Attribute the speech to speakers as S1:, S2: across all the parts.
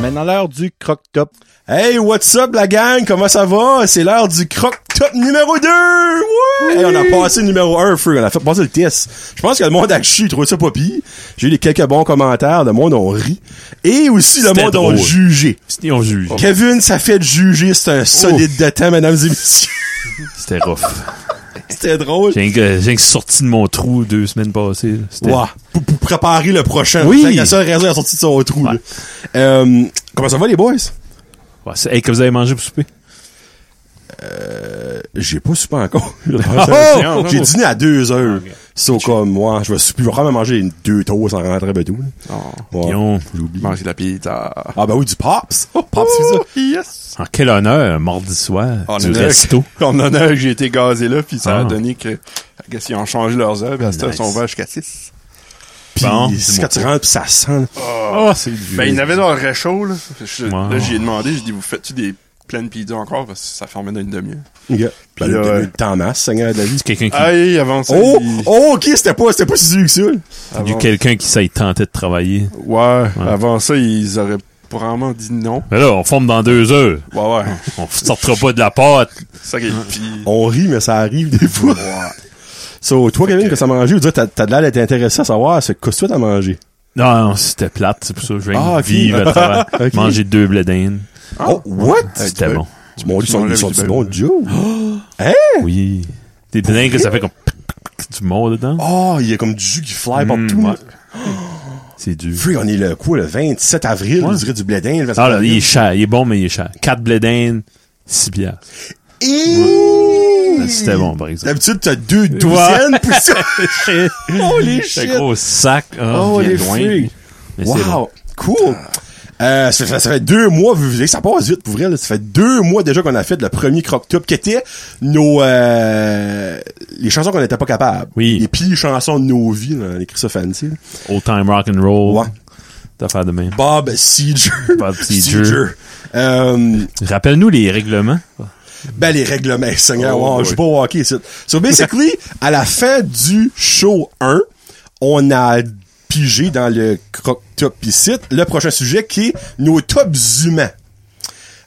S1: maintenant l'heure du croque-top.
S2: Hey, what's up la gang? Comment ça va? C'est l'heure du croc top numéro 2! Ouais! Hey, on a passé le numéro 1, Free. On a fait passer le test. Je pense que le monde a chié, il trouve ça pas pire. J'ai eu des quelques bons commentaires, le monde ont ri. Et aussi le
S3: C'était
S2: monde ont
S3: drôle.
S2: jugé.
S3: C'était on juge.
S2: Kevin, ça fait de juger, c'est un solide de temps, mesdames et messieurs.
S3: C'était rough.
S2: C'était drôle.
S3: J'ai un- j'ai un sorti de mon trou deux semaines passées. C'était-
S2: Ouais, pour, pour préparer le prochain.
S3: Oui.
S2: Fait qu'à ça, raison, elle est sortie de son trou.
S3: Ouais.
S2: là. Euh, comment ça va, les boys?
S3: Ouais, c'est- hey, que vous avez mangé pour souper?
S2: J'ai pas soupé encore.
S3: Oh!
S2: J'ai dîné à deux heures. So, comme, moi, je vais souper, je vais quand même manger une, deux tours sans rentrer ben tout. là.
S4: Oh,
S2: Ouais.
S3: Guillaume,
S4: manger la pizza.
S2: Ah, ben oui, du Pops. Pops, c'est ça.
S4: yes!
S3: en quel honneur, mardi soir,
S4: En
S3: du
S4: honneur-
S3: resto.
S4: En honneur, que j'ai été gazé là, puis ça
S3: Ah.
S4: a donné que, que s'ils ont changé leurs heures, ben, c'était
S3: Nice.
S4: son verre jusqu'à 6.
S2: Puis,
S3: Bon,
S2: c'est
S3: dis-moi
S2: quand tu rentres, pis ça sent. là.
S3: Ah, c'est du...
S4: Ben, il y en avait dans le réchaud, là. Je-
S3: Wow.
S4: Là, j'ai demandé, j'ai dit, vous faites-tu des pleines pizzas encore? Parce que ça fermait dans une demi-heure.
S2: Yeah. Puis, le
S4: là, ouais.
S2: le temps masse, Seigneur de la vie.
S3: C'est quelqu'un qui,
S4: Aïe, avant ça.
S2: Oh,
S4: il-
S2: oh, ok, c'était pas, c'était pas si dur que ça. là.
S4: avant-
S3: il y a quelqu'un qui s'est tenté de travailler.
S4: Ouais, avant ça, ils auraient probablement dit non.
S3: Mais là, on forme dans deux heures.
S4: Ouais, ouais.
S3: On sortira pas de la pâte.
S4: C'est ça qui est pire.
S2: On rit, mais ça arrive des fois. So, toi, Kevin, que ça mangé, ou dire, t'as, t'as de l'air d'être intéressé à savoir, c'est qu'est-ce que toi t'as mangé?
S3: Non, non, c'était plate, c'est pour ça. Je viens
S2: Ah,
S3: de
S2: ok.
S3: vivre à travers.
S2: Ok.
S3: Manger deux blés d'Inde.
S2: Oh, what?
S3: C'était bon.
S2: Tu m'as dit, ils sont- ils sont
S4: Tu
S2: du
S4: m'enlèves
S2: bon Joe.
S3: Oui. Des blés d'Inde que ça fait comme pic, pic, pic, du mort dedans.
S2: Oh, il y a comme du jus qui fly
S3: Mm,
S2: partout.
S3: ouais.
S2: là.
S3: C'est dur.
S2: Free, on est le quoi, le 27 avril, on dirait du blé d'Inde, le 27
S3: Ah, là,
S2: avril.
S3: il est cher. Il est bon, mais il est cher. Quatre blés d'Inde, six piastres.
S2: Et-
S3: Ah, C'était bon, par exemple.
S2: D'habitude, t'as deux douzaines, puis ça. Holy
S3: C'est
S2: shit!
S3: un gros sac. Oh,
S2: Oh,
S3: il
S2: les
S3: est loin.
S2: filles.
S3: Mais c'est bon.
S2: Wow! Cool! Euh, ça, fait, ça fait deux mois, vous voyez, ça passe vite pour vrai, là. ça fait deux mois déjà qu'on a fait le premier croc-top qui était nos euh, les chansons qu'on n'était pas capables.
S3: Oui.
S2: Les pires chansons de nos vies, là, on écrit ça fancy. là.
S3: Old time rock and roll.
S2: Ouais.
S3: D'affaires de même.
S2: Bob Seeger.
S3: Bob Seger.
S2: Euh,
S3: Rappelle-nous les règlements. hein?
S2: ben les règlements, Seigneur,
S4: Oh,
S2: ouais,
S4: oui.
S2: je suis pas au hockey ici. So basically, à la fin du show 1, on a pigé dans le croc top ici le prochain sujet qui est nos tops humains.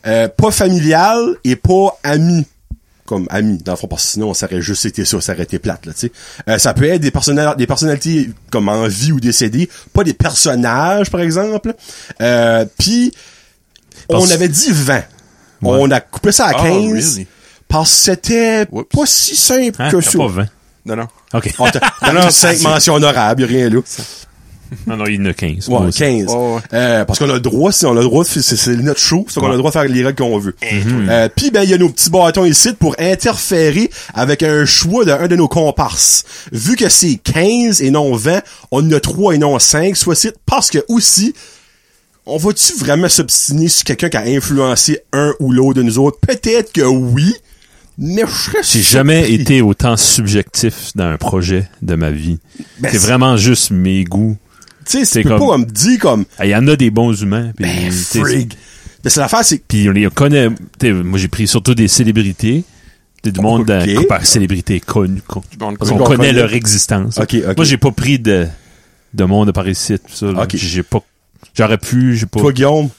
S2: Euh, pas familial et pas ami. Comme ami, dans le fond, parce que sinon, ça aurait juste été ça, ça aurait été plate, là, tu sais. Euh, ça peut être des, personnal- des personnalités comme en vie ou décédées, pas des personnages, par exemple. Euh, Puis,
S3: Parce-
S2: on avait dit 20. On a coupé ça à
S4: Ah,
S2: 15.
S4: really?
S2: Parce que c'était
S4: Whoops.
S2: pas si simple
S3: Hein?
S2: que
S3: T'as
S2: ça.
S3: pas 20.
S4: Non, non.
S3: OK.
S2: On t'a- t'as eu cinq mentions honorables, y a rien là.
S3: non, non, il y en a 15.
S2: Ouais,
S3: Moi aussi.
S2: 15.
S4: Ouais, ouais.
S2: Euh, parce qu'on a le droit, si on a le droit, de f- c'est c'est notre show, c'est qu'on a le droit de faire les règles qu'on veut.
S3: Mm-hmm.
S2: Euh, Puis ben il y a nos petits bâtons ici pour interférer avec un choix d'un de nos comparses. Vu que c'est 15 et non 20, on en a 3 et non 5, soit c'est parce que aussi on va-tu vraiment s'obstiner sur quelqu'un qui a influencé un ou l'autre de nous autres? Peut-être que oui, mais je serais
S3: J'ai jamais été autant subjectif dans un projet de ma vie.
S2: Ben,
S3: c'est
S2: c'est-
S3: vraiment juste mes goûts.
S2: Tu sais,
S3: C'est
S2: tu peux
S3: comme- Mm,
S2: pas me dire comme,
S3: Il y en a des bons humains. puis,
S2: ben,
S3: tu sais,
S2: frig. Mais c'est l'affaire, c'est
S3: Puis on les connaît. t'sais, Moi, j'ai pris surtout des célébrités. t'sais, Du monde dans-
S2: Ok.
S3: par célébrités connues. con-
S4: Du monde
S3: parce
S4: connu.
S3: qu'on
S2: qu'on
S3: connaît
S2: connaît.
S3: leur existence.
S2: Ok, ok.
S3: Moi, j'ai pas pris de, de monde par ici. tout ça, là.
S2: Ok.
S3: J'ai pas. J'aurais pu, j'ai pas.
S2: Toi, Guillaume,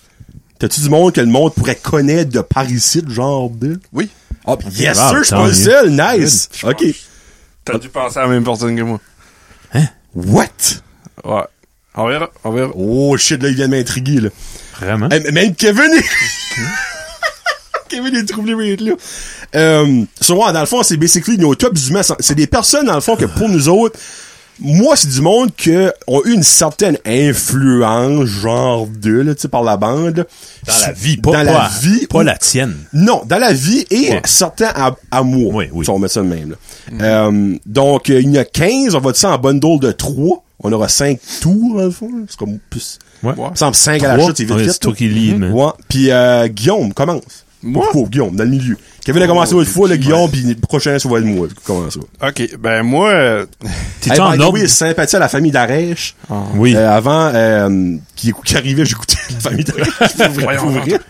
S2: t'as-tu du monde que le monde pourrait connaître de par ici, genre de?
S4: Oui.
S2: Ah, pis yes,
S3: Ah,
S2: sir, je suis
S3: tant
S2: pas le
S3: mieux.
S2: seul, nice!
S4: Good.
S2: Ok.
S4: T'as dû penser à la même personne que moi.
S2: What?
S4: Ouais. On verra, on verra.
S2: Oh shit, là, il vient de m'intriguer, là.
S3: Vraiment.
S2: Eh, mais Même Kevin est- Kevin est troublé, mais il est là. Euh, so, ouais, dans le fond, c'est basically nos tops humains. C'est des personnes, dans le fond, que pour nous autres, moi, c'est du monde que ont eu une certaine influence, genre de, là, tu sais, par la bande.
S3: Dans la vie, pas,
S2: Dans
S3: pas
S2: la
S3: à-
S2: vie,
S3: pas
S2: ou-
S3: la tienne.
S2: Non, dans la vie et
S3: Ouais.
S2: certains à, à moi.
S3: Oui, oui. Mm.
S2: Si on met ça de même. là. Euh, donc, euh, il y en a 15, on va dire ça en bundle de 3. On aura 5 tours, dans le fond. là. C'est comme plus...
S3: Ouais.
S2: Il me semble 5 à la
S3: Trois.
S2: chute, c'est vite
S3: Ouais,
S2: vite.
S3: c'est toi
S2: là.
S3: qui lead,
S2: Mhm.
S3: man.
S2: Ouais. Puis euh, Guillaume, commence.
S4: Moi?
S2: Faut, Guillaume, dans le milieu. Kevin a
S4: Oh,
S2: commencé l'autre
S4: c'est
S2: fois, le
S4: qui,
S2: Guillaume,
S4: ouais.
S2: puis le prochain, ça va être moi. Comment ça?
S4: Ok, ben moi, euh,
S3: T'es-tu
S2: Hey, by
S3: en
S2: the
S3: ordre?
S2: way, sympathie à la famille d'Arèche.
S3: Oui.
S2: Euh, avant, euh, qui, qui arrivait, j'écoutais la famille d'Arèche. Pour vrai, pour vrai.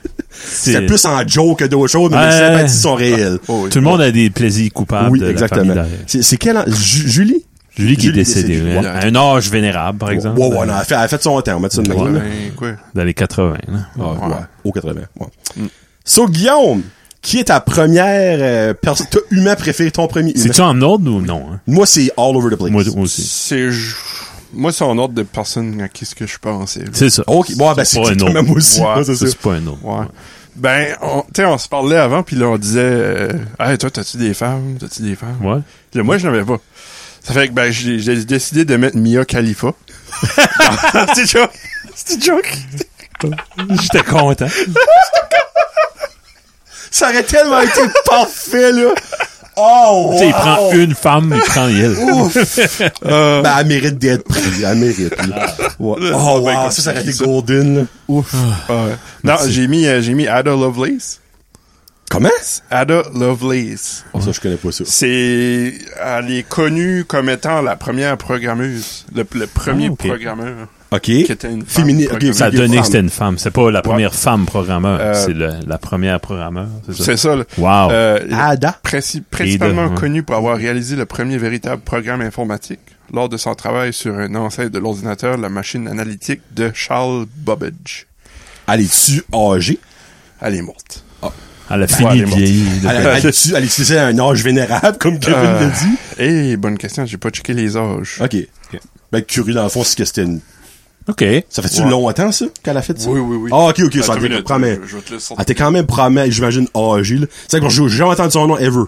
S2: C'était plus en joke que d'autres choses, mais les
S3: Ouais.
S2: sympathies sont réelles.
S4: oh,
S3: Tout le monde a des plaisirs coupables
S2: Oui,
S3: de la
S2: exactement.
S3: famille d'arrêt.
S2: C'est c'est quel an? Ju- Julie?
S3: Julie qui est
S2: Julie
S3: décédée,
S2: décédée,
S3: là,
S2: ouais.
S3: à un âge vénérable, par exemple.
S2: Ouais, ouais, non, elle a fait, elle a fait son temps, on va mettre ça de même,
S3: Ouais.
S2: là. Ah,
S4: Ben, quoi?
S3: Dans les 80, là.
S2: Ouais,
S4: Ouais.
S2: au 80. Ouais.
S3: Mm.
S2: So, Guillaume, qui est ta première euh, personne, t'as humain préféré, ton premier humain?
S3: C'est-tu en ordre ou non? hein?
S2: Moi, c'est all over the place.
S3: Moi, moi aussi.
S4: C'est. j- Moi, c'est en ordre de personne à qui ce que je pensais. là.
S3: C'est ça.
S2: Ok, bon, ben, c'est
S3: pas un
S2: quand
S3: autre.
S2: même aussi.
S4: Ouais,
S2: Ouais, c'est ça.
S3: Ça, C'est pas un autre.
S4: Ouais. Ben, on- tu sais, on se parlait avant, puis là, on disait, euh, hey, toi, t'as-tu des femmes? T'as-tu des femmes?
S3: Ouais.
S4: Puis là, moi, je n'avais pas. Ça fait que, ben, j'ai j'ai décidé de mettre Mia Khalifa. C'est joke. C'est joke.
S3: J'étais content.
S2: Ça aurait tellement été parfait, là. Oh,
S3: Tu sais, il prend une femme, il prend elle.
S4: Euh,
S2: Ben, elle mérite d'être prise. Elle mérite, là.
S3: Ah.
S2: Ouais. Oh,
S4: ben,
S2: wow, ça,
S4: comme
S2: ça aurait été
S4: ça.
S2: golden, là.
S4: ouf.
S3: Bah.
S4: Ouais. non, j'ai mis, euh, j'ai mis Ada Lovelace.
S2: Comment?
S4: Ada Lovelace.
S2: Oh, ça, je connais pas ça.
S4: C'est, elle est connue comme étant la première programmeuse. Le, le premier
S3: Ah, ok.
S4: programmeur.
S2: OK.
S4: Qui était une femme
S2: Fémini-
S4: programmeuse.
S2: ok,
S3: Ça a
S2: Des
S3: donné que
S2: femmes.
S3: c'était une femme. C'est pas la première femme programmeur.
S4: Euh,
S3: c'est le- la première programmeur. C'est ça.
S4: C'est ça, là.
S3: Wow.
S4: Euh,
S2: Ada.
S4: princi- principalement
S3: Oh. ouais.
S4: connu pour avoir réalisé le premier véritable programme informatique lors de son travail sur un ancêtre de l'ordinateur, la machine analytique de Charles Babbage.
S2: Elle est-tu âgée?
S4: Elle est morte.
S3: Elle a
S4: ouais,
S3: fini
S4: elle est
S3: de Ah.
S4: morte.
S3: vieillir.
S2: Elle, elle, est-tu- elle est-tu à un âge vénérable, comme Kevin
S4: Euh,
S2: l'a dit?
S4: Eh, bonne question, j'ai pas checké les âges.
S2: OK. Ben, curieux, dans le fond, c'est que c'était une...
S3: OK.
S2: Ça fait-tu
S4: Ouais.
S2: longtemps, ça, qu'elle a fait ça?
S4: Oui, oui, oui. Ben,
S2: Ah, OK, OK,
S4: Attends
S2: ça a
S4: une
S2: été
S4: minute,
S2: quand même...
S4: je- je vais te le sortir.
S2: Elle était quand même probablement, j'imagine, âgée, là. C'est vrai que j'ai jamais entendu son nom, ever.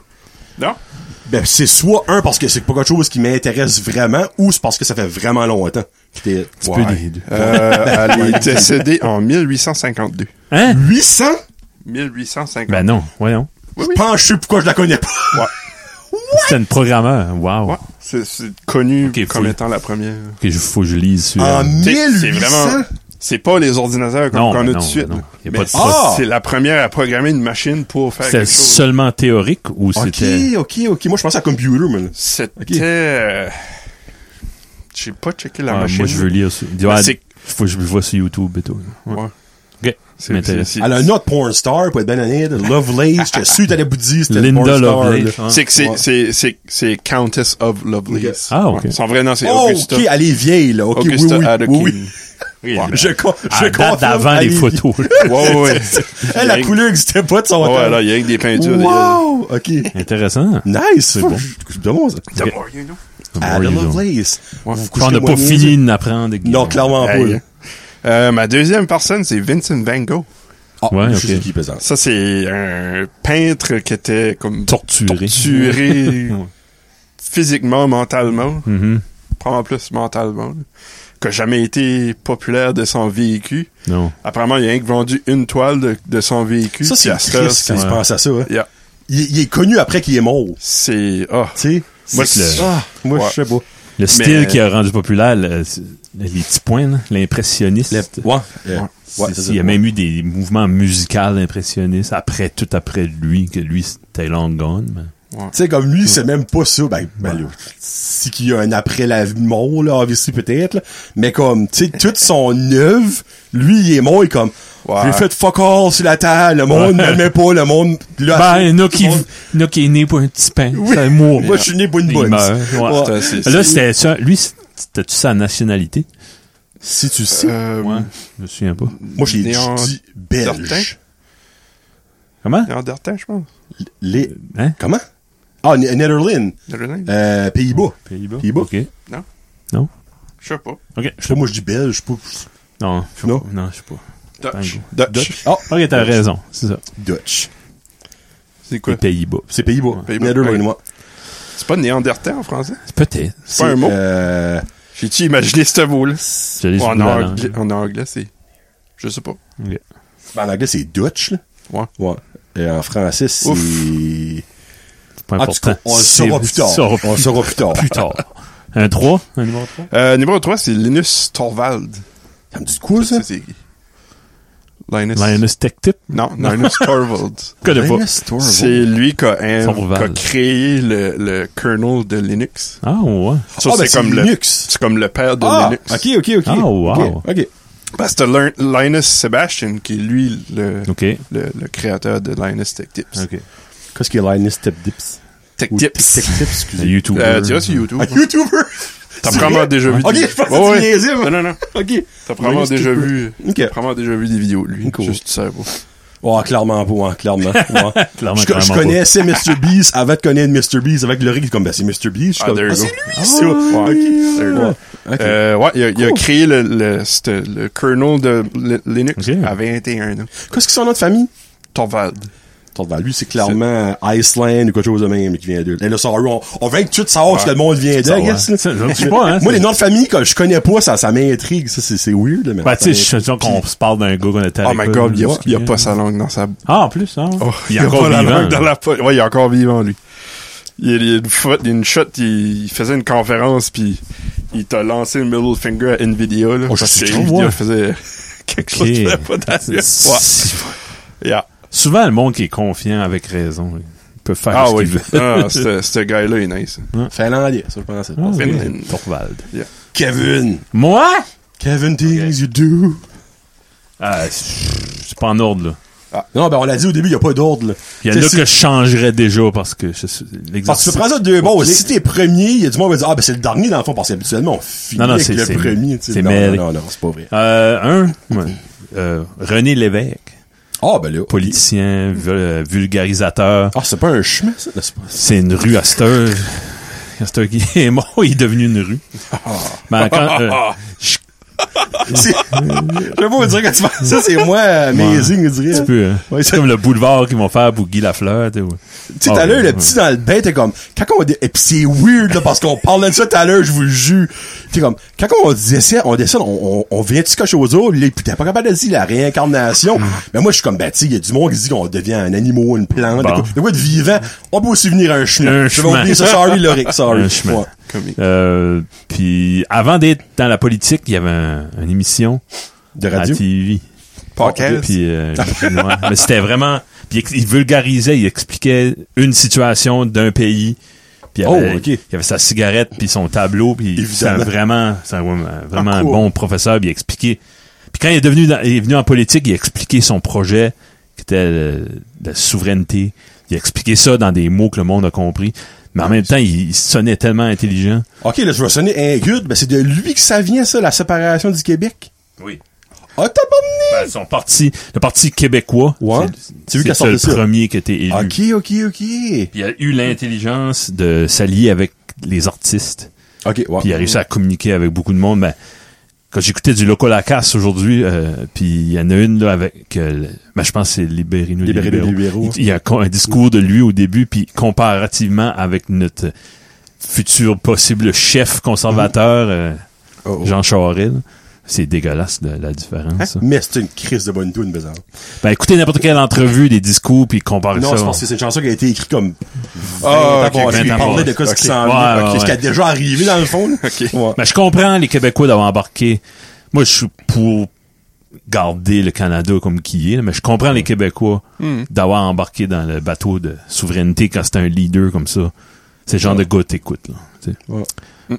S4: Non?
S2: Ben, c'est soit un, parce que c'est pas quelque chose qui m'intéresse vraiment, ou c'est parce que ça fait vraiment longtemps. C'était...
S3: peux les deux.
S4: Euh, elle est décédée en 1852.
S3: Hein?
S2: 800?
S4: 1852.
S3: Ben non, voyons.
S4: oui, oui.
S2: Pense, je sais pourquoi je la connais pas.
S4: Ouais.
S3: C'était une programmeur. Wow.
S4: Ouais. C'est- C'est connu
S3: Ok,
S4: comme
S3: fouille.
S4: étant la première.
S3: Que je- faut que je lise sur. euh,
S2: En
S4: T'sais,
S2: 1800?
S4: C'est vraiment. C'est pas les ordinateurs comme
S3: Non,
S4: qu'on
S3: ben
S4: Ah,
S3: non,
S4: a tout de suite.
S3: ben non.
S4: là.
S3: Y a
S4: Mais
S3: pas de-
S4: c'est-
S2: Ah!
S4: C'est la première à programmer une machine pour faire
S3: C'était
S4: quelque chose.
S3: seulement théorique ou c'était.
S2: Ok, ok, ok. Moi, je pensais à computer, mais...
S4: C'était.
S2: Ok.
S4: euh, J'ai pas checké la
S3: Ah,
S4: machine.
S3: moi, je veux lire. Sur... Ah,
S4: c'est-
S3: faut que je vois sur YouTube et tout. Ouais.
S4: Ouais.
S3: OK. Ça m'intéresse.
S4: c'est-
S2: Elle a un autre porn star, pour être bien honnête. Lovelace, je suis allais vous dire, c'était une porn
S3: Linda
S2: star,
S3: Lovelace.
S2: là.
S3: hein.
S4: C'est que c'est-
S2: Ouais.
S4: c'est c'est- c'est Countess of Lovelace.
S3: Ah, ok.
S4: Ouais. Son vrai nom c'est
S2: Oh,
S4: Augusta.
S2: ok, elle est vieille, là. Ok, oui,
S4: Augusta
S2: oui,
S4: Ada
S2: oui,
S4: King.
S2: oui.
S4: Ouais.
S2: Je, co- je
S3: À date
S2: confirme,
S3: d'avant
S2: elle
S3: les
S2: est
S3: photos.
S4: Ouais, ouais, ouais.
S2: vieille. Elle, la couleur n'existait pas de son temps.
S4: Ouais, là, il y a rien que des peintures. des-
S2: Wow! OK.
S3: Intéressant.
S2: Nice! C'est bon. C'est bon, ça.
S4: The more you know.
S2: Ada Lovelace.
S4: Ouais.
S2: Vous couchez
S3: On n'a
S2: moi
S3: pas
S2: mieux,
S3: fini d'apprendre.
S2: ça? Non, clairement pas.
S4: Hey.
S2: là.
S4: Euh, ma deuxième personne, c'est Vincent Van Gogh.
S2: Ah,
S3: Ouais,
S2: je sais
S3: ok.
S2: qui pesante.
S4: Ça, c'est un peintre qui était comme
S3: Torturé.
S4: torturé physiquement, mentalement,
S3: Mhm.
S4: probablement plus mentalement, là, qui a jamais été populaire de son véhicule.
S3: Non.
S4: Apparemment, il y a rien que vendu une toile de, de son véhicule.
S2: Ça, c'est
S4: Puis à cette heure,
S2: triste quand je
S3: ouais.
S2: pense à ça. hein.
S4: Yeah.
S2: Il, il est connu après qu'il est mort. Tu
S4: C'est... Ah,
S2: sais?
S4: Moi,
S2: C'est-
S4: c'est-
S2: Ah, moi,
S4: Ouais.
S2: je sais pas.
S3: Le style
S4: Mais-
S3: qui a rendu populaire le- les petits points, là, l'impressionniste.
S2: Les- Ouais. euh,
S3: C'est-
S2: ouais, c'est ça.
S3: il y a même eu des mouvements musicaux impressionnistes après tout après lui que lui c'était long gone. mais-
S2: Tu sais, comme lui, c'est même pas ça. Ben, ben là, si qu'il y a un après la mort, là, obviously, peut-être, là. Mais comme, tu sais, toute son œuvre, lui, il est mort, il est comme,
S4: Ouais.
S2: j'ai fait fuck all sur la terre, le monde m'aimait pas, le monde, là,
S3: Ben, il y en a
S2: tout
S3: qui,
S2: le monde-
S3: il y en a qui est né pour un petit pain. Ça mourra.
S2: moi, je suis né pour une
S3: Il
S2: bonne.
S3: meurt.
S2: Ouais.
S3: Ouais.
S4: c'est-
S3: Là,
S4: c'est-
S3: c'était ça. Lui, c'était-tu sa nationalité?
S2: Si tu sais,
S4: euh,
S3: Je me souviens pas.
S2: moi, j'ai dit
S4: Néan- Certain?
S2: belge.
S3: Comment?
S4: Néandertal, je pense.
S2: Les,
S3: Hein?
S2: comment? Ah, N- Netherlands.
S4: Netherlands?
S2: Euh, Pays-Bas.
S3: Pays-Bas.
S2: Pays-Bas.
S3: OK.
S4: Non?
S3: Non?
S4: Je sais pas.
S3: OK.
S2: Je sais pas, moi, je dis belge, je sais pas.
S3: Non, je sais
S2: Non.
S3: pas. Non, je sais pas.
S4: Dutch.
S3: Tango.
S4: Dutch.
S2: Ah,
S3: OK, t'as raison. C'est ça.
S2: Dutch.
S4: C'est quoi?
S3: Les Pays-Bas.
S2: C'est Pays-Bas.
S4: Pays-Bas,
S2: Netherlands,
S4: ouais.
S2: moi.
S4: C'est pas Néandertal en français?
S3: Peut-être.
S4: C'est pas un mot?
S2: Euh,
S4: J'ai-tu imaginé ce mot-là?
S3: J'allais sur
S4: En,
S3: la
S4: ang-
S3: langue.
S2: hein.
S4: en anglais, c'est... Je sais pas.
S3: OK.
S2: ben, en anglais, c'est Dutch, là.
S4: Ouais.
S2: Ouais. Et en français, c'est...
S4: Ouf.
S3: C'est
S4: Ah,
S3: pas
S2: En tout
S3: important.
S2: cas, on le
S3: C'est-
S2: saura plus tard.
S3: saura
S2: On le saura plus tard.
S3: plus tard. Un 3? Un numéro 3?
S4: Euh, numéro 3, c'est Linus Torvald.
S2: Ça me dit de quoi, ça? Ah,
S4: Ça, c'est... Linus.
S3: Linus Tech Tip?
S4: Non, Linus Torvald.
S3: connais pas.
S2: Linus Torvald.
S4: C'est lui qui a, hein,
S3: Torvald.
S4: qui a créé le, le kernel de Linux.
S3: Ah, ouais.
S4: Ça,
S2: Ah, ben, c'est
S4: le-
S2: Linux.
S4: C'est comme le père de
S2: Ah,
S4: Linux.
S2: ok, ok, ok.
S3: Ah, wow.
S2: Ok. ok.
S4: Parce que Lin- Linus Sebastian, qui est lui le,
S3: OK.
S4: le, le créateur de Linus Tech Tips.
S3: OK.
S2: Qu'est-ce qu'il y a Linus Tip Dips?
S4: Tech
S2: Ou
S4: Tips.
S2: Tech Tips, excusez.
S3: YouTube.
S4: Euh, tu vois, sur YouTube.
S2: Un YouTuber!
S4: T'as
S2: C'est
S4: probablement
S2: vrai?
S4: déjà vu.
S2: Ok,
S4: des-
S2: je pensais
S4: Ouais,
S2: que tu
S4: ouais.
S2: niaisais, moi.
S4: Non, non, non.
S2: Ok.
S4: T'as probablement
S2: Oui,
S4: déjà
S2: stupid.
S4: vu.
S2: Ok.
S4: T'as probablement déjà vu des vidéos de lui.
S2: Cool.
S4: Juste ça, bon.
S2: Ouais, clairement pas, hein, clairement. ouais.
S3: Clairement,
S2: Je,
S3: clairement
S2: je
S3: pas.
S2: connaissais Mr. Beast avant de connaître Mr. Beast avec le rig comme ben, c'est Mr. Beast. Je suis
S4: Ah,
S2: comme,
S4: there you
S2: c'est
S4: go.
S2: lui, c'est
S4: Ouais, there you go.
S2: Ouais. Ok.
S4: Euh, ouais, il a, il a
S2: Cool.
S4: créé le, le, c'te- le kernel de li- Linux
S3: Ok.
S4: à 21 ans.
S2: Qu'est-ce que c'est son nom de famille?
S4: Torvald.
S2: Attends, ben, lui, c'est clairement Iceland ou quelque chose de même qui vient d'eux. Là, ça, on, on veut tout savoir si le monde vient d'eux.
S3: savoir.
S2: I guess, là.
S3: Ça, je sais pas, hein,
S2: Moi,
S3: c'est-
S2: les noms de famille que je connais pas, ça, ça m'intrigue. Ça, c'est c'est weird, là, mais.
S3: Bah, tu sais, je suis sûr qu'on se parle d'un gars qu'on était à
S4: Oh my
S3: l'école,
S4: god, il a,
S3: là,
S4: il a
S3: qui-
S4: pas sa langue dans sa
S3: Ah, en plus, hein.
S4: Oh,
S3: il est encore
S4: pas la
S3: vivant.
S4: langue dans la poche. Ouais, il est encore vivant, lui. Il y a- il y a une fois, il y a une shot, il, il faisait une conférence, puis il t'a lancé le middle finger à Nvidia, là.
S2: Oh, je
S4: parce
S2: sais
S4: que
S2: pas,
S4: Nvidia
S3: moi.
S4: faisait quelque
S3: Ok.
S4: chose qui n'avait pas d'allure. Ouais.
S3: C'est-
S4: Yeah.
S3: Souvent, le monde qui est confiant avec raison, il peut faire
S4: Ah
S3: ce
S4: oui.
S3: qu'il veut.
S4: Ah, ce ce gars-là est nice.
S2: Finlandais, ça, je pensais.
S3: Ah, oui.
S4: Finlande.
S3: Torvald.
S2: Kevin!
S3: Moi?
S2: Kevin things you do.
S3: Ah, c'est c'est pas en ordre, là.
S2: Non, ben, on l'a dit au début, il n'y a pas d'ordre, là.
S3: Il y a
S2: T'sais,
S3: là
S2: si-
S3: que je changerais déjà parce que je-
S4: Ah,
S2: Parce que
S3: l'exercice.
S2: tu prends ça deux bon, si t'es premier, il y a du monde qui va dire, ah, ben, c'est le dernier dans le fond, parce qu'habituellement, on finit
S3: Non, non,
S2: avec
S3: c'est-
S2: le
S3: c'est-
S2: premier, tu sais.
S3: c'est
S2: Non,
S3: mêlé.
S2: non, non, non, c'est pas vrai.
S3: Euh, un, ouais. Euh, René Lévesque,
S2: Ah, ben, là.
S3: politicien, vu- euh, vulgarisateur.
S2: Ah, c'est pas un chemin, ça? Non, c'est pas-
S3: C'est une rue à cette heure. À cette heure qu'il est mort, il est devenu une rue. Ben, quand, euh, je-
S2: C'est- Je vais pas vous dire quand tu penses ça, c'est moi, euh, amazing, je dirais.
S3: tu peux, hein.
S2: Ouais,
S3: c'est
S2: ça-
S3: comme le boulevard qu'ils vont faire pour Guy Lafleur. Tu sais, ouais.
S2: Tu sais, tout à l'heure,
S3: Ah,
S2: le
S3: ouais.
S2: petit dans le bain, t'es comme, quand on dit, et pis c'est weird, là, parce qu'on parlait de ça tout à l'heure, je vous le jure. T'es comme, quand on descend, on descend, on, on, on vient de se cocher aux autres, là, pis t'es pas capable de dire la réincarnation.
S3: Mm.
S2: Mais moi, je suis comme, bah, tu sais, il y a du monde qui dit qu'on devient un animal, une plante,
S3: Bon.
S2: de quoi, de quoi de vivant. On peut aussi venir un chemin.
S3: Un
S2: je vais
S3: chemin.
S2: oublier ça, sorry, Loric, sorry.
S3: Un chemin.
S2: Ouais.
S4: Comique.
S3: Euh, puis avant d'être dans la politique, il y avait un- une émission
S2: De
S3: à
S2: radio.
S3: TV.
S4: Podcast.
S3: Puis, euh, ouais. Mais c'était vraiment. Puis il vulgarisait, il expliquait une situation d'un pays. Puis il y avait,
S2: Oh, ok.
S3: il y avait sa cigarette, puis son tableau. Puis c'est un
S2: Évidemment.
S3: vraiment, c'est un, vraiment un
S2: cool.
S3: bon professeur. Puis il expliquait. Puis quand il est devenu, dans- il est venu en politique, il a expliqué son projet qui était euh, de la souveraineté. Il a expliqué ça dans des mots que le monde a compris. Mais en même temps, il, il sonnait tellement intelligent.
S2: Ok, là, je vais sonner un good, ben, c'est de lui que ça vient, ça, la séparation du Québec.
S3: Oui.
S2: Ah, t'as pas
S3: Ben, son parti, le parti québécois,
S2: Ouais.
S3: c'est
S2: C'est lui qui a
S3: c'est le
S2: sorti ça.
S3: premier qui était élu.
S2: Ok, ok, ok.
S3: Puis il a eu l'intelligence de s'allier avec les artistes.
S2: Ok, ouais.
S3: Puis il a réussi à communiquer avec beaucoup de monde. Mais quand j'écoutais du Loco Lacasse aujourd'hui, euh, puis il y en a une là avec, euh, le- ben, je pense que c'est Libérino. les
S2: Libérino, les libéraux.
S3: Il, il y a un, co- un discours de lui au début, puis comparativement avec notre futur possible chef conservateur, euh,
S2: Oh, oh. Hein?
S3: Jean Charest, là. c'est dégueulasse la, la différence. ça.
S2: Mais c'est une crise de bonne tune, bizarre.
S3: Ben, écoutez n'importe quelle entrevue, des discours, puis comparez
S2: Non,
S3: ça.
S2: je pense que c'est une chanson qui a été écrite comme.
S4: Ah, ok,
S2: on
S4: ok,
S3: ok.
S2: parlait de quoi ce qui
S4: Ok.
S2: s'en
S3: Ouais,
S2: venait,
S3: ouais,
S2: ok,
S3: ouais.
S2: ce qui a déjà arrivé dans le fond. là. Ouais.
S3: Mais Ben, je comprends les Québécois d'avoir embarqué. Moi, je suis pour garder le Canada comme qui est, là, mais je comprends les Québécois
S2: Hmm.
S3: d'avoir embarqué dans le bateau de souveraineté quand c'est un leader comme ça. C'est le genre de gars que t'écoutes, là. tu sais.
S2: Ouais.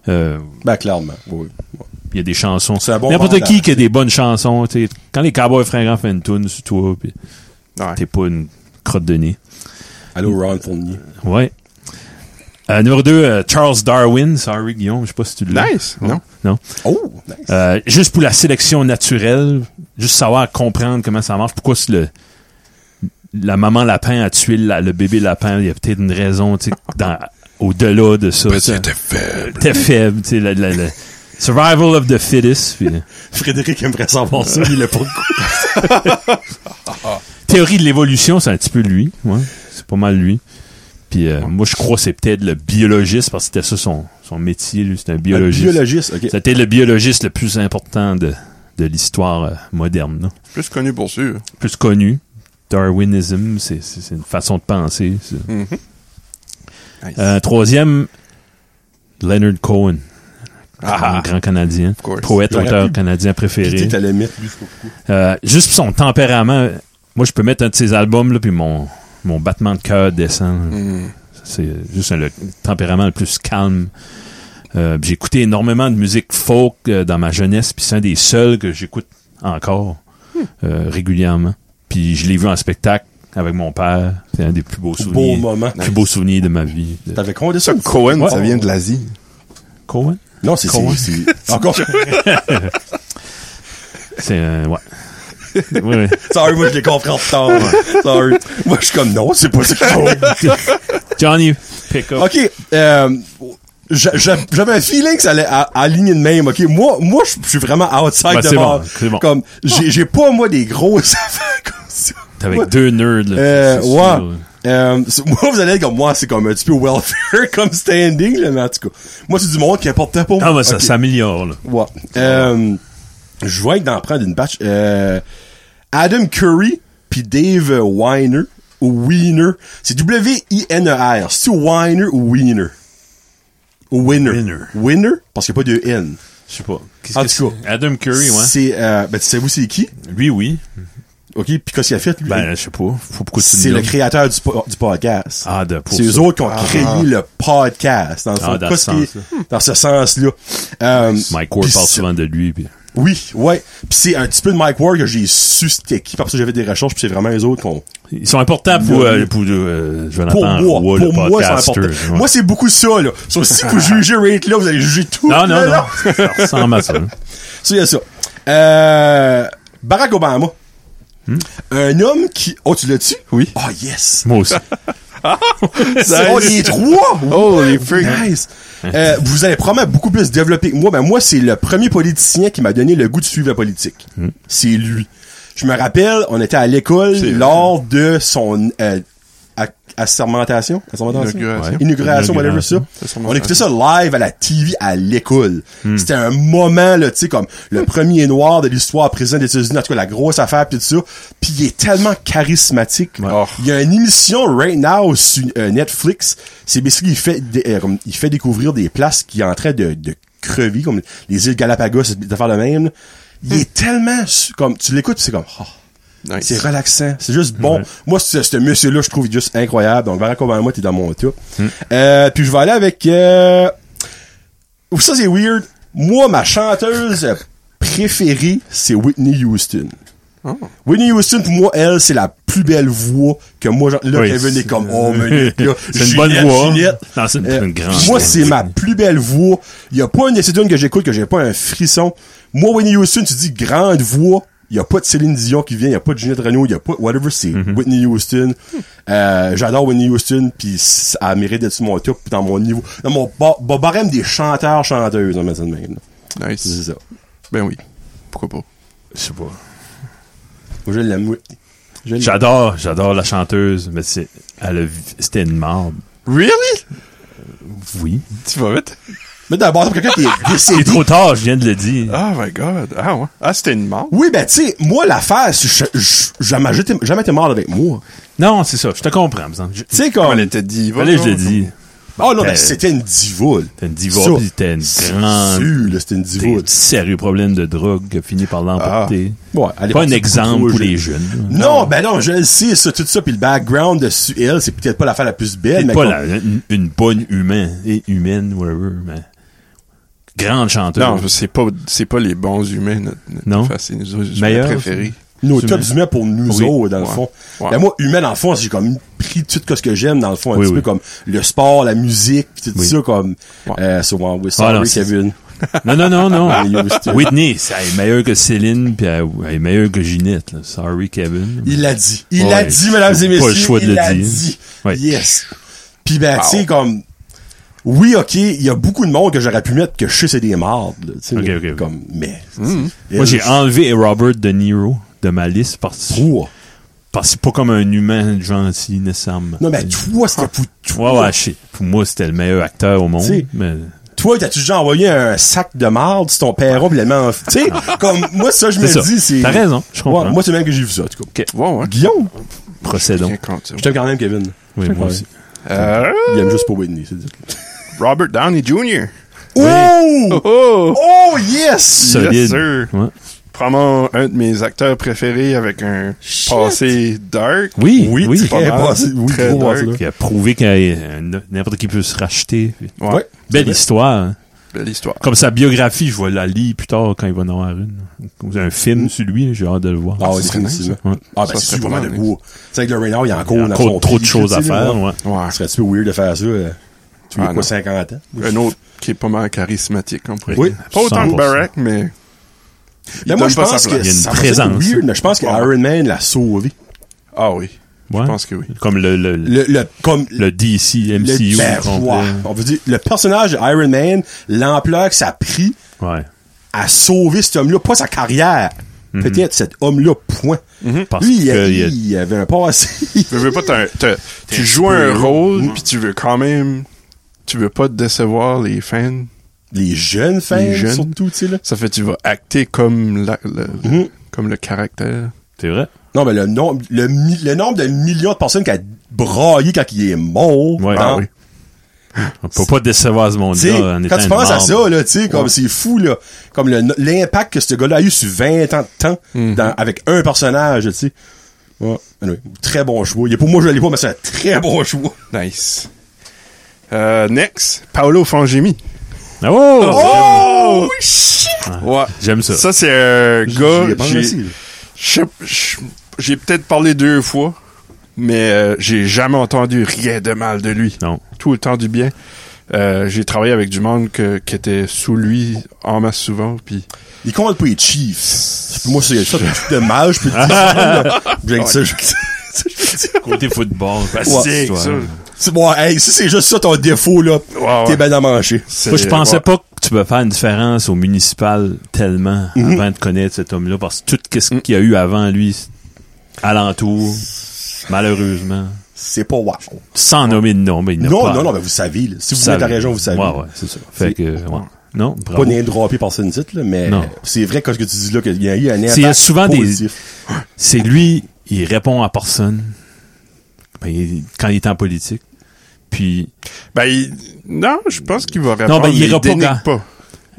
S3: Euh,
S2: Ben, clairement. oui, oui.
S3: Il y a des chansons.
S2: C'est un bon
S3: N'importe
S2: vendeur,
S3: qui qui a des bonnes chansons. tu sais. Quand les Cowboys fringants font une tune sur toi, pis
S4: Ouais.
S3: t'es pas une crotte de nez.
S2: Allô, Ron Fournier.
S3: Ouais. Euh, numéro 2, Charles Darwin. Sorry, Guillaume, je sais pas si tu l'as.
S4: Nice, non?
S3: Non.
S2: Oh! nice.
S3: Euh, juste pour la sélection naturelle, juste savoir comprendre comment ça marche, pourquoi c'est le la maman lapin a tué la- le bébé lapin, il y a peut-être une raison, tu sais, dans- au-delà de ça. tu sais.
S4: C'était faible.
S3: T'es faible, tu sais, la- la- la- survival of the fittest. puis, euh,
S2: Frédéric aimerait savoir ça, il l'a pas le
S3: théorie de l'évolution, c'est un petit peu lui, ouais, c'est pas mal lui. Puis euh, moi, je crois que c'est peut-être le biologiste, parce que c'était ça son, son métier, lui, c'était un biologiste.
S2: Biologiste, ok.
S3: C'était le biologiste le plus important de, de l'histoire euh, moderne, là.
S4: Plus connu pour sûr.
S3: plus connu. Darwinism, c'est c'est- c'est une façon de penser. ça.
S4: Mhm. Nice.
S3: Euh, troisième, Leonard Cohen, un
S4: Ah,
S3: grand Canadien,
S4: course.
S3: poète,
S2: J'aurais
S3: auteur
S2: pu
S3: canadien préféré.
S2: Pitié, t'allais mettre lui, je sais pas
S3: Euh, juste pour son tempérament, euh, moi je peux mettre un de ses albums là, puis mon, mon battement de cœur descend.
S4: Hmm.
S2: Mm.
S3: C'est juste un- le tempérament le plus calme. Euh, puis j'ai écouté énormément de musique folk euh, dans ma jeunesse, puis c'est un des
S2: Hmm.
S3: seuls que j'écoute encore euh, régulièrement. Puis je l'ai vu en spectacle, avec mon père. C'est un des plus beaux
S2: Beau
S3: souvenirs.
S2: moment.
S3: Plus beaux souvenirs de ma vie. De-
S2: T'avais combien de
S4: Ça,
S2: ça?
S4: Cohen,
S3: Ouais.
S4: ça vient de l'Asie.
S3: Cohen?
S2: Non, c'est...
S3: Cohen.
S2: c'est- c'est- Encore...
S3: C'est euh, ouais. oui, oui.
S2: Sorry, moi, je les comprends tard. Sorry. Moi, je suis comme, non, c'est pas ça que je veux.
S3: Johnny, pick up.
S2: OK. euh, j'a- j'a- j'avais un feeling que ça allait à- aligner de même, OK? Moi, moi je suis vraiment outside
S3: Ben,
S2: de
S3: c'est
S2: bord.
S3: bon, c'est bon.
S2: Comme, j'ai j'ai pas, moi, des grosses affaires comme ça.
S3: T'es avec deux nerds. Là,
S2: Euh,
S3: C'est sûr.
S2: ouais. Euh, c'est- moi, vous allez être comme moi, c'est comme un petit peu welfare comme standing, là, mais en tout cas. Moi, c'est du monde qui est important pour moi.
S3: Ah, mais ça
S2: Ok.
S3: s'améliore. Là.
S2: Ouais. Euh, je vais être d'en prendre une batch. Euh, Adam Curry puis Dave Weiner ou Wiener. C'est W-I-N-E-R. E C'est-tu Weiner ou Wiener? Ou Winner.
S3: Winner.
S2: Winner? Parce qu'il n'y a pas de N.
S3: Je sais pas. Qu'est-ce
S2: En
S3: que
S2: tout
S3: c'est? Adam Curry, ouais.
S2: C'est, euh, ben, tu sais, vous, c'est qui?
S3: Lui, oui.
S2: OK? Puis qu'est-ce qu'il a fait, lui?
S3: Ben, je sais pas. Faut beaucoup
S2: c'est le créateur du, po- du podcast.
S3: Ah, de pour
S2: C'est eux
S3: ça.
S2: autres qui ont créé le podcast. Dans, le
S3: Ah,
S2: fond.
S3: dans
S2: Qu'est-ce
S3: ce
S2: qui- dans ce sens-là. Euh,
S3: Mike Ward
S2: puis
S3: parle
S2: c'est-
S3: souvent de lui. Puis...
S2: Oui, ouais. Puis c'est un petit peu de Mike Ward que j'ai su c'était qui parce que j'avais des recherches puis c'est vraiment les autres qu'on
S3: Ils sont importants pour,
S2: Oui.
S3: euh, pour euh, Jonathan
S2: pour moi,
S3: Roy,
S2: pour
S3: le
S2: moi c'est
S3: podcaster.
S2: important.
S3: ouais.
S2: Moi c'est beaucoup ça là. So, si vous jugez Rate là, vous allez juger tout.
S3: non, non,
S2: là,
S3: non.
S2: là.
S3: ça ressemble à ça.
S2: Ça il y a ça. Euh, Barack Obama.
S3: Hmm?
S2: Un homme qui oh tu l'as tu
S4: Oui.
S2: Oh yes.
S3: Moi aussi.
S2: C'est- Oh les trois.
S4: Oh, les freaks.
S2: Nice. Euh, vous allez probablement beaucoup plus développer que moi. Ben moi, c'est le premier politicien qui m'a donné le goût de suivre la politique.
S4: Hmm.
S2: C'est lui. Je me rappelle, on était à l'école
S4: C'est vrai.
S2: lors de son euh, ac- assermentation, assermentation?
S4: Inauguration.
S2: Inauguration, whatever ça.
S3: Inauguration.
S2: On écoutait ça live à la TV à l'école. C'était un moment, là, tu sais, comme le premier noir de l'histoire président des États-Unis, en tout cas, la grosse affaire, pis tout ça. Puis il est tellement charismatique.
S3: Ouais.
S4: Oh.
S2: Il y a une émission right now sur euh, Netflix. C'est basically, il fait, des- euh, comme, il fait découvrir des places qui est en train de, de crever, comme les îles Galapagos, c'est des affaires de même. là. Il est tellement, su- comme, tu l'écoutes, c'est comme, oh,
S4: Nice.
S2: c'est relaxant. C'est juste bon. Moi, ce, ce monsieur-là, je trouve il est juste incroyable. Donc, Barack Obama, t'es dans mon top.
S3: Hmm.
S2: Euh, puis, je vais aller avec... Euh... Ça, c'est weird. Moi, ma chanteuse préférée, c'est Whitney Houston.
S4: Oh.
S2: Whitney Houston, pour moi, elle, c'est la plus belle voix que moi... j'en- Là,
S3: Oui,
S2: Kevin est
S3: c'est-
S2: comme... Oh, mais... là,
S3: C'est une bonne
S2: Ginette,
S3: voix.
S2: Ginette.
S3: Non, c'est une,
S2: Euh,
S3: une grande
S2: moi,
S3: voix.
S2: c'est ma plus belle voix. Il y a pas une de ces tunes que j'écoute que j'ai pas un frisson. Moi, Whitney Houston, tu dis grande voix. Il y a pas de Céline Dion qui vient, il y a pas de Ginette Renault, il y a pas whatever, c'est
S3: Mm-hmm.
S2: Whitney Houston. Euh, j'adore Whitney Houston puis c- elle mérite d'être sur mon top dans mon niveau, dans mon bar- bar- barème des chanteurs chanteuses, on va dire de même. là. C'est
S4: Nice.
S2: ça.
S4: Ben oui. Pourquoi pas?
S3: Je sais pas.
S2: Moi, je l'aime Whitney. Je l'aime.
S3: J'adore, j'adore la chanteuse, mais c'est, elle a, vi- c'était une marde.
S4: Really?
S3: Oui.
S4: Tu vas vite?
S2: Mais d'abord, pour quelqu'un qui est
S3: C'est
S2: décédé,
S3: trop tard, je viens de le dire.
S4: Oh my god. Ah ouais. Ah, c'était une mort?
S2: oui, ben, tu sais, moi, l'affaire, c'est que je- je- jamais, j'étais- jamais été mort avec moi.
S3: Non, c'est ça, je te comprends, me semble. Je-
S2: Tu sais, comme,
S4: Elle était diva.
S3: Fallait que
S4: genre.
S3: je le dise.
S2: Oh non, mais
S3: Euh,
S2: c'était une diva. là.
S3: T'as une diva,
S2: Ça,
S3: pis t'as une
S2: c'est
S3: grande.
S2: sûr, là, c'était une diva.
S3: Des sérieux problèmes de drogue qui a fini par l'emporter.
S2: Ouais, elle est
S3: Pas un
S2: partie beaucoup
S3: exemple
S2: trop
S3: pour les
S2: jeune.
S3: jeunes.
S2: Non, ben non, je le sais, ça, tout ça, puis le background de Su- elle, c'est peut-être pas l'affaire la plus belle,
S3: C'est
S2: mais
S3: pas
S2: comme-
S3: la- une, une bonne humaine, et humaine, whatever, mais grande chanteuse.
S4: Non, c'est pas, c'est pas les bons humains, notre, notre
S3: Non.
S4: enfin, c'est nos humains
S3: Meilleur,
S4: préférés.
S2: nos
S3: tu
S2: tops
S3: mets-
S2: humains pour nous
S4: Oui,
S2: autres, dans le
S4: ouais,
S2: fond.
S4: ouais.
S2: Ben moi, humain, dans le fond, j'ai comme pris tout ce que j'aime, dans le fond, un
S3: Oui,
S2: petit peu
S3: oui.
S2: comme le sport, la musique, pis tout
S3: Oui.
S2: ça, comme,
S4: Ouais.
S2: euh, souvent, oui, sorry,
S3: Ah, non, c'est-
S2: Kevin.
S3: non, non, non, non.
S2: Houston.
S3: Whitney, ça, elle est meilleure que Céline, puis elle, elle est meilleure que Ginette. là. Sorry, Kevin.
S2: Il l'a dit. Il
S3: Ouais,
S2: l'a dit,
S3: j'ai
S2: mesdames et
S3: pas le
S2: messieurs.
S3: choix de
S2: il
S3: le
S2: l'a
S3: dire.
S2: dit.
S3: Ouais.
S2: Yes. Puis ben,
S4: Wow.
S2: tu sais, comme... Oui, OK, il y a beaucoup de monde que j'aurais pu mettre que je sais c'est des mardes, là, tu sais,
S3: Ok,
S2: mais
S3: ok, ok.
S2: comme, mais...
S3: Moi, j'ai enlevé Robert De Niro de ma liste parce que
S2: Trois.
S3: parce que c'est pas comme un humain gentil nécessairement.
S2: Non, mais toi, c'était pour toi.
S3: Ouais, ouais, shit. Pour moi, c'était le meilleur acteur au monde.
S2: T'sais,
S3: Mais...
S2: Toi, t'as-tu déjà envoyé un sac de marde sur ton père pis l'allemand? Tu sais, comme, moi, ça, je me
S3: Ah. C'est ça.
S2: dis, c'est...
S3: T'as raison, je comprends.
S2: Ouais, moi, c'est même que j'ai vu ça, en tout cas.
S4: Ouais, ouais.
S2: Guillaume?
S3: Procédons.
S4: Quelqu'un compte ça.
S2: Je t'aime quand même, Kevin.
S3: Oui, moi aussi.
S4: Euh,
S2: Il aime juste pas Whitney, c'est dit.
S4: Robert Downey Jr.
S2: Oh!
S4: Oh!
S2: Oh, yes!
S3: Solide.
S4: sir.
S3: Ouais.
S4: Probablement un de mes acteurs préférés avec un passé dark.
S3: Oui,
S2: Oui,
S3: oui.
S2: très
S4: mal.
S2: passé. Oui,
S4: Très
S2: trop
S4: dark.
S2: passé, là.
S3: Qui a prouvé que euh, n'importe qui peut se racheter.
S4: Ouais.
S3: Belle histoire. hein.
S4: de l'histoire.
S3: Comme sa biographie, je vais la lire plus tard quand il va en avoir une. Comme Un film sur lui, là, j'ai hâte de le voir.
S2: Ah, ouais,
S4: ça serait nice,
S2: définitivement.
S3: Ouais.
S2: Ah,
S4: Ça
S2: ben,
S4: serait
S2: c'est vraiment
S4: pas
S2: de
S4: mal,
S2: beau. Tu sais, avec le Raynor, il y a encore,
S3: Il y a
S2: dans
S3: encore
S2: son
S3: trop de
S2: pic,
S3: choses
S2: tu
S3: à
S2: sais, là.
S3: faire, ouais.
S4: Ouais.
S2: Ça serait-tu weird de faire ça? euh, Tu
S4: Ah,
S2: veux
S4: non.
S2: quoi, 50 ans? Ben,
S4: Un autre qui est pas mal charismatique, on pourrait
S2: Oui.
S4: dire. Pas autant que
S3: 100%.
S4: Barack, mais.
S2: Mais
S4: il
S2: moi,
S4: donne
S2: je
S4: pas sa
S2: pense
S4: place.
S2: que
S3: Il y a une
S2: ça va être
S3: présence.
S2: weird, mais je pense que
S4: Ouais.
S2: Iron Man l'a sauvé.
S4: Ah oui.
S3: Ouais.
S4: Je pense que oui.
S3: Comme le, le, le,
S2: Le, le, comme,
S3: DC,
S2: le-
S3: MCU.
S2: ben,
S3: au complet.
S2: ouah. on veut dire, le personnage d'Iron Man, l'ampleur que ça a pris
S3: Ouais.
S2: à sauver cet homme-là, pas sa carrière. Peut-être cet homme-là, point.
S3: Mhm. Parce
S2: Lui, il,
S3: que
S2: il,
S3: il y a-
S2: avait un passé.
S4: Tu veux pas t'as- t'as- tu joues un rôle, puis tu veux quand même. Tu veux pas te décevoir les fans.
S2: les jeunes fans,
S4: Les jeunes.
S2: surtout, tu sais, là.
S4: Ça fait que tu vas acter comme, la- le- le-
S2: Mhm.
S4: comme le caractère.
S3: C'est vrai.
S2: Non, mais le nombre, le, mi- le nombre de millions de personnes qui a braillé quand il est mort.
S3: Ouais.
S2: dans-
S3: Ah oui. On peut pas décevoir ce
S2: Tu sais,
S3: monde-là en étant
S2: quand tu
S3: une
S2: penses à
S3: marde.
S2: ça, là, tu sais, comme
S4: Ouais.
S2: c'est fou, là, comme le- l'impact que ce gars-là a eu sur 20 ans de temps, dans- avec un personnage, tu sais. Ouais. Anyway, très bon choix. Il est pour moi, je l'ai pas, mais c'est un très bon choix.
S4: Nice. Euh, next, Paolo Fangemi.
S3: Ah, oh!
S4: Oh! Ouais.
S3: J'aime ça.
S4: Ça, c'est un gars.
S2: J'y ai pensé,
S4: j'ai-
S2: là.
S4: je- je- J'ai peut-être parlé deux fois, mais euh, j'ai jamais entendu rien de mal de lui.
S3: Non.
S4: Tout le temps du bien. Euh, j'ai travaillé avec du monde que- qui était sous lui en masse souvent, puis
S2: Il compte pour les Chiefs. Moi, c'est ça, de mal, je peux te dire. là. Rien que ça, je-
S3: Côté football.
S4: c'est
S3: toi,
S4: ça.
S3: hein.
S2: C'est- ouais, hey, si c'est juste ça ton défaut, là,
S4: ouais.
S2: t'es ben à manger.
S4: c'est-
S3: Moi, je pensais
S4: ouais.
S3: pas que tu peux faire une différence au municipal tellement
S2: Mhm.
S3: avant de connaître cet homme-là, parce que tout ce qu'il y a eu avant lui, alentour, malheureusement,
S2: C'est pas wow.
S3: sans nommer de nom, mais il n'a
S2: Non,
S3: pas-
S2: non, non, mais vous savez, là. Si vous,
S3: savez.
S2: êtes à la région, vous savez.
S3: Ouais, ouais, c'est ça. Fait
S2: C'est-
S3: que, ouais. Non,
S2: Pas
S3: bravo.
S2: né droppé par Sunset, là, mais
S3: Non.
S2: c'est vrai que ce que tu dis là, qu'il y a eu un
S3: C'est- il y a
S2: impact
S3: souvent des-
S2: positif.
S3: C'est lui, il répond à personne ben, il- quand il est en politique. Puis,
S4: Ben, il- non, je pense qu'il va répondre.
S3: ben, il
S4: mais
S3: ira pas
S4: dénigre
S3: quand-
S4: pas.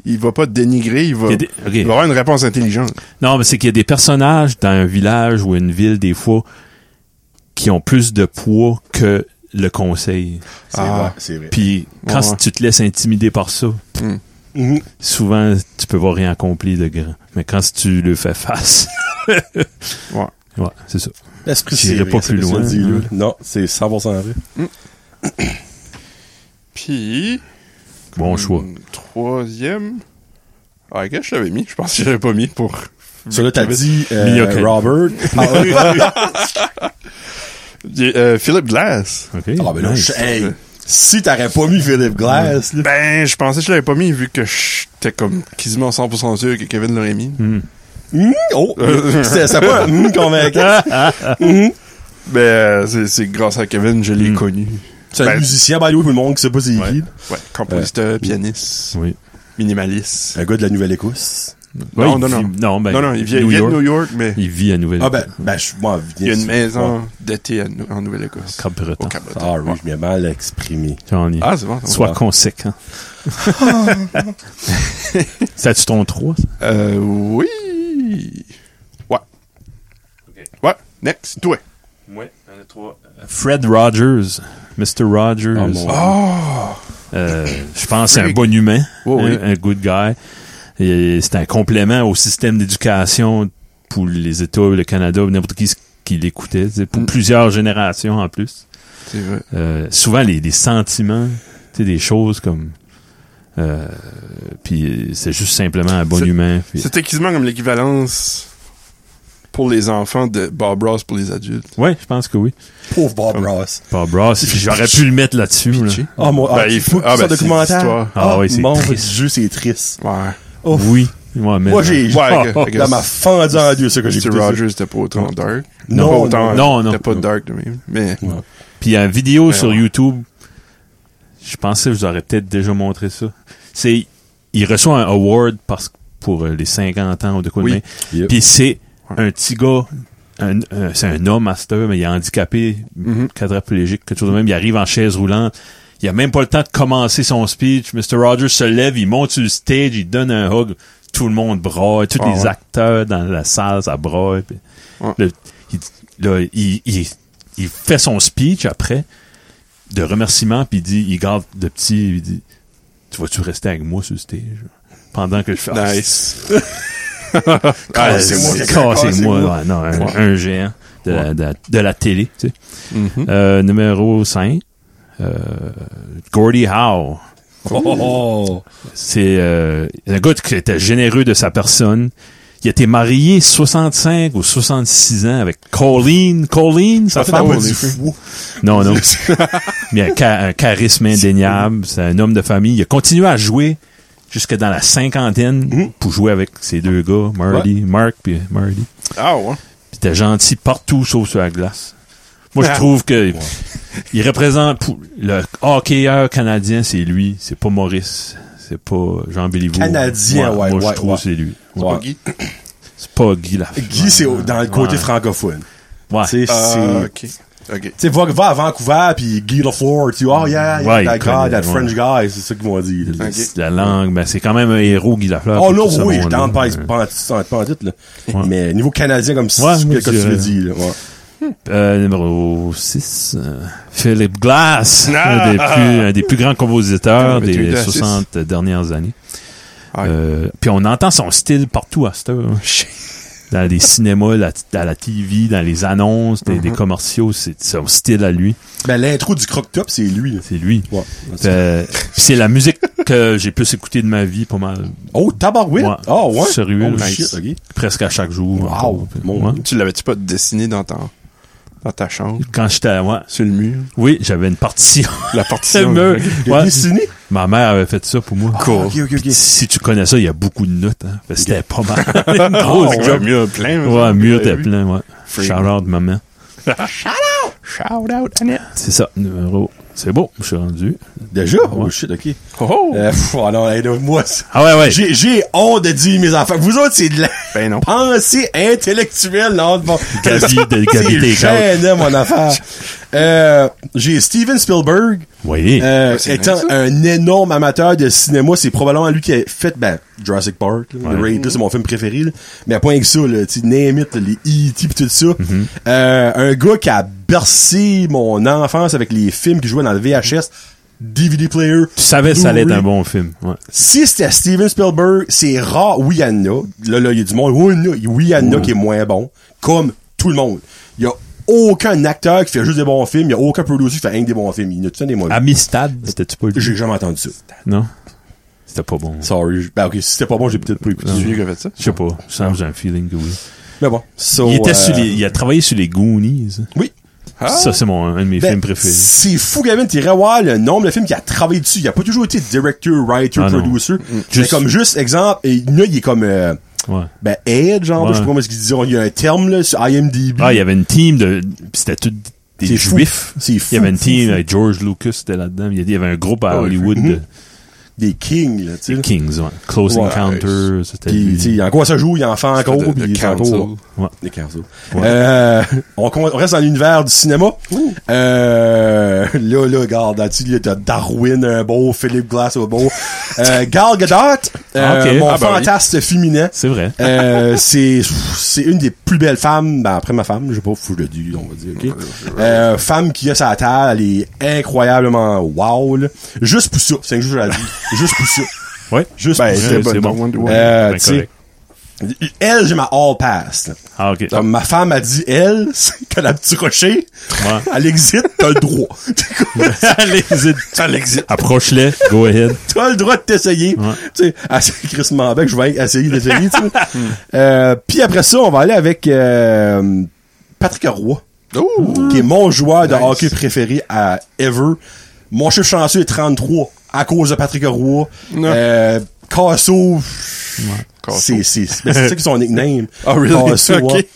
S4: Il va pas dénigrer, il
S3: Il
S4: va,
S2: Euh,
S3: y a des- ok.
S4: il va avoir une réponse intelligente.
S3: Non, mais c'est qu'il y a des personnages dans un village ou une ville, des fois, qui ont plus de poids que le conseil.
S2: C'est
S4: Ah.
S2: vrai, c'est vrai.
S3: Puis quand
S4: Ouais, ouais.
S3: tu te laisses intimider par ça,
S2: Mhm.
S3: souvent tu peux voir rien accomplir de grand. Mais quand tu le fais face,
S4: Ouais.
S3: ouais, c'est ça.
S2: L'esprit, c'est
S3: J'irai
S2: vrai,
S3: pas
S2: c'est
S3: plus
S2: ce que tu
S3: loin,
S2: dis, là.
S3: hein.
S2: Non, c'est 100% vrai.
S4: Puis,
S3: Bon choix.
S4: hum, troisième. Ah, qu'est-ce que je l'avais mis? Je pense que je l'avais pas mis pour.
S2: Ça, là, t'as dit, euh,
S3: Miyake.
S2: Robert. Ah
S3: Ah
S4: Euh, Philip Glass.
S3: OK.
S2: Ah, ben là, je-
S3: Nice.
S2: hey, si t'aurais pas mis Philip Glass, là.
S4: Ben, je pensais que je l'avais pas mis vu que j'étais comme quasiment 100% sûr que Kevin l'aurait mis.
S2: Hum, oh, c'est c'est pas un hum convaincant.
S3: Ah.
S4: Ben, euh, c'est- c'est grâce à Kevin, je l'ai
S3: Hmm.
S4: connu.
S2: C'est un
S4: Ben-
S2: musicien, by the way, pour le monde qui sait pas c'est qui.
S4: Ouais,
S3: Euh,
S4: compositeur, pianiste,
S3: Oui.
S4: minimaliste.
S2: Un gars de la Nouvelle-Écosse.
S3: Ouais,
S4: non,
S3: il
S4: non, non.
S3: vit- non, ben,
S4: non, non, il vient, il vient de New York, mais
S3: Il vit à Nouvelle.
S2: Ah ben, ben, je, moi,
S4: il y a une maison d'été à Nou- en Nouvelle-Écosse. Au
S3: Cap-Breton.
S4: Cap-Breton.
S2: Ah oui, je m'ai mal exprimé.
S3: J'en ai.
S4: Ah, c'est bon. c'est bon.
S3: Sois conséquent. ça tu ton 3?
S4: Euh, oui. Ouais. Ouais, next, toi.
S3: Oui, un des trois. Fred Rogers. Mr. Rogers.
S2: Ah, mon-
S3: Euh, je pense que c'est un
S4: Freak.
S3: bon humain,
S4: Oui,
S3: un-
S4: oui.
S3: un, good guy. Et C'est un complément au système d'éducation pour les États, le Canada, n'importe qui qui l'écoutait, tu sais,
S4: Mm.
S3: pour plusieurs générations en plus.
S4: C'est vrai.
S3: Euh, souvent, les, les sentiments, tu sais, des choses comme... euh, puis c'est juste simplement un bon
S4: C'est-
S3: humain. puis-
S4: C'était quasiment comme l'équivalence pour les enfants de Bob Ross pour les adultes.
S3: ouais, je pense que oui.
S2: Pauvre Bob Ross.
S3: Bob Ross, j'aurais pu le mettre là-dessus. là.
S4: Pitché.
S2: Ah, mon, ah,
S4: Ben, il
S2: faut
S4: faut-
S2: que
S4: ah,
S2: tu sortes
S4: ben,
S2: un
S4: c'est l'histoire.
S2: documentaire.
S3: Ah oui, c'est
S2: mon
S3: triste.
S2: Dieu, c'est triste.
S4: Ouais.
S2: Oh.
S3: Oui. Ouais, mais-
S2: Moi, j'ai,
S4: Ouais, ok, ok.
S2: là, m'a fendu en deux, ça, que j'ai
S4: Mr.
S2: écouté ça.
S4: Rogers, c'était pas autant dark.
S2: Non,
S4: pas autant,
S3: non, non.
S4: C'était pas dark de même. Mais,
S3: Puis il y a une vidéo
S4: Ben
S3: sur
S4: ouais.
S3: YouTube. Je pensais que je vous aurais peut-être déjà montré ça. C'est il reçoit un award parce pour euh, les 50 ans ou de quoi de
S4: Oui.
S3: même.
S2: Yep.
S3: Puis c'est un petit gars un- un- c'est un homme master mais il est handicapé,
S4: Mm-hmm.
S3: quadriplégique, quelque chose de même, il arrive en chaise roulante. Il a même pas le temps de commencer son speech. Mr. Rogers se lève, il monte sur le stage, il donne un hug. Tout le monde braille, tous
S4: Ah
S3: les
S4: ouais.
S3: acteurs dans la salle, ça braille. puis-
S4: Ouais.
S3: le- il, là, il- il- il fait son speech après de remerciements, puis il dit, il garde de petit, il dit, Tu vas-tu rester avec moi sur le stage? Pendant que je fais. Ah,
S2: Nice.
S3: Ah,
S2: Cassez-moi,
S3: c'est-
S4: quelqu'un,
S3: cassez-moi.
S4: cassez-moi.
S3: Ouais, non, un,
S4: Ouais.
S3: un géant de, la, de la- de la télé. Tu sais.
S2: Mm-hmm.
S3: Euh, numéro 5, euh, Gordie Howe.
S2: Oh.
S3: C'est euh, un gars qui était généreux de sa personne. Il était marié 65 ou 66 ans avec Colleen. Colleen, sa
S2: Ça fait la
S3: femme.
S2: voix du fou.
S3: Non, non. Mais un, cha- un charisme indéniable. C'est un homme de famille. Il a continué à jouer jusque dans la cinquantaine
S2: Mm-hmm.
S3: pour jouer avec ces deux gars, Marty, Mark puis Marty.
S4: Ah ouais.
S3: Puis t'es gentil partout sauf sur la glace. Moi,
S2: Ah.
S3: je trouve que il représente pour- le hockeyeur canadien, c'est lui. C'est pas Maurice. C'est pas Jean Béliveau.
S2: Canadien,
S3: Moi,
S2: ouais,
S3: moi,
S2: ouais,
S3: je trouve
S2: ouais.
S3: que c'est lui.
S2: Ouais.
S4: Pas Guy.
S3: C'est pas Guy Lafleur.
S2: Guy, c'est au- dans le côté
S3: Ouais.
S2: francophone.
S3: Ouais.
S2: Tu sais,
S4: Ah,
S2: c'est...
S4: ok. Ok.
S2: Tu sais, va, va à Vancouver, puis Guy Lafleur, tu oh yeah, yeah
S3: Ouais,
S2: that
S3: il
S2: guy,
S3: connaît,
S2: that
S3: ouais.
S2: French guy, c'est ça qu'ils m'ont dit. là.
S3: C'est La langue, ben, c'est quand même un héros, Guy Lafleur.
S2: Oh
S3: pour
S2: là,
S3: Ah, tout ce
S2: oui, je
S3: monde-là.
S2: t'en parle
S3: Ouais.
S2: pas en titre, là. Mais niveau canadien, comme si
S3: Ouais, moi,
S2: que que
S3: je-
S2: tu le dis, là. ouais.
S3: Euh, numéro 6, Philip Glass,
S4: Ah!
S3: un, des plus, un des plus grands compositeurs
S4: Ah, mais tu le
S3: des
S4: dis à six.
S3: 60 dernières années.
S4: Ah,
S3: Euh, puis on entend son style partout à cette heure. hein. Dans les cinémas, la, à la TV, dans les annonces, des, des
S2: Mhm.
S3: commerciaux, c'est son style à lui.
S2: Ben, l'intro du croc top, c'est lui, là.
S3: C'est lui.
S2: Ouais.
S3: Euh, puis c'est la musique que j'ai plus écoutée de ma vie, pas mal,
S2: Oh, tabarouette!
S3: Ouais.
S2: Oh, ouais!
S3: Sérieux,
S2: Oh,
S3: là.
S2: shit, ok.
S3: presque à chaque jour. encore.
S2: Mon
S3: Ouais.
S2: Dieu.
S4: Tu l'avais-tu pas dessiné dans ta, dans ta chambre?
S3: Quand j'étais, ouais.
S4: Sur le mur?
S3: oui, j'avais une partition.
S4: La partition.
S3: Mur.
S4: ok.
S2: Il a
S3: Ouais.
S2: dessiné?
S3: Ma mère avait fait ça pour moi.
S2: Cool. Ah, ok, ok, ok.
S3: Si tu connais ça, il y a beaucoup de notes. Hein. Fait que C'était pas
S2: Ah,
S3: mal. Une grosse
S4: Fait que
S3: Oh, job.
S4: le mur plein.
S3: Ouais, mur
S4: ça, vous avez
S3: était
S4: vu?
S3: plein, ouais.
S4: Free.
S3: Shout out, maman.
S4: Shout out, Annette.
S3: C'est ça, numéro. C'est beau, je suis rendu.
S2: Déjà? Oh,
S3: Ouais.
S2: shit, ok.
S4: Oh, oh.
S2: Euh, pff, oh non, hey, là, moi, c'est-
S3: Ah ouais, ouais.
S2: j'ai, j'ai honte de dire mes enfants. Vous autres, c'est de la
S4: Ben non.
S2: pensée intellectuelle, non? Bon,
S3: Gabi, de Gabi
S2: c'est
S3: Takeout.
S2: gênant, mon affaire. Euh, j'ai Steven Spielberg.
S3: Oui.
S2: Euh,
S4: Ouais, c'est
S2: étant
S4: vrai, ça.
S2: un énorme amateur de cinéma, c'est probablement lui qui a fait ben, Jurassic Park, là,
S3: Ouais.
S2: The Raid, là, c'est mon film préféré. Là. Mais pas rien que ça, là, tu sais, name it, là, les E.T. pis tout ça.
S4: Mm-hmm.
S2: Euh, un gars qui a bercé mon enfance avec les films qu'il jouait dans le VHS, DVD player.
S3: tu savais que ça allait être
S2: Blu-ray.
S3: un bon film. Ouais.
S2: Si c'était Steven Spielberg, c'est rare. Oui, il y en a. Là, là, il y a du monde. Oui, il y en a. Oui, il y en a qui est moins bon. Comme tout le monde. Il y a aucun acteur qui fait juste des bons films. Il y a aucun producer qui fait rien que des bons films. Il y en a tout ça des
S4: Ah.
S2: mauvais.
S3: Amistad, c'était-tu pas
S2: J'ai
S3: lui?
S2: jamais entendu ça.
S3: Non? C'était pas bon.
S2: Sorry. je- Ben, ok, si c'était pas bon, j'ai peut-être pas écouté.
S4: C'est lui qui a fait ça?
S3: Je sais pas. Je sens que j'ai un feeling que oui.
S2: Mais bon. So,
S3: Il, était
S2: euh,
S3: sur les- il a travaillé sur les Goonies.
S2: Oui.
S4: Ah.
S3: Ça, c'est mon, un de mes
S2: Ben,
S3: films préférés.
S2: c'est fou, Gavin, t'irais voir le nombre de films qu'il a travaillé dessus. Il a pas toujours été director, writer,
S3: Ah, non.
S2: producer.
S3: Juste-
S2: Juste... comme juste, exemple, et là, il est comme, euh,
S3: Ouais.
S2: ben, Edge, genre,
S3: Ouais.
S2: je sais pas comment est-ce qu'ils disent, il y a un terme, là, sur IMDb.
S3: Ah, il y avait une team de. pis C'était tout des
S2: C'est fou.
S3: juifs.
S2: C'est fou,
S3: Il y avait une
S2: fou,
S3: team,
S2: fou.
S3: avec George Lucas était là-dedans. Il y a- il y avait un groupe à
S4: Ah oui.
S3: Hollywood de
S2: Des kings, là, tu sais.
S3: Kings, ouais. Close
S2: mm-hmm. Ouais.
S3: Encounters, c'était
S2: Puis, tu
S3: lui.
S2: sais, en quoi ça joue, il en fait encore,
S4: de-
S2: puis
S4: de
S2: il est
S4: Council.
S2: encore.
S3: Ouais.
S2: Des Carzo. Euh, on, con- on reste dans l'univers du cinéma. Euh, là, là, regarde, là-dessus, il y a Darwin, un beau, Philippe Glass, un beau. Euh, Gal Gadot, euh,
S3: Ah, ok.
S2: mon
S4: Ah, bah oui.
S2: fantasme féminin.
S3: C'est vrai.
S2: Euh, c'est c'est une des plus belles femmes, ben, après ma femme, je sais pas, faut que je le dise, on va dire, ok? Euh, femme qui a sa table, elle est incroyablement wow, là. Juste pour ça, c'est un jour je la dis. Juste pour ça.
S3: Ouais.
S2: euh, Juste
S4: Ben,
S2: pour ça.
S4: c'est
S3: c'est
S4: bon.
S3: bon.
S4: dans Wonder Woman.
S2: Euh,
S3: Ben,
S2: tu sais,
S3: correct.
S2: elle, j'ai ma all pass, là.
S3: Ah, ok.
S2: Donc, ma femme a dit, elle, c'est qu'elle a petit rocher,
S3: Ouais.
S2: à l'exit, t'as le droit.
S3: Allez-y. Approche-les. Go ahead.
S2: t'as le droit de t'essayer.
S3: Ouais.
S2: Tu sais, à Chris Mambeck, je vais essayer d'essayer, tu sais. Euh, Puis après ça, on va aller avec euh, Patrick Roy,
S4: Oh!
S2: qui est mon joueur de
S4: Nice.
S2: hockey préféré à ever. Mon chiffre chanceux est 33 à cause de Patrick Roy.
S4: Non.
S2: Euh, Casso,
S4: Casso.
S2: c'est c'est c'est- ben, c'est ça qui est son nickname.
S4: Ah, really?
S2: Casso,
S4: Ok.
S2: ouais.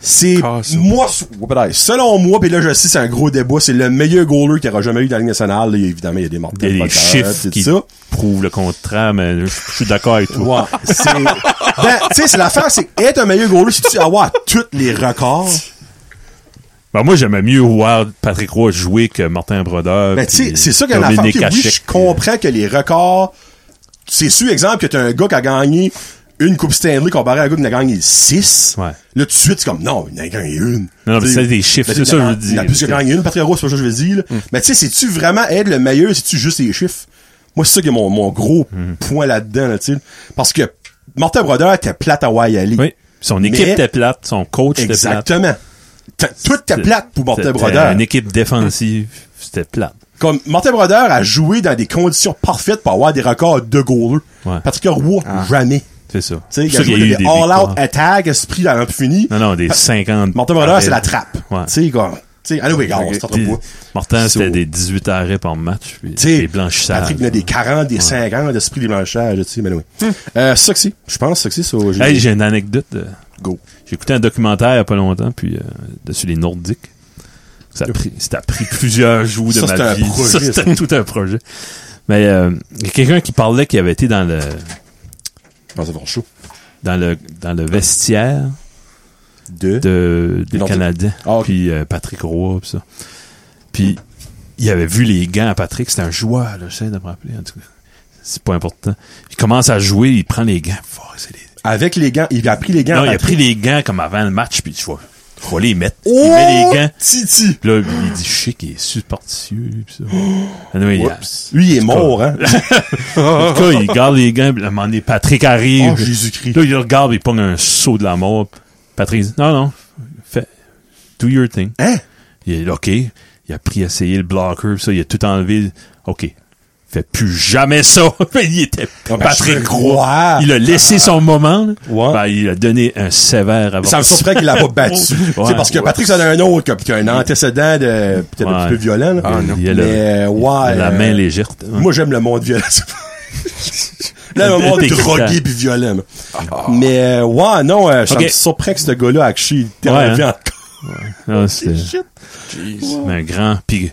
S2: C'est
S4: Casso.
S2: moi ouais, selon moi puis là je sais c'est un gros débat, c'est le meilleur goaler qu'il aura jamais eu dans la Ligue nationale, Là, évidemment il y a des
S3: Il
S2: mortels,
S3: y a des
S2: pas de
S3: chiffres
S2: tête,
S3: qui
S2: tout ça.
S3: prouvent le contraire, mais je je suis d'accord avec toi.
S2: Ouais, c'est ben, tu sais c'est l'affaire c'est être un meilleur goaler si tu avoir tous les records.
S3: Ben, moi, j'aimais mieux voir Patrick Roy jouer que Martin Brodeur.
S2: Ben, tu sais,
S3: puis
S2: c'est ça qu'il y a une affaire.
S3: Dominique
S2: que Oui,
S3: Hachek.
S2: je comprends que les records. C'est sûr, exemple, que t'as un gars qui a gagné une Coupe Stanley comparé à un gars qui en a gagné 6.
S3: Ouais.
S2: Là, tout de suite, c'est comme, non, il en a gagné une.
S3: Non, non, mais
S2: T'sais,
S3: c'est des chiffres,
S2: ben,
S3: c'est
S2: il
S3: ça
S2: en
S3: que
S2: a-
S3: je veux dire. Mm.
S2: Il en a plus que gagné une, Patrick Roy, c'est pas ça que je veux dire. là. Mais tu sais, c'est-tu vraiment être le meilleur si tu juste les chiffres? Moi, c'est ça qui est mon, mon gros
S3: Mm.
S2: point là-dedans, là, tu sais. Parce que Martin Brodeur était plate à Wayali.
S3: Oui. Son équipe
S2: Mais-
S3: était plate, son coach était plate.
S2: Exactement. T'as- Tout était plate pour Martin
S3: C'était
S2: Brodeur.
S3: Une équipe défensive, c'était plate.
S2: Comme Martin Brodeur a joué dans des conditions parfaites pour avoir des records de goalers.
S3: Ouais.
S2: Patrick Roy, jamais. Tu
S3: C'est ça.
S2: sais, il
S3: C'est
S2: a
S3: pour ça qu'il y a
S2: joué
S3: eu
S2: des
S3: des
S2: all-out
S3: victoires.
S2: attack, esprit dans l'infini.
S3: Non, non, des 50.
S2: Ah, Martin Brodeur,
S3: arrêts.
S2: c'est la trappe.
S3: Ouais.
S2: Tu sais, comme, tu sais, allez, oui, gars, on
S4: Ok.
S2: se tente
S3: Puis,
S2: pas. So-
S3: Martin, c'était des 18 arrêts par match, puis
S2: Tu sais,
S3: des blanchissages.
S2: Patrick, il y en a des 40, des 50, l'esprit des blanchissages, tu sais, mais oui. Euh, Soxy, je pense, Soxy, ça, j'ai-
S3: Hey, j'ai une anecdote. euh,
S2: Go.
S3: J'ai écouté un documentaire il n'y a pas longtemps, puis euh, dessus les Nordiques. Ça a pris, ça a pris plusieurs jours de
S2: Ça,
S3: ma
S2: c'était
S3: vie.
S2: un projet,
S3: ça, c'était tout un projet. Mais euh, il y a quelqu'un qui parlait qui avait été dans le
S2: Je pense avoir chaud.
S3: dans le dans le vestiaire
S2: Deux.
S3: de des
S2: Nordiques.
S3: Canadiens.
S2: Ah, ok.
S3: Puis euh, Patrick Roy, puis ça. Puis il avait vu les gants à Patrick, c'était un joueur, là, j'essaie de me rappeler, en tout cas. C'est pas important. Il commence à jouer, il prend les gants. Fuck, c'est les-
S2: Avec les gants, il a pris les gants.
S3: Non, il a
S2: Patrick.
S3: pris les gants comme avant le match, puis tu vois, faut les mettre.
S2: Oh!
S3: il met les gants.
S2: Titi!
S3: Puis Là, il dit, je sais qu'il est superstitieux, pis ça. Anyway, il-
S2: Oups. Lui, il est mort, hein?
S3: en tout cas, il garde les gants, pis à un moment donné, Patrick arrive.
S2: Oh, Jésus-Christ.
S3: là, il regarde, il pogne un saut de la mort. Patrick dit, non, non, fais, do your thing.
S2: Hein?
S3: Il est OK. Il a pris, essayé le blocker, ça, il a tout enlevé. OK. Fais plus jamais ça. Mais il était
S2: Ah, ben,
S3: Patrick
S2: je
S3: Roy.
S2: crois.
S3: Il a laissé son moment. là.
S2: Ouais.
S3: Ben, il a donné un sévère avant.
S2: Ça me surprend qu'il l'a pas battu.
S3: Ouais.
S2: C'est parce que Patrick, ça en a un autre, comme- qui a un antécédent de, peut-être un
S3: Ouais.
S2: petit peu violent, là.
S3: Ah, non. Il a le-
S2: Mais, ouais.
S3: La
S2: euh,
S3: main légère.
S2: Moi, j'aime le monde violent. Là, le monde
S3: T'es
S2: drogué
S3: content.
S2: puis violent. là. Mais, euh, ouais, non, euh, ça
S3: Ah. Ok.
S2: me surprend que ce gars-là, actually, il était
S3: Ouais,
S2: en vie
S3: hein.
S2: encore.
S3: Ah, c'était-
S4: Jeez.
S3: Mais un grand. Puis,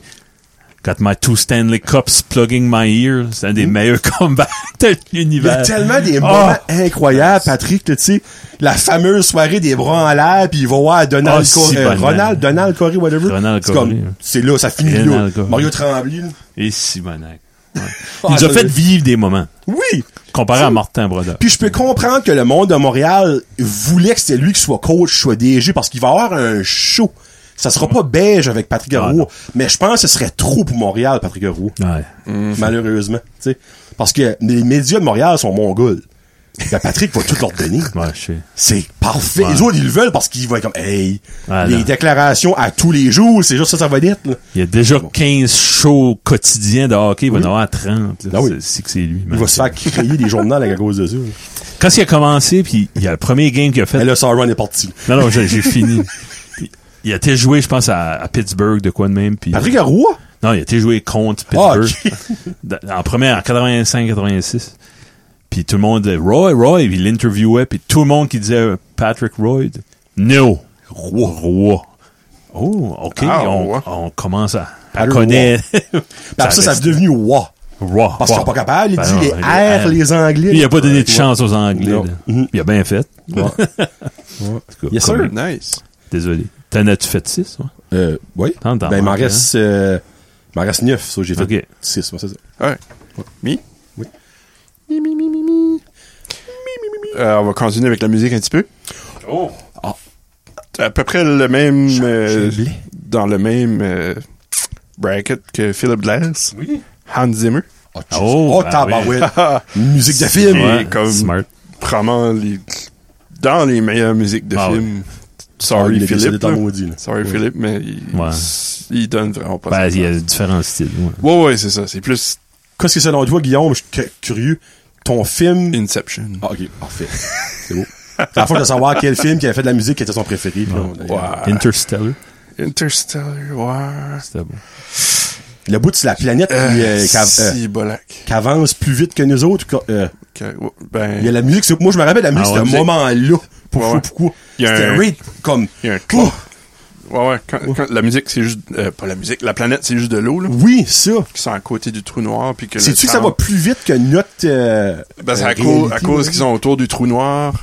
S3: got my two Stanley Cups plugging my ear. C'est un des meilleurs combats de
S2: Il y a
S3: l'univers.
S2: tellement des
S3: Oh!
S2: moments incroyables, Patrick, là, tu sais, la fameuse soirée des bras en l'air, puis il va voir Donald
S3: Ah,
S2: Cor-
S3: si,
S2: euh,
S3: bonne
S2: Ronald,
S3: man.
S2: Donald Corey, whatever.
S3: Ronald
S2: c'est
S3: Corey,
S2: comme-
S3: hein.
S2: c'est là, ça finit
S3: Ronald
S2: là.
S3: Corey.
S2: Mario Tremblay, là.
S3: Et Simonac. Ouais.
S2: Ah,
S3: Il nous a
S2: ça-
S3: fait vivre des moments.
S2: Oui!
S3: Comparé à Martin Brodeur.
S2: Puis je peux comprendre que le monde de Montréal voulait que c'était lui qui soit coach, soit DG, parce qu'il va avoir un show. Ça sera pas beige avec Patrick
S3: Ah,
S2: Roux,
S3: non.
S2: mais je pense que ce serait trop pour Montréal, Patrick Roux.
S3: Ouais.
S2: Malheureusement, tu sais. Parce que les médias de Montréal sont mongols. Ben, Patrick va tout leur donner.
S3: Ouais, je sais.
S2: C'est parfait.
S3: Ouais.
S2: Les autres, ils le veulent parce qu'ils vont être comme, hey,
S3: Ah,
S2: les
S3: non.
S2: déclarations à tous les jours, c'est juste ça, ça va vite, là.
S3: Il y a déjà 15 shows quotidiens de hockey. Il va en avoir 30. là.
S2: Ah oui.
S3: C'est- C'est que c'est lui.
S2: Il
S3: man.
S2: va se faire créer des journaux à cause de ça. là.
S3: Quand il a commencé, puis il y a le premier game qu'il a fait.
S2: Et là, Sauron est parti.
S3: Non, non, j'ai j'ai fini. Puis, Il a été joué, je pense, à, à Pittsburgh, de quoi de même. Puis,
S2: Patrick Roy?
S3: Non, il a été joué contre
S2: Ah,
S3: Pittsburgh. Dans- En première, en 85-86. Puis tout le monde disait Roy, Roy. Puis il l'interviewait. Puis tout le monde qui disait euh, Patrick Roy. dit, No. Roy, Roy. Oh, OK.
S4: Ah,
S3: on,
S4: ouais.
S3: on commence à, à
S2: Patrick
S3: connaître.
S2: Puis après ça, ça
S3: reste-
S2: c'est devenu Roy.
S3: Roy.
S2: Parce qu'ils sont pas capables. Il
S3: Ben
S2: dit
S3: non,
S2: les
S3: les
S2: R, les Anglais.
S3: Lui, il a pas donné de
S2: Ouais.
S3: chance aux Anglais.
S2: Non.
S3: là.
S2: Mhm.
S3: Il a bien fait.
S2: Ouais.
S3: En tout cas,
S2: Yes, sir.
S3: comme-
S4: Nice.
S3: Désolé. T'en as-tu fait 6?
S2: Euh, oui.
S3: T'en- t'en
S2: Ben, il m'en
S3: manques,
S2: reste, euh, il m'en reste 9, ça, j'ai fait
S3: hein. Ok.
S2: 6, c'est ça.
S4: Ouais. Mi?
S2: Oui.
S4: Mi, mi, mi, mi, mi. Euh, on va continuer avec la musique un petit peu.
S3: Oh!
S4: C'est à peu près le même... euh,
S2: j'ai oublié.
S4: dans le même euh, bracket que Philip Glass.
S3: Oui.
S4: Hans Zimmer.
S2: Oh,
S3: Oh,
S2: oh,
S3: ben
S2: tabarouette.
S4: Ah,
S2: Musique de film.
S4: Et
S3: Ouais,
S4: comme-
S3: Smart.
S4: Vraiment, les- dans les meilleures musiques de
S3: Ah
S4: films.
S2: Ah,
S4: Sorry,
S2: il a décidé
S4: Philip.
S2: d'en
S4: là.
S2: maudit, là.
S4: Sorry,
S2: Ouais.
S4: Philip, mais il,
S3: Ouais.
S4: il donne vraiment pas
S3: Ben,
S4: ça.
S3: il y a différents styles. ouais.
S4: Ouais, ouais, c'est ça. C'est plus
S2: Qu'est-ce que selon toi, Guillaume, je suis curieux, ton film...
S4: Inception.
S2: Ah, ok, parfait. C'est beau. C'est la fois de savoir quel film qui avait fait de la musique qui était son préféré. puis on-
S4: Ouais.
S3: Interstellar,
S4: Interstellar, ouais.
S3: c'était bon.
S2: Le bout, c'est la planète
S4: Euh,
S2: qui, euh, qui av- euh,
S4: si, Bolak.
S2: qui avance plus vite que nous autres. quoi, euh,
S4: Que- ouais,
S2: Il y a
S4: Ben,
S2: la musique, c'est- moi je me rappelle la musique,
S3: Ah,
S2: c'était
S3: ouais,
S2: un
S3: musique.
S2: moment-là. Pour
S4: Ouais,
S2: je sais
S4: ouais.
S2: pas pourquoi.
S4: Il y a
S2: C'était
S4: un-
S2: rate comme. oh,
S4: il y a un
S2: Ouh,
S4: clou. Ouais, ouais. Quand, quand la musique, c'est juste. euh, pas la musique, la planète, c'est juste de l'eau, là.
S2: oui, ça.
S4: Qui sont à côté du trou noir. Puis que le
S2: Sais-tu que ça
S4: temps-
S2: va plus vite que notre. euh,
S4: Ben, c'est
S2: euh,
S4: à, cause, à
S2: réalité,
S4: cause
S2: ouais.
S4: qu'ils sont autour du trou noir.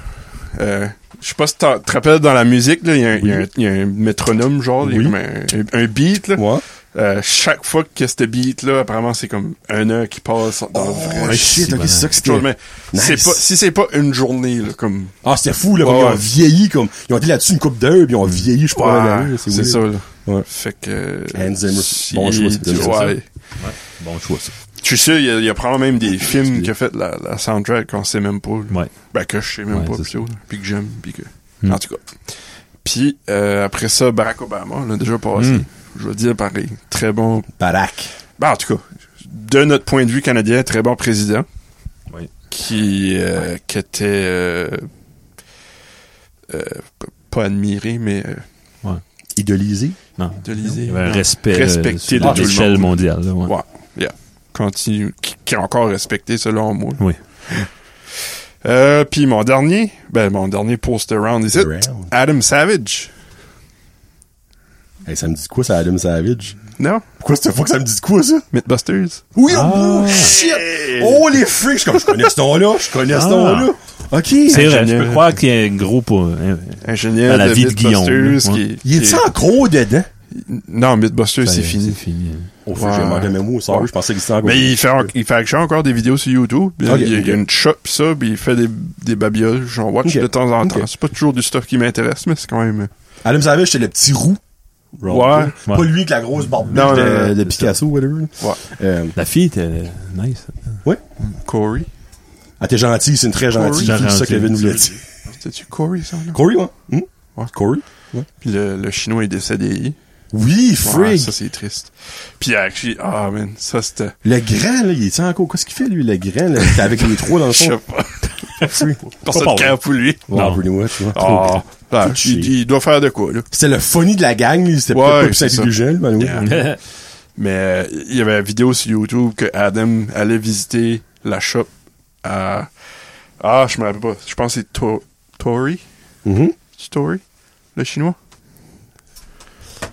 S4: Euh, je sais pas si t'en- te rappelles dans la musique, là, il y, a un- il y a un- il y a un métronome, genre, il y a
S2: Oui.
S4: comme un, un- un beat. Là.
S2: Ouais.
S4: Euh, chaque fois que ce beat-là, apparemment, c'est comme un heure qui passe dans le
S2: Oh
S4: vrai
S2: shit,
S3: c'est
S2: ok, c'est
S3: bon.
S2: ça que c'était.
S4: chose, mais
S2: Nice.
S4: c'est pas, si c'est pas une journée, là, comme.
S2: Ah, c'était fou, là. comme
S4: Ouais,
S2: Ils ont
S4: ouais.
S2: vieilli, comme. Ils ont été là-dessus une coupe d'heures, puis ils ont vieilli, je sais pas.
S4: Ouais,
S2: là,
S4: c'est
S2: weird.
S4: ça, là.
S2: Ouais.
S4: Fait que.
S2: Hans Zimmer.
S4: si
S2: Bon choix, c'est
S4: tu-
S2: bien, c'est
S4: ouais.
S3: Bon choix, ça.
S4: Je suis sûr, il y a, il y a probablement même des films qui a fait la, la soundtrack qu'on sait même pas. là.
S3: Ouais.
S4: Ben, que je sais même
S3: Ouais,
S4: pas,
S3: c'est
S4: plutôt, là, puis que j'aime, puis que...
S3: Hmm.
S4: En tout cas. Puis, euh, après ça, Barack Obama, on l'a déjà passé.
S3: Hmm.
S4: Je veux dire, pareil, très bon...
S2: Barack.
S4: Ben, en tout cas, de notre point de vue canadien, très bon président.
S3: Oui.
S4: Qui, euh, qui était... euh, euh, p- pas admiré, mais... euh,
S2: Idolisé.
S3: Non.
S4: Idéalisé.
S3: Il y avait un
S4: Non.
S3: respect
S4: Respecté
S3: respecté
S4: de tout le
S3: l'échelle
S4: monde.
S3: mondiale. là, ouais.
S4: Ouais. Yeah. Continue. Qui, qui est encore respecté, selon moi.
S3: Oui.
S4: Euh, puis mon dernier, ben mon dernier poster round ici,
S2: Round.
S4: Adam Savage.
S2: Hey, ça me dit quoi, ça, Adam Savage?
S4: Non?
S2: Pourquoi cette fois que ça me dit de quoi, ça?
S4: Mythbusters.
S2: Oui, oh, shit! Oh, les freaks! Je, suis comme, je connais ce nom-là, je connais ce
S3: Ah.
S2: nom-là. OK.
S3: C'est vrai, je
S4: Ingénieur.
S3: peux croire qu'il y a un gros pour. hein,
S4: Ingénieur
S3: À la
S4: de
S3: vie de
S4: Mythbusters.
S3: Guillaume, là.
S4: qui-
S3: Ouais.
S2: Il
S4: qui-
S2: est-tu encore dedans?
S4: Non, Mythbusters,
S3: ça y
S4: c'est
S3: est,
S4: fini.
S2: Au fait,
S4: Ouais.
S2: j'ai manqué de mémo, sorry, je pensais qu'il était encore
S4: Mais il fait, en- il fait action encore des vidéos sur YouTube. Il,
S2: Ok,
S4: il y a- il y a
S2: ok.
S4: une shop pis ça, puis il fait des, des babioles. J'en watch
S2: Ok.
S4: de temps en temps.
S2: Ok.
S4: C'est pas toujours du stuff qui m'intéresse, mais c'est quand même.
S2: Adam Savage, c'était le petit roux.
S4: Ouais.
S2: Pas lui avec la grosse barbe
S4: Non,
S2: de,
S4: non,
S2: de
S4: non, c'est
S2: Picasso, whatever.
S4: Ouais.
S2: Euh,
S3: La fille était nice.
S2: ouais.
S4: Corey.
S2: Ah, t'es gentil, c'est une très
S4: Corey.
S2: gentille. fille, C'est ça que
S3: Gentil.
S2: Kevin voulait dire.
S4: C'était-tu Corey, ça? là?
S2: Corey, ouais. Hmm?
S4: Ouais.
S2: Corey.
S4: Puis le, le chinois est décédé.
S2: Oui,
S4: Ouais,
S2: frig.
S4: ça, c'est triste. Puis, actually, ah, man, ça, c'était...
S2: le grand, là, il est encore. Qu'est-ce qu'il fait, lui, le grand, là? T'es avec les trois dans le
S4: Je sais
S2: fond.
S4: pas.
S2: Frig.
S4: Personne
S3: Pas
S4: ne crée pour lui.
S2: Ouais,
S3: Non.
S2: pretty much, ouais.
S4: Ah, là,
S2: Touché.
S4: il, il doit faire de quoi, là.
S2: C'était le funny de la gang, il était
S4: Ouais,
S2: peut-être pas plus
S4: c'est ça.
S2: intelligent, Hmm. lui, mais oui.
S4: Yeah. Mais euh, il y avait une vidéo sur YouTube que Adam allait visiter la shop à... Ah, je me rappelle pas. Je pense que c'est To- Tory.
S2: Mhm.
S4: C'est Tory? Le chinois?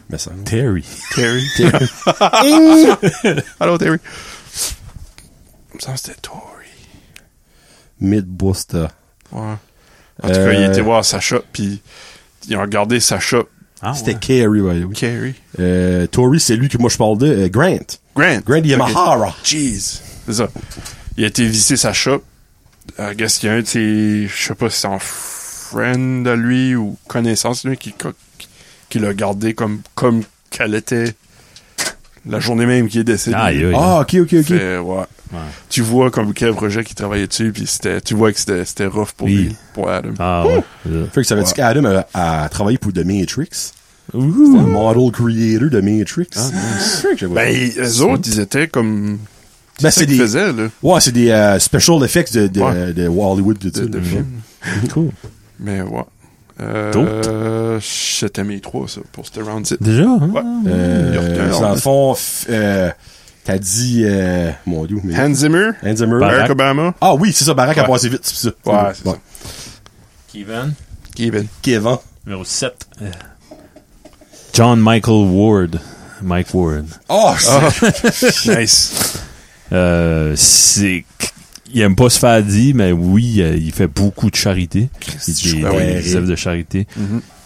S2: Mais ça.
S3: Terry.
S4: Terry.
S2: Ing!
S4: Allô, Terry. Il me semble que c'était Tory.
S2: Mythbuster.
S4: Ouais. En tout cas, il
S2: Euh,
S4: était voir sa shop, puis ils ont regardé sa shop.
S3: Ah,
S2: C'était
S3: ouais.
S2: Carey, ouais, oui.
S4: Carrie.
S2: Euh, Tory, c'est lui que moi je parle de. euh, Grant.
S4: Grant.
S2: Grant
S4: Ok.
S2: Yamahara.
S4: Jeez. C'est ça. Il a été visser sa shop. Euh, I guess il y a un de ses, je sais pas si c'est un friend à lui ou connaissance de lui qui, co- qui l'a gardé comme, comme qu'elle était la journée même qu'il est décédé.
S3: Aïe, aïe.
S2: Ah, ok, ok, ok.
S4: Fait, ouais.
S3: Ouais.
S4: Tu vois comme quel projet qu'il travaillait dessus, puis c'était, tu vois que c'était, c'était rough pour
S3: Oui.
S4: lui, pour Adam.
S3: Ah, ouais.
S2: Fait que ça veut dire
S4: Ouais.
S2: qu'Adam a, a travaillé pour The Matrix.
S3: Ouh.
S2: Le model creator de Matrix. Fait que j'ai-
S4: Ah, Ben, ils- eux autres, ils étaient comme,
S2: Ben,
S4: c'est ce
S2: c'est
S4: qu'ils
S2: des,
S4: faisaient, là,
S2: ouais, c'est des euh, special effects de, de,
S4: Ouais.
S2: de Hollywood. De,
S4: de, de
S2: tout,
S4: films.
S3: Cool.
S4: Mais ouais. Euh, c'était mes trois, ça, pour ce round-ci.
S3: Déjà, hein?
S4: Ouais. Il y a
S2: Euh,
S4: aucun
S2: c'est
S4: ordre.
S2: dans le fond, f- euh, t'as dit, euh, mon dieu, mais...
S4: Hans Zimmer,
S2: Hans Zimmer.
S3: Barack.
S4: Barack Obama,
S2: Ah oui, c'est ça, Barack a
S4: Ben. Ouais.
S2: passé vite, c'est ça.
S4: Ouais, c'est
S2: Bon.
S4: ça.
S3: Kevin.
S4: Kevin.
S2: Kevin.
S3: Numéro 7. Euh. John Michael Ward. Mike Ward.
S4: Ah.
S2: Oh, c'est-
S4: nice.
S3: Euh, c'est. Il aime pas se faire dire, mais oui, euh, il fait beaucoup de charité. Il
S2: je
S3: fait des,
S2: crois.
S3: des œuvres de charité.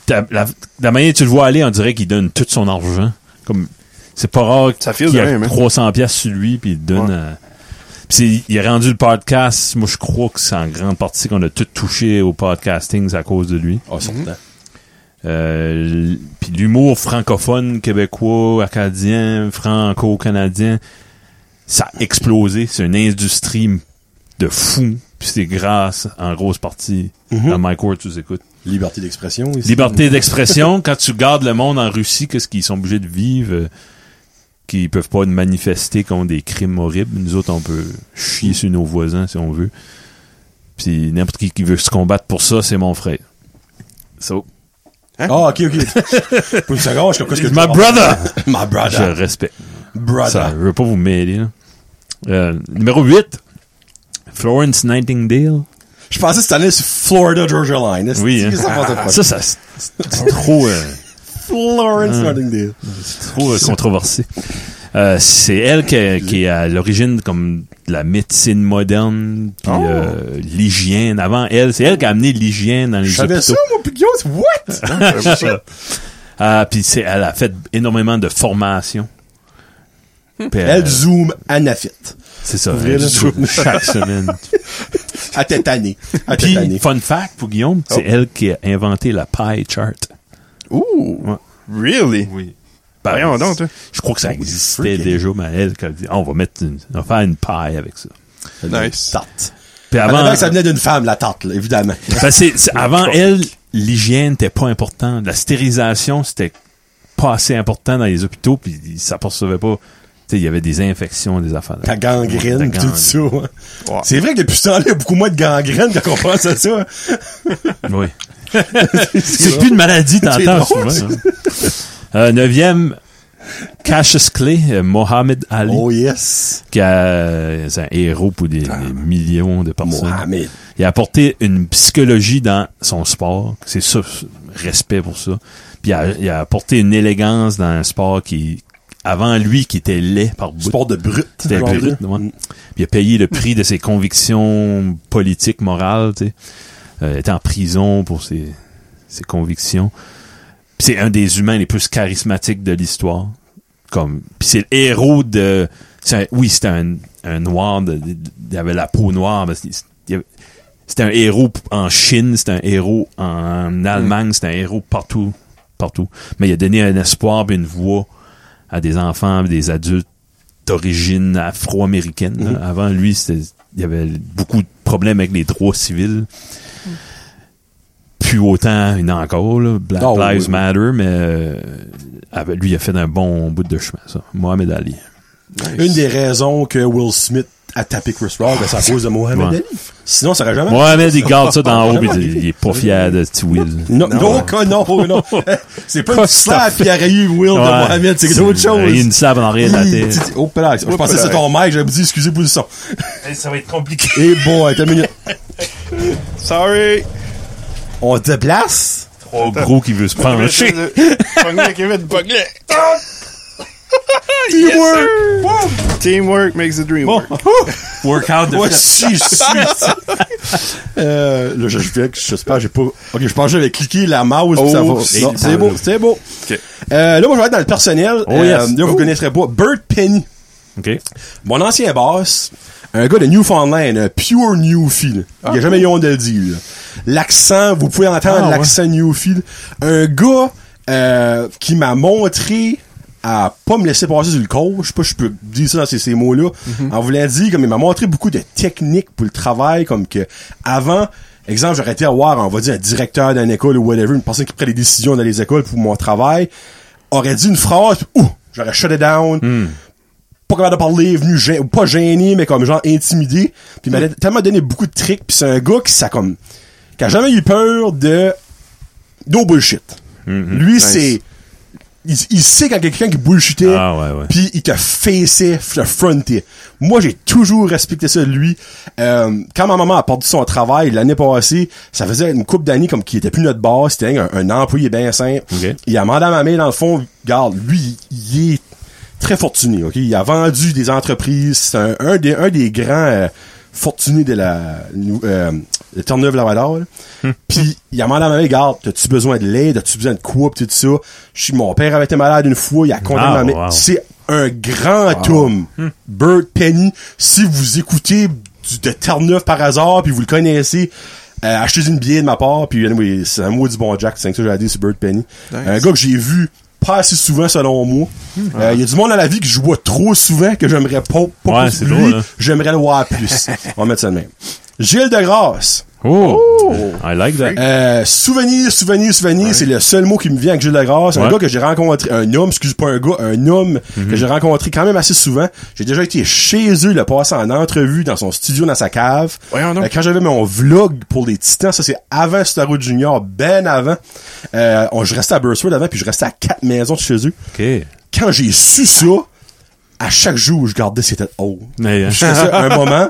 S3: T'as- la, la manière que tu le vois aller, on dirait qu'il donne tout son argent. Comme c'est pas rare
S4: Ça file
S3: qu'il y
S4: de
S3: a
S4: même, hein.
S3: 300 pièces sur lui puis il donne.
S4: Ouais.
S3: à- Puis c'est- il a rendu le podcast. Moi, je crois que c'est en grande partie qu'on a tout touché au podcasting, c'est à cause de lui.
S4: Mhm.
S2: Oh, certain.
S3: Euh, l- puis l'humour francophone, québécois, acadien, franco-canadien, ça a explosé. C'est une industrie de fou. Puis c'est grâce, en grosse partie,
S2: Mhm.
S3: à Mike Ward, tu les écoutes.
S2: Liberté d'expression. ici.
S3: Liberté d'expression, quand tu gardes le monde en Russie, qu'est-ce qu'ils sont obligés de vivre, euh, qu'ils peuvent pas manifester contre des crimes horribles. Nous autres, on peut chier sur nos voisins si on veut. Puis n'importe qui qui veut se combattre pour ça, c'est mon frère. So,
S2: Ah, ok, ok. Pour une seconde, je comprends ce que tu
S3: my
S2: dis.
S3: brother!
S2: My
S3: Je
S2: brother.
S3: respecte. Ça,
S2: Brother.
S3: je veux pas vous mêler. là. Euh, numéro 8, Florence Nightingale.
S2: Je pensais que c'était allé sur Florida Georgia Line. Est-ce
S3: Oui,
S2: que
S3: hein.
S2: ça pensait pas?
S3: Ça, ça c'est c'est trop, euh,
S2: Florence
S3: Ah.
S2: Nightingale.
S3: c'est trop euh, controversé. Euh, c'est elle qui, qui est à l'origine comme de la médecine moderne, puis
S4: Oh.
S3: euh, l'hygiène. Avant elle, c'est elle qui a amené l'hygiène dans les
S2: Je savais ça,
S3: hôpitaux. Euh.
S2: mon pigeon. What?
S3: Ah, puis c'est- elle a fait énormément de formations. Puis, euh,
S2: Hmm. Elle zoom Anafit.
S3: c'est ça.
S2: vrai,
S3: elle
S2: là.
S3: joue chaque semaine.
S2: À tête année. À
S3: Puis,
S2: tête année. Oh.
S3: fun fact pour Guillaume, c'est elle qui a inventé la pie chart.
S4: Ouh.
S3: Ouais.
S4: Really?
S3: Oui. Ben,
S4: Voyons donc, hein. toi.
S3: Je crois que ça
S2: Holy
S3: existait
S2: freaking.
S3: déjà, mais elle, qu'elle dit, Ah, on va mettre une, on va faire une paille avec ça.
S4: Nice.
S2: Tarte.
S3: Puis
S2: Avant,
S3: avant,
S2: que ça venait d'une femme, la tarte, là, évidemment.
S3: Parce que Ben, c'est- c'est- avant elle, l'hygiène n'était pas importante. La stérilisation, c'était pas assez important dans les hôpitaux, puis ils s'apercevaient pas. Tu sais, il y avait des infections, des affaires.
S2: Ta gangrène,
S3: Ta
S2: tout ça. hein.
S4: Ouais.
S2: C'est vrai que depuis ce temps-là, il y a beaucoup moins de gangrène quand on pense à ça.
S3: Oui. c'est plus une maladie, t'entends
S2: C'est drôle,
S3: souvent. hein. Euh, neuvième, Cassius Clay, euh, Mohamed Ali,
S2: Oh Ah. yes.
S3: qui a- euh, c'est un héros pour des, des millions de personnes.
S2: Mohamed.
S3: Il a apporté une psychologie dans son sport. C'est ça, respect pour ça. Puis il a, il a apporté une élégance dans un sport qui, avant lui, qui était laid par bout.
S2: Sport de brut.
S3: C'était
S2: genre
S3: brut,
S2: là.
S3: ouais.
S2: Mm.
S3: Puis il a payé le prix de ses convictions politiques, morales, tu sais. Euh, il était en prison pour ses, ses convictions. Puis c'est un des humains les plus charismatiques de l'histoire. Comme, puis c'est le héros de... c'est un- oui, c'était un, un noir, de- de- il avait la peau noire. mais c'est- il avait- C'était un héros p- en Chine, c'était un héros en Allemagne, c'était un héros partout, partout. Mais il a donné un espoir puis une voix à des enfants, des adultes d'origine afro-américaine. là.
S2: Mm-hmm.
S3: Avant lui, c'était- il y avait beaucoup de problèmes avec les droits civils. Plus autant, il y en a encore, là. Black
S2: Oh,
S3: Lives
S2: oui.
S3: Matter, mais euh, avec lui, il a fait un bon bout de chemin, ça. Mohamed Ali.
S2: Une des raisons que Will Smith a tapé Chris Rock, ben, c'est à cause de Mohamed
S3: Ah, Ouais.
S2: Ali. Sinon, ça aurait jamais.
S3: Mohamed, il garde ça d'en haut, puis il, il est pas fier de petit Will.
S2: Non, non, que non, non. C'est pas une
S3: Costa.
S2: slap qui aurait eu Will de
S3: Ouais.
S2: Mohamed, c'est autre chose.
S3: Il ne savent en rien de la
S2: Hi,
S3: tête.
S2: titi. Oh, là, je pensais que c'était ton mic, j'avais dit, excusez pour le son.
S3: Eh, Ça va être compliqué.
S2: Et bon, attends une minute.
S4: Sorry!
S2: On te déplace?
S3: Trop Oh, gros qui veut se pencher.
S4: Pogné, Kevin, pogné.
S2: Teamwork!
S4: Teamwork makes the dream work.
S3: Workout de
S2: Ouais,
S3: fait.
S2: si, je suis. euh, là, je fais que j'espère, j'ai pas. Ok, je pense que j'avais cliqué la mouse, puis ça va.
S4: Oh,
S2: Non,
S4: c'est
S2: c'est beau, c'est beau.
S4: Ok.
S2: Euh, là, moi, je vais être dans le personnel.
S3: Oh,
S2: Euh,
S3: yes.
S2: Là, vous
S3: Ouh.
S2: connaîtrez pas. Bert Penny.
S3: OK.
S2: Mon ancien boss, un gars de Newfoundland, un pure Newfie. là. Il y a jamais eu honte de le dire. là. L'accent, vous pouvez entendre
S3: Ah,
S2: l'accent Newfie. là. Un gars euh, qui m'a montré à pas me laisser passer sur le corps. Je sais pas si je peux dire ça dans ces, ces mots-là. En voulant dire, comme il m'a montré beaucoup de techniques pour le travail, comme que avant, exemple, j'aurais été avoir, on va dire, un directeur d'une école ou whatever, une personne qui prend des décisions dans les écoles pour mon travail, aurait dit une phrase, puis, ouh, j'aurais shut it down pas capable de parler, venu gê- pas gêné, mais comme genre intimidé. Puis il m'a tellement donné beaucoup de tricks. Puis c'est un gars qui ça comme qui a jamais eu peur de no bullshit. Lui c'est il, il sait quand quelqu'un qui bullshitait.
S3: Ah, ouais, ouais.
S2: Puis il te faisait, le frontait. Moi, j'ai toujours respecté ça de lui. Euh, quand ma maman a perdu son travail l'année passée, ça faisait une couple d'années comme qu'il était plus notre boss, c'était un, un employé bien simple.
S3: Ok.
S2: Il a demandé à ma mère, dans le fond, regarde, lui, il est très fortuné, ok? Il a vendu des entreprises, c'est un, un des, un des grands euh, fortunés de la euh, de Terre-Neuve-Labrador. là.
S3: Hmm.
S2: Puis il a demandé à ma mère, regarde, as-tu besoin de l'aide, as-tu besoin de quoi, pis tout ça. Je suis- mon père avait été malade une fois, il a condamné
S3: Ah,
S2: ma mère.
S3: wow. Hmm.
S2: C'est un grand homme. Bird Penny, si vous écoutez du, de Terre-Neuve par hasard, puis vous le connaissez, euh, achetez une billet de ma part, puis anyway, c'est un mot du bon Jack, c'est ça que j'ai dit sur Bird Penny. Un gars que j'ai vu pas assez souvent selon moi.
S3: Hmm.
S2: Euh, Il y a du monde à la vie que je vois trop souvent que j'aimerais pas, pas
S3: Ouais,
S2: plus
S3: c'est
S2: lui,
S3: drôle, hein.
S2: j'aimerais le voir plus. On va mettre ça de même. Gilles de Grasse.
S3: Oh! I like that.
S2: Euh, souvenir, souvenir, souvenir, c'est le seul mot qui me vient avec Gilles Lagrasse. Un
S3: Ouais.
S2: gars que j'ai rencontré, un homme, excuse pas un gars, un homme
S4: Mhm.
S2: que j'ai rencontré quand même assez souvent. J'ai déjà été chez eux, le passé en entrevue dans son studio, dans sa cave.
S4: Voyons donc.
S2: Euh, quand j'avais mon vlog pour les Titans, ça c'est avant Star Road Junior, ben avant. Euh, on, je restais à Burswood avant, puis je restais à quatre maisons de chez eux.
S3: OK.
S2: Quand j'ai su ça, à chaque jour, je gardais ses têtes hautes.
S3: Mais, euh,
S2: Je fais ça à un moment,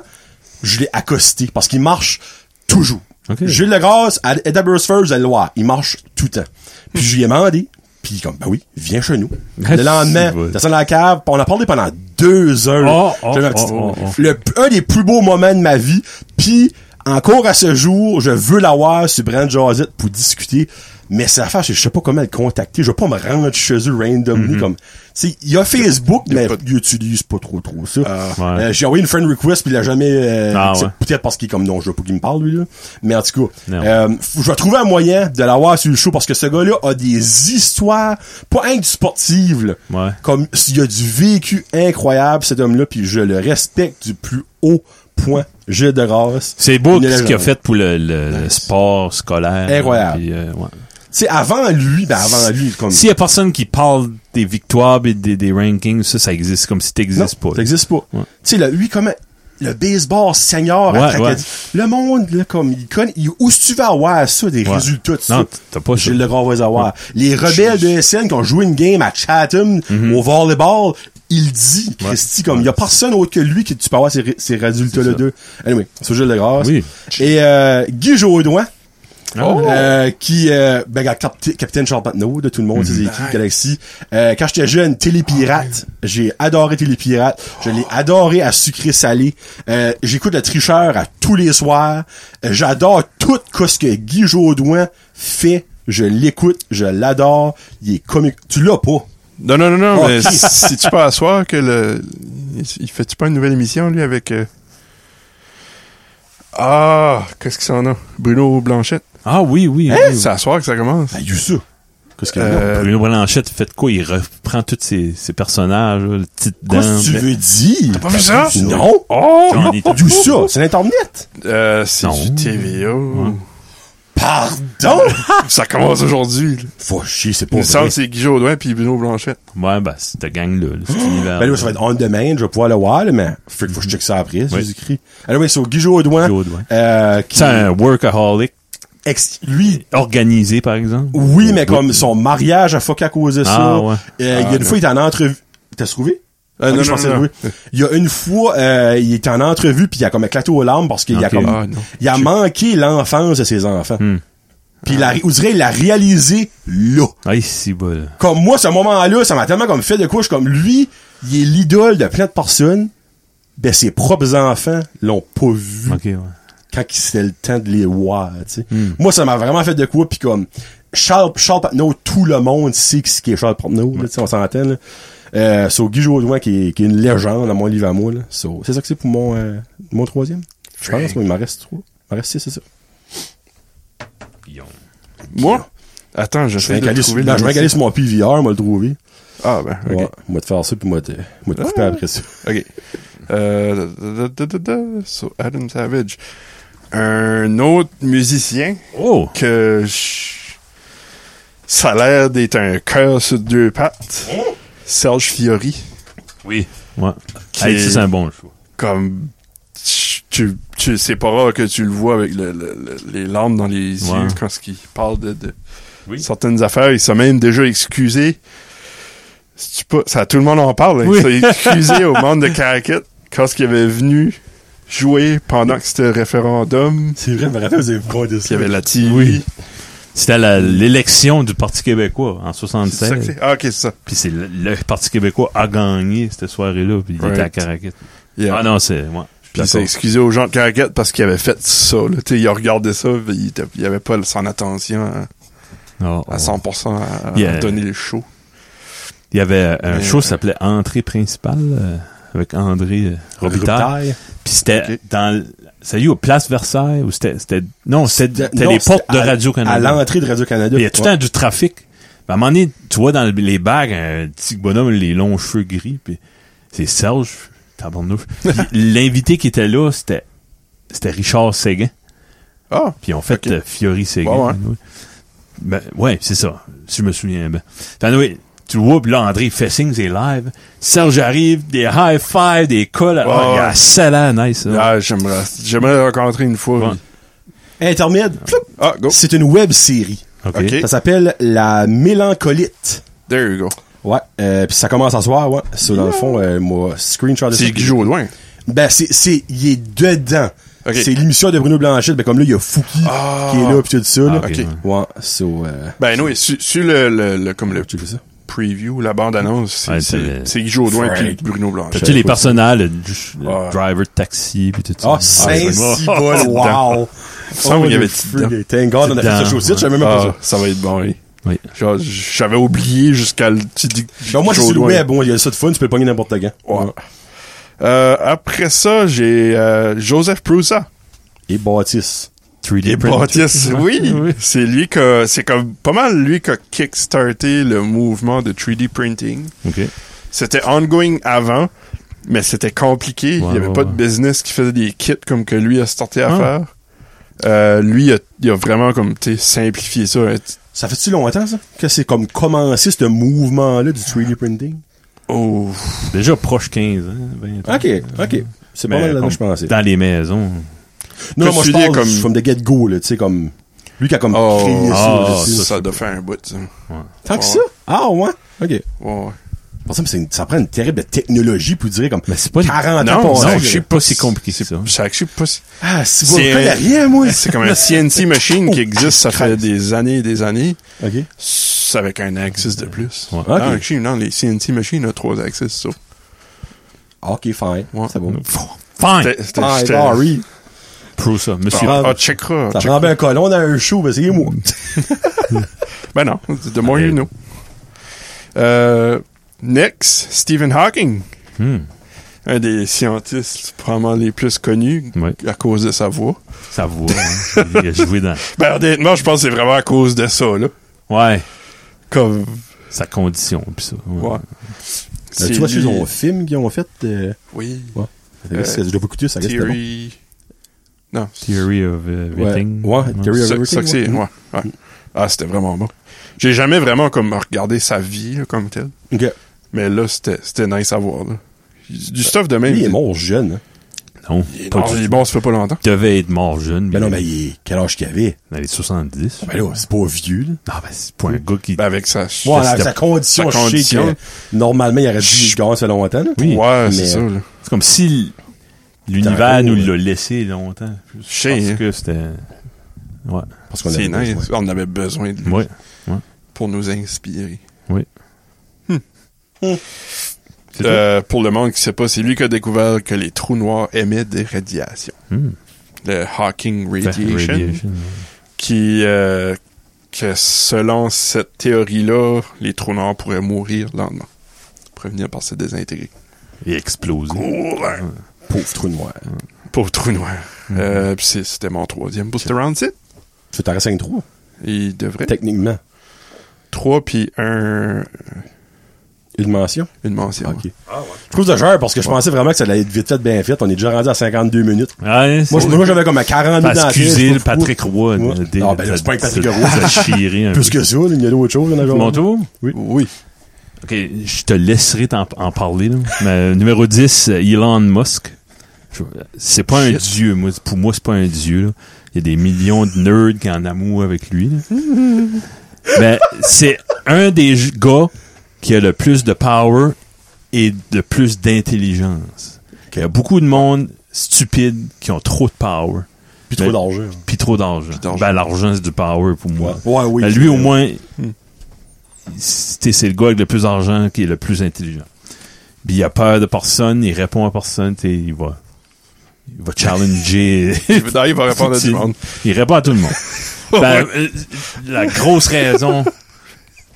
S2: je l'ai accosté parce qu'il marche toujours.
S3: Ok.
S2: Gilles Legrasse, à à Abbotsford, vous allez le voir, il marche tout le temps. Puis je lui ai demandé, puis il est comme, ben oui, viens chez nous. Le lendemain,
S3: C'est vrai.
S2: descend dans la cave, puis on a parlé pendant deux heures.
S3: Oh, oh,
S2: J'avais ma
S3: oh, oh, oh.
S2: Le, un des plus beaux moments de ma vie, puis Encore à ce jour, je veux l'avoir sur Brand Josette pour discuter. Mais c'est l'affaire, je je sais pas comment le contacter. Je vais pas me rendre chez eux randomly comme. Tu sais, il y a Facebook,
S4: y a
S2: mais
S4: pas
S2: il utilise pas trop trop ça.
S3: ouais.
S2: Euh, J'ai envoyé une friend request puis il a jamais. euh,
S3: Ah,
S2: c'est
S3: ouais.
S2: Peut-être parce qu'il est comme non, je veux pas qu'il me parle lui là. Mais en tout cas,
S3: Non.
S2: euh, faut- je vais trouver un moyen de l'avoir sur le show parce que ce gars-là a des histoires, pas rien que du sportive. là.
S3: Ouais.
S2: Comme il a du vécu incroyable cet homme-là, puis je le respecte du plus haut point. J'ai de race.
S3: C'est beau
S2: Une
S3: ce qu'il a
S2: légende.
S3: fait pour le, le- le sport scolaire.
S2: Incroyable.
S3: Puis, euh, ouais.
S2: Tu sais, avant lui, ben avant lui, comme.
S3: S'il y a personne qui parle des victoires et des, des rankings, ça, ça existe comme si
S2: Non,
S3: t'existes pas.
S2: Ça existe pas. Tu
S3: Ouais.
S2: sais, là, lui, comment. Le baseball senior
S3: Ouais,
S2: à Tracadie.
S3: ouais.
S2: Le monde, là, comme, il connaît. il- où est-ce que tu vas avoir ça, des
S3: Ouais.
S2: résultats de ça?
S3: Non, t'as pas ça.
S2: Gilles Legras va les avoir. Les rebelles de SN qui ont joué une game à Chatham,
S3: Mhm.
S2: au volleyball, il dit, Christy, comme, il y a personne autre que lui que tu peux avoir ces, ré- ces résultats-là
S3: C'est ça.
S2: d'eux. Anyway, c'est Gilles Legras.
S3: Oui.
S2: Et, euh, Guy Jodoin.
S3: Oh.
S2: Euh, qui euh, ben, gars, capti- capitaine Charpentineau de tout le monde c'est des équipes Galaxy Euh, quand j'étais jeune Télépirate j'ai adoré Télépirate je l'ai adoré à sucré salé Euh, j'écoute le tricheur à tous les soirs Euh, j'adore tout ce que Guy Jodoin fait je l'écoute je l'adore il est comique tu l'as pas
S4: Non, non, non, non,
S2: Oh,
S4: mais
S2: Chris.
S4: si-tu pas à soir que le. Il il fait-tu pas une nouvelle émission, lui, avec. euh, Ah, qu'est-ce qu'il s'en a Bruno Blanchette.
S3: Ah oui, oui.
S2: Hein?
S3: oui.
S4: C'est à soir que ça commence.
S2: ben, il y a eu ça qu'est-ce que
S4: Euh,
S3: Bruno Blanchet, fait quoi? Il reprend tous ses, ses personnages, là, le petite dame.
S2: qu'est-ce que tu veux dire t'as
S4: pas vu ça?
S2: non
S4: Oh!
S3: J'en ai-
S2: d'où ça c'est l'internet
S4: Euh, c'est
S3: Non.
S4: du TVA.
S2: pardon
S4: Ça commence aujourd'hui. là.
S2: faut chier c'est
S4: Il
S2: pas
S4: me semble
S2: vrai
S4: que c'est Guy Jodoin puis Bruno Blanchette.
S3: Ouais, ben, cette gang-là, là, cet univers.
S2: Ben là, ça va être on demain, je vais pouvoir le voir, là, mais faut que faut que je check ça après, si
S3: Oui.
S2: Jésus-Christ. Alors oui, c'est au Guillaume Audouin.
S3: Guy Audouin.
S2: Euh, qui,
S3: C'est un workaholic
S2: ex- lui,
S3: organisé, par exemple.
S2: oui, mais comme son mariage a fucké à cause de ça.
S3: Ah, ouais.
S2: Euh, il y a une fois, il était en entrevue. T'as trouvé? Euh,
S4: Ah,
S2: non,
S4: non,
S2: je
S4: non,
S2: pensais
S4: non.
S2: trouver. Il y a une fois, euh, il était en entrevue, puis il a comme éclaté aux larmes parce qu'il a
S3: Ok.
S2: comme,
S4: Ah, non.
S2: il a manqué l'enfance de ses enfants. Puis il a, on dirait, il l'a réalisé là.
S3: Ah, ici, bas, là.
S2: comme moi, ce moment-là, ça m'a tellement comme fait de quoi. Je suis comme lui, il est l'idole de plein de personnes. Ben, ses propres enfants l'ont pas vu
S3: Ok, ouais.
S2: quand il- c'était le temps de les voir, tu sais.
S4: Hmm.
S2: Moi, ça m'a vraiment fait de quoi, puis comme, Charles, Charles Patnaud, tout le monde sait qui qui est Charles Patnaud, là, tu sais, on s'entend, là. Euh, so, Guy Jodoin, qui est, qui est une légende à mon livre à moi, là. So, c'est ça que c'est pour mon, euh, mon troisième? Je pense, moi, il m'en reste trois. Il m'en reste six, c'est ça.
S4: Moi? Attends,
S2: Je vais
S4: j'essaie de
S2: caler
S4: le
S2: sur,
S4: trouver.
S2: non,
S4: le
S2: je vais
S4: lien.
S2: caler sur mon PVR, moi, le trouver.
S4: Ah, ben, ok.
S2: Ouais. Moi, te faire ça, puis moi, te, moi, te couper
S4: Ah.
S2: après ça.
S4: OK. Euh, da, da, da, da, da, so Adam Savage. Un autre musicien
S3: Oh!
S4: que je- ça a l'air d'être un cœur sur deux pattes. Serge Fiori.
S3: Oui. Ouais. Hey, ça, c'est un bon choix.
S4: Comme tu, tu- tu- c'est pas rare que tu le vois avec le- le- le- les larmes dans les
S3: Ouais.
S4: yeux quand il parle de, de
S3: Oui.
S4: certaines affaires. Il s'est même déjà excusé. C'est-tu pas- ça, tout le monde en parle. hein.
S3: Oui.
S4: Il s'est excusé au monde de Caracat quand il avait venu jouer pendant que c'était le référendum.
S2: C'est vrai, je me rappelle, vous avez pas
S4: Il y avait la TV.
S3: Oui. C'était la- l'élection du Parti québécois en
S4: C'est ça que
S3: 76.
S4: c'est? Ah, ok, c'est ça.
S3: Puis c'est le, le Parti québécois a gagné cette soirée-là, puis il
S4: Right.
S3: était à Caracat.
S4: Yeah.
S3: Ah non, c'est... Ouais.
S4: Puis il s'est
S3: D'accord.
S4: excusé aux gens de Caracat parce qu'il avait fait ça. Là. Tu sais, Il a regardé ça, puis il, était- il avait pas son attention hein. à,
S3: Oh, oh.
S4: à 100% à, à
S3: Yeah.
S4: donner euh, le show.
S3: Il y avait euh, un
S4: Mais,
S3: show
S4: euh,
S3: qui s'appelait Entrée principale euh, avec André euh, Robitaille. Puis c'était
S4: Ok.
S3: dans l- ça y est, au Place Versailles ou c'était c'était non, c'était c'était
S2: Non,
S3: les portes
S2: c'était
S3: de
S2: à-
S3: Radio
S2: À
S3: Canada.
S2: l'entrée de Radio-Canada.
S3: Il y a tout le
S2: Ouais.
S3: temps du trafic. Puis À un moment donné, tu vois dans le- les bagues un petit bonhomme les longs cheveux gris puis c'est Serge tabarnouche. Puis L'invité qui était là, c'était c'était Richard Séguin.
S4: Ah,
S3: Puis on fait
S4: Ok.
S3: euh, Fiori Séguin.
S4: Ouais, ouais.
S3: anyway. Ben, ouais, c'est ça. Si je me souviens bien. Fait, anyway, tu le vois, puis là, André Fessing, c'est live. Serge arrive, des high five, des calls.
S4: Ouais,
S3: Ah, il y a
S4: ouais.
S3: un salaire nice. hein. là.
S4: Ah, j'aimerais, j'aimerais le rencontrer une fois.
S3: Ouais.
S4: lui.
S2: Intermède. Ploup.
S4: Ah, go.
S2: C'est une web série.
S3: OK.
S4: OK.
S2: Ça s'appelle La Mélancolite.
S4: There you go.
S2: Ouais. Euh, puis ça commence à soir, ouais. Ça, dans le fond, euh, moi, screenshot de ça.
S4: C'est Guy Jodoin.
S2: Ben, c'est, c'est, il est dedans.
S4: Ok.
S2: C'est l'émission de Bruno Blanchet. Ben, comme là, il y a Fouki
S4: Ah.
S2: qui est là, puis tout ça, là.
S3: Ah, ok,
S4: ok.
S3: ouais.
S2: Ouais. So, euh,
S4: Ben non, sur, sur le, le, le- comme le,
S2: tu fais ça?
S4: preview, la bande-annonce, c'est
S3: Ouais,
S4: c'est-
S3: c'est-
S4: c'est Guy Jodoin
S2: Frank.
S4: puis Bruno Blanchet.
S3: Tu sais, les personnages, le, ju- le
S4: Ouais.
S3: driver de taxi, puis tout ça.
S2: Ah, saint
S4: Oh,
S2: cibole wow! Oh,
S4: semble qu'il y avait dedans.
S2: Thank God, on a fait
S3: Dedans,
S2: ça show site,
S3: ouais.
S2: j'avais même pas
S4: Ah,
S2: ça.
S4: ça va être bon, oui.
S3: Oui.
S4: Genre, J'avais oublié jusqu'à le petit Guy
S2: Ben, moi, c'est sur le
S4: Jodoin.
S2: web, bon, il y a ça de fun, tu peux le pogner n'importe quand.
S4: Ouais. Euh, après ça, j'ai euh, Joseph Prusa.
S2: Et Baptiste.
S3: 3D
S4: Et
S3: print.
S4: Baptiste, oui, c'est lui que c'est comme pas mal lui qui a kickstarté le mouvement de 3D printing.
S3: OK.
S4: C'était ongoing avant, mais c'était
S3: Ouais,
S4: compliqué. il n'y avait
S3: ouais,
S4: pas de
S3: ouais.
S4: business qui faisait des kits comme que lui a starté à
S3: Ah.
S4: faire. Euh, lui, il a, il a vraiment comme tu sais, simplifié ça. hein.
S2: Ça fait-tu longtemps, ça? Que c'est comme commencer ce mouvement-là du 3D printing?
S4: Oh,
S3: Déjà proche 15 hein, 20 ans.
S2: Ok, ok. C'est pas
S3: Mais
S2: mal là-dedans,
S3: comme
S2: je pensais.
S3: Dans les maisons.
S2: Non,
S4: Comme
S2: moi,
S4: tu
S2: je
S4: dis,
S2: parle
S4: comme-
S2: comme... from the get-go, là, tu sais, comme... Lui qui a comme
S4: Oh.
S2: créé
S3: Ah,
S2: ça, là, tu sais.
S4: ça, doit faire un bout. ça.
S2: Tant que ça? Ah, ouais? Ok.
S4: Ouais, ouais.
S2: Pour ça, mais c'est une- ça prend une terrible technologie pour dire comme
S3: Mais c'est pas-
S2: 40
S4: Non,
S2: ans
S4: non,
S2: passés,
S4: je
S2: là.
S4: sais
S3: pas si compliqué que ça.
S4: Je sais pas si-
S2: Ah, si vous
S4: C'est-
S2: connaissez rien, moi.
S4: C'est comme un CNC machine qui existe, ça
S2: Christ.
S4: fait des années et des années.
S2: OK.
S4: C'est avec un axis de plus.
S3: Ouais.
S4: Non,
S2: Ok.
S4: actually, non, les CNC machines ont trois axis, ça.
S2: OK, fine.
S4: Ouais.
S2: C'est bon.
S3: Fine!
S4: C'était- c'était-
S2: Fine,
S4: c'était-
S2: sorry.
S3: Pro ça, monsieur.
S4: Ah,
S2: Ah,
S4: ah, checkera.
S2: Ça
S4: checkera.
S2: prend bien un colon dans un chou, mais c'est moi.
S4: Ben non, the more you know. Euh, next, Stephen Hawking.
S3: Hmm.
S4: Un des scientifiques probablement les plus connus
S3: Ouais.
S4: à cause de sa voix.
S3: Ça voit. Hein. Il a joué dans.
S4: Ben honnêtement, je pense que c'est vraiment à cause de ça, là.
S3: Ouais.
S4: Comme,
S3: Sa condition, pis ça. Ouais.
S4: ouais.
S2: Euh, Tu vois,
S4: lui-
S2: c'est son film qu'ils ont fait. Euh...
S4: Oui.
S2: Euh, je l'avais écouté, ça reste bon.
S4: Theory... Non,
S3: Theory of euh,
S2: Ouais.
S3: Everything.
S2: Ouais, Theory of
S4: Ça-
S2: Everything.
S4: ça que c'est-
S2: ouais.
S4: ouais, ouais. Ah, c'était vraiment bon. J'ai jamais vraiment comme regardé sa vie là, comme telle.
S2: OK.
S4: Mais là, c'était c'était nice à voir. là. Du stuff de même.
S2: Lui, il est
S4: il-
S2: mort jeune. hein.
S3: Non,
S4: il est
S3: pas
S4: mort,
S3: du
S4: il est
S3: tout.
S4: bon, ça fait pas longtemps.
S3: Il devait être mort jeune.
S2: Ben non, mais
S3: il...
S2: il est... quel âge qu'il avait?
S3: Dans les 70.
S2: Ben là, c'est pas vieux, là.
S3: Ah, ben c'est pas un gars qui.
S4: Ben, avec sa...
S2: Ouais,
S3: C'était-
S2: avec sa condition,
S4: sa
S2: je sais
S4: condition.
S2: que normalement, il aurait dû gagner ça longtemps. là.
S3: Oui.
S4: ouais, c'est
S2: mais-
S4: ça. Là.
S3: C'est comme si l-
S2: T'as
S3: l'univers
S2: raison,
S3: nous
S2: ouais.
S3: l'a laissé longtemps. Je
S4: Chier,
S3: pense
S4: hein.
S3: que c'était. Ouais.
S2: Parce qu'on
S4: C'est
S2: avait
S4: nice.
S2: besoin.
S4: On avait besoin de lui
S3: Ouais.
S4: pour nous inspirer. Hum.
S3: Oui. C'est
S4: Euh, pour le monde qui sait pas, c'est lui qui a découvert que les trous noirs émettent des radiations.
S3: Hmm.
S4: Le Hawking
S3: Fait-
S4: radiation. qui euh, que selon cette théorie-là, les trous noirs pourraient mourir lentement. Prévenir par se désintégrer.
S3: Et explosé.
S2: Pauvre trou noir.
S4: Pauvre trou noir. Euh, puis c'est- C'était mon troisième booster round set.
S2: Tu t'arrêtes 5 trous,
S4: Il devrait.
S2: techniquement.
S4: Trois puis un,
S2: Une mention.
S4: une mention.
S2: Ok. Ah, Je trouve ça gère parce que je pensais vraiment que ça allait être vite fait, bien fait. On est déjà rendu à 52 minutes.
S3: Ouais,
S2: Moi, je-
S3: Ah, hein, c'est-
S2: moi, j'avais comme à 40 minutes dans la
S3: Parce
S2: tête, je sais
S3: qu'usé le
S2: pas
S3: Patrick Roy.
S2: Ouais.
S3: euh, dès-
S2: Non, ben là, c'est pas avec Patrick
S3: ça-
S2: Roy.
S3: Ça a chiré un peu.
S2: Plus que ça, là, il y a d'autres choses. il y en a encore.
S3: Mon tour?
S2: Oui.
S4: Oui.
S3: OK, je te laisserai t'en- en parler. Là. Mais, euh, numéro 10, euh, Elon Musk. Je- C'est pas un dieu. Moi, pour moi, c'est pas un dieu. là. Il y a des millions de nerds qui en amour avec lui. là. Mais c'est un des j- gars qui a le plus de power et de plus d'intelligence. Il y a beaucoup de monde stupide qui ont trop de power
S2: Puis trop
S3: Mais-
S2: d'argent.
S3: puis trop d'argent.
S4: d'argent.
S3: Ben, l'argent, c'est du power pour moi.
S2: Ouais, oui.
S3: Ben, lui, au moins, c'est c'est le gars avec le plus d'argent qui est le plus intelligent. Puis il a peur de personne, il répond à personne, t'sais, il va, il va challenger.
S4: Non, il va répondre à tout le monde.
S3: il répond à tout le monde. Ben, euh, la grosse raison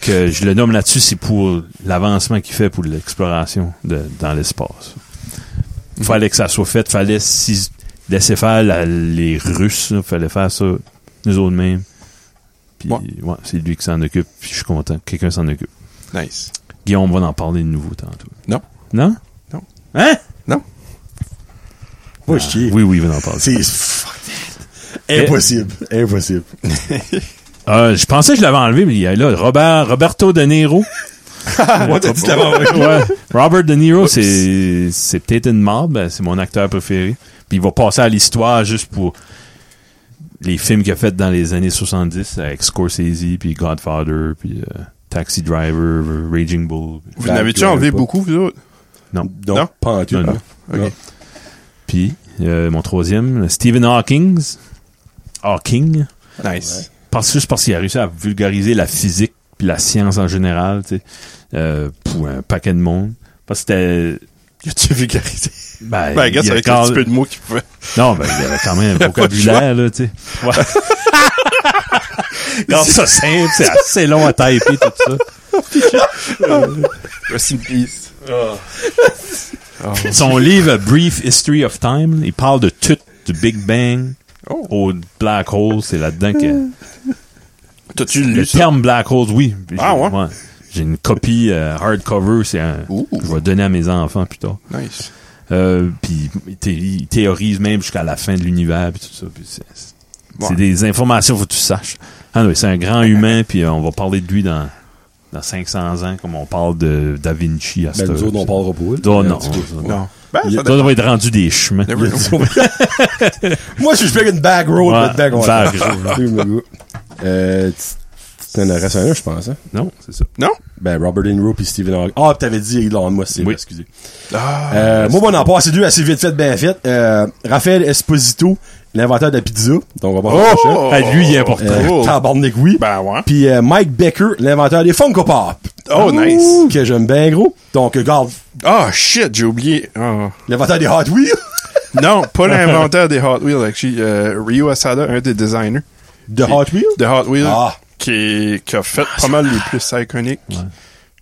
S3: que je le nomme là-dessus, c'est pour l'avancement qu'il fait pour l'exploration de- dans l'espace.
S4: Mhm.
S3: Il fallait que ça soit fait, fallait si, laisser faire la- les Russes, il fallait faire ça nous autres mêmes. Puis
S4: Ouais.
S3: ouais, c'est lui qui s'en occupe, puis je suis content que quelqu'un s'en occupe.
S4: Nice.
S3: Guillaume va en parler de nouveau tantôt.
S4: Non.
S3: Non?
S4: Non.
S3: Hein?
S2: Moi, je chie.
S3: Oui, oui, il va en parler.
S2: C'est fuck that. Impossible. Impossible.
S3: Ah, je pensais que je l'avais enlevé, mais il y a là Robert, Roberto De Niro.
S2: Moi, t'as dit l'avant.
S3: Ouais. Robert De Niro, c'est c'est peut-être une mort, ben, c'est mon acteur préféré. Puis il va passer à l'histoire juste pour les films qu'il a fait dans les années 70 avec Scorsese, puis Godfather, puis euh, Taxi Driver, Raging Bull.
S4: Vous n'avez-tu enlevé beaucoup, vous autres?
S3: Non.
S2: Non,
S4: Non.
S2: pas en tout.
S3: Non,
S2: non.
S3: non.
S4: Ok.
S2: Non.
S3: Puis euh, mon troisième, Stephen Hawking. Hawking.
S4: Nice. Ben,
S3: Parce, juste parce qu'il a réussi à vulgariser la physique puis la science en général, tu sais, euh, pour un paquet de monde. Parce que c'était...
S4: Y a-tu vulgarité?
S3: Ben,
S4: Ben, gars,
S3: il y
S4: ça
S3: a
S4: avec un
S3: quand-
S4: petit peu de mots qui pouvaient.
S3: Non, ben, il y avait quand même un vocabulaire, là, tu sais. Ouais. Regarde ça simple, c'est assez long à typer, tout ça.
S4: Rest in peace.
S3: Son livre, A Brief History of Time, il parle de tout, du Big Bang
S4: Oh.
S3: au Black Hole, c'est là-dedans que...
S4: T'as-tu
S3: Le
S4: lu ça?
S3: terme Black Hole, oui. Puis
S4: Ah,
S3: j'ai-
S4: ouais?
S3: J'ai une copie euh, hardcover, c'est un...
S4: Ouh.
S3: Je vais donner à mes enfants plus tard.
S4: Nice.
S3: Euh, puis il thé- il théorise même jusqu'à la fin de l'univers puis tout ça. puis c'est c'est-
S4: Ouais.
S3: c'est des informations faut que tu saches. Ah non, c'est un grand humain puis euh, on va parler de lui dans dans 500 ans comme on parle de Da Vinci à
S2: Ben,
S3: cette
S2: nous
S3: heure.
S2: autres, on parlera pas. là.
S3: Non, non.
S2: Du coup.
S4: Non. Ben,
S3: Il-
S4: ça
S3: ça doit être rendu des chemins.
S4: Never know.
S2: Moi, si je fais une back road,
S3: Ouais,
S2: votre back road.
S3: back road.
S2: Oui, mon gars. Euh, tu t'en restes un, je pense. Hein?
S3: Non, c'est ça.
S4: Non?
S2: Ben, Robert De Niro puis Stephen Hawking. Ah, t'avais dit Elon Musk, c'est
S3: Oui.
S2: vrai, excusez.
S4: Ah,
S2: Euh, moi, bon, on en passe deux assez vite fait, bien fait. Euh, Raphaël Esposito, l'inventeur de la pizza. Donc, on va passer au prochain.
S4: Oh!
S3: Ah, lui il est important.
S2: Euh,
S4: Oh!
S2: tabarnak, oui.
S4: Ben ouais.
S2: Puis euh, Mike Becker, l'inventeur des Funko Pop.
S4: Oh, nice.
S2: Que j'aime bien gros. Donc, regarde,
S4: Ah, shit, j'ai oublié. Ah.
S2: l'inventeur des Hot Wheels
S4: Non, pas l'inventeur des Hot Wheels, actually. Euh, Ryu Asada, un des designers
S2: de Hot Wheels.
S4: de Hot Wheels,
S2: Ah.
S4: qui, est- qui a fait pas mal les plus iconiques.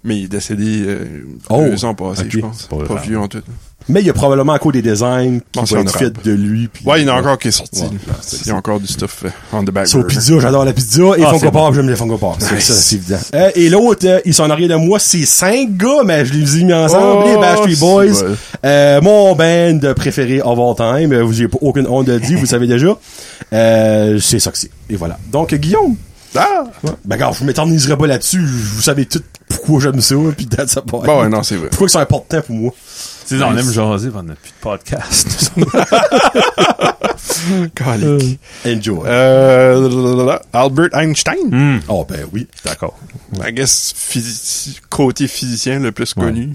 S4: Mais il est décédé euh,
S2: Oh,
S4: deux ans passés,
S2: ok.
S4: je pense.
S3: Pas
S4: Pas,
S3: grave.
S4: vieux en tout.
S2: Mais il y a probablement encore des designs qui vont
S4: Mentionnable.
S2: être faits de lui. puis- euh,
S4: Ouais, il y en a encore qui est sorti.
S2: Ouais,
S4: là.
S2: non, c'est-
S4: il y a encore du stuff euh, on the back.
S2: C'est au
S4: burner.
S2: pizza, j'adore la pizza. Et
S3: Ah,
S2: Funko
S3: c'est bon.
S2: Pop, j'aime les Funko Pop. C'est
S4: Nice.
S2: ça, c'est évident. Euh, et l'autre, euh, ils sont en arrière de moi, c'est cinq gars, mais je les ai mis ensemble,
S4: Oh,
S2: les Backstreet
S4: c'est
S2: Boys.
S4: bon.
S2: Euh, mon band préféré of all time. Euh, Vous n'avez aucune honte de le dire, vous le savez déjà. Euh, c'est ça que c'est. Et voilà. Donc, Guillaume.
S4: Ah!
S2: Ben, gars, je m'éterniserai pas là-dessus. Vous savez tout pourquoi j'aime ça, puis that's about
S4: Bon,
S2: it.
S4: Bah ouais, non, c'est vrai.
S2: Pourquoi que c'est important pour moi?
S3: C'est on aime jaser pendant plus de podcast.
S4: Calique.
S2: Enjoy.
S4: Euh, lalalala, Albert Einstein.
S3: Hmm,
S2: Oh, ben oui.
S3: D'accord.
S4: I guess physi- côté physicien le plus connu.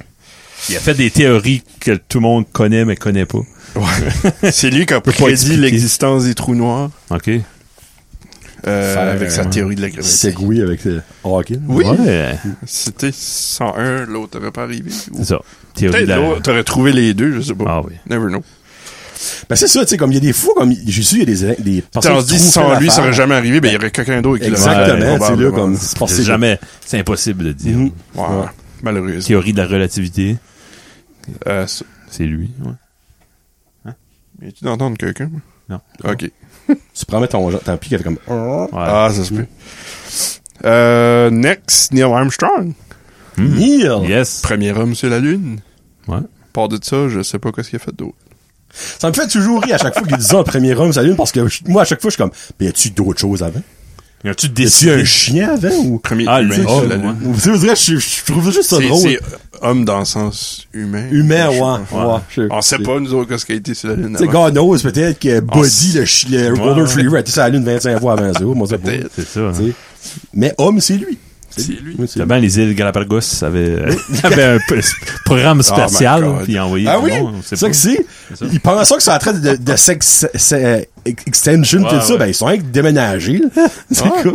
S3: Il a fait des théories que tout le monde connaît mais connaît pas.
S4: Ouais. c'est lui qui a
S3: pas
S4: prédit
S3: expliquer.
S4: l'existence des trous noirs
S3: OK.
S4: euh,
S2: Faire,
S4: avec sa
S3: ouais.
S4: théorie de la gravité.
S2: C'est Segway avec euh, Hawking.
S4: Oui.
S3: Ouais,
S4: C'était 101, l'autre n'aurait pas arrivé. Ou
S3: c'est ça. Théorie
S4: Peut-être
S3: de la...
S4: l'autre, t'aurais trouvé les deux, je sais pas.
S3: Ah oui.
S4: Never know.
S2: Ben, c'est ça, tu sais, comme il y a des fous, comme j'ai su, il y a des, des
S4: T'en
S2: qui
S4: dis,
S2: trouvent
S4: sans
S2: plein
S4: lui, ça
S2: d'affaires.
S4: aurait jamais arrivé, ben il y aurait quelqu'un d'autre qui l'aurait fait,
S2: Exactement, c'est là,
S4: probablement.
S2: comme, c'est
S3: C'est
S2: possible.
S3: jamais... C'est impossible de dire.
S2: Mhm.
S4: Ouais,
S2: Ouais.
S4: malheureusement.
S3: Théorie de la relativité,
S4: Euh, ça-
S3: c'est lui. ouais.
S4: Es-tu d'entendre quelqu'un? moi?
S3: Non.
S4: Ok.
S2: Tu promets ton, ton pic avec comme,
S3: Ouais.
S4: Ah, ça se peut. Euh, next, Neil Armstrong.
S3: Hmm.
S2: Neil!
S3: Yes.
S4: Premier homme sur la Lune.
S3: Ouais.
S4: Par de ça, je sais pas qu'est-ce qu'il a fait d'autre.
S2: Ça me fait toujours rire à chaque fois qu'il dit ça, le premier homme, ça lune, parce que je- moi, à chaque fois, je suis comme, ben, y a-tu d'autres choses avant?
S3: Y a-tu
S2: Y a-tu
S3: décidé?
S2: un chien avant ou?
S4: Premier
S3: Ah,
S4: humain
S3: le
S4: sur
S3: homme,
S4: la Lune.
S3: ouais.
S2: Vous savez, je, dirais, je, je trouve juste ça
S4: C'est
S2: drôle.
S4: c'est homme dans le sens humain.
S2: Humain,
S4: Je sais
S2: ouais,
S4: pas.
S2: ouais. je-
S4: On sait
S2: c'est-
S4: pas, nous autres, qu'est-ce qui a été sur la Lune.
S2: Tu sais,
S4: avant.
S2: God knows, peut-être que Buddy, le, chi- le roller
S3: ouais.
S2: Retriever, a été sur la lune 25 fois avant ça. Moi, ça,
S4: Peut-être.
S3: C'est ça. hein.
S2: Tu sais. Mais homme, c'est lui.
S4: C'est lui.
S2: Oui, c'est
S3: Justement, les îles Galapagos avaient, avaient un peu- programme spatial,
S4: God.
S3: puis ils envoyaient
S2: Ah
S3: du
S2: oui?
S3: monde, on sait
S2: C'est ça
S3: pas.
S2: que c'est?
S3: ça.
S2: Ils pensent ça que c'est en train de, de sex, se- euh, ex- extension,
S3: Ouais,
S2: tout ça.
S3: ouais.
S2: Ben, ils sont rien que déménagés, là. C'est
S4: Ah.
S2: cool.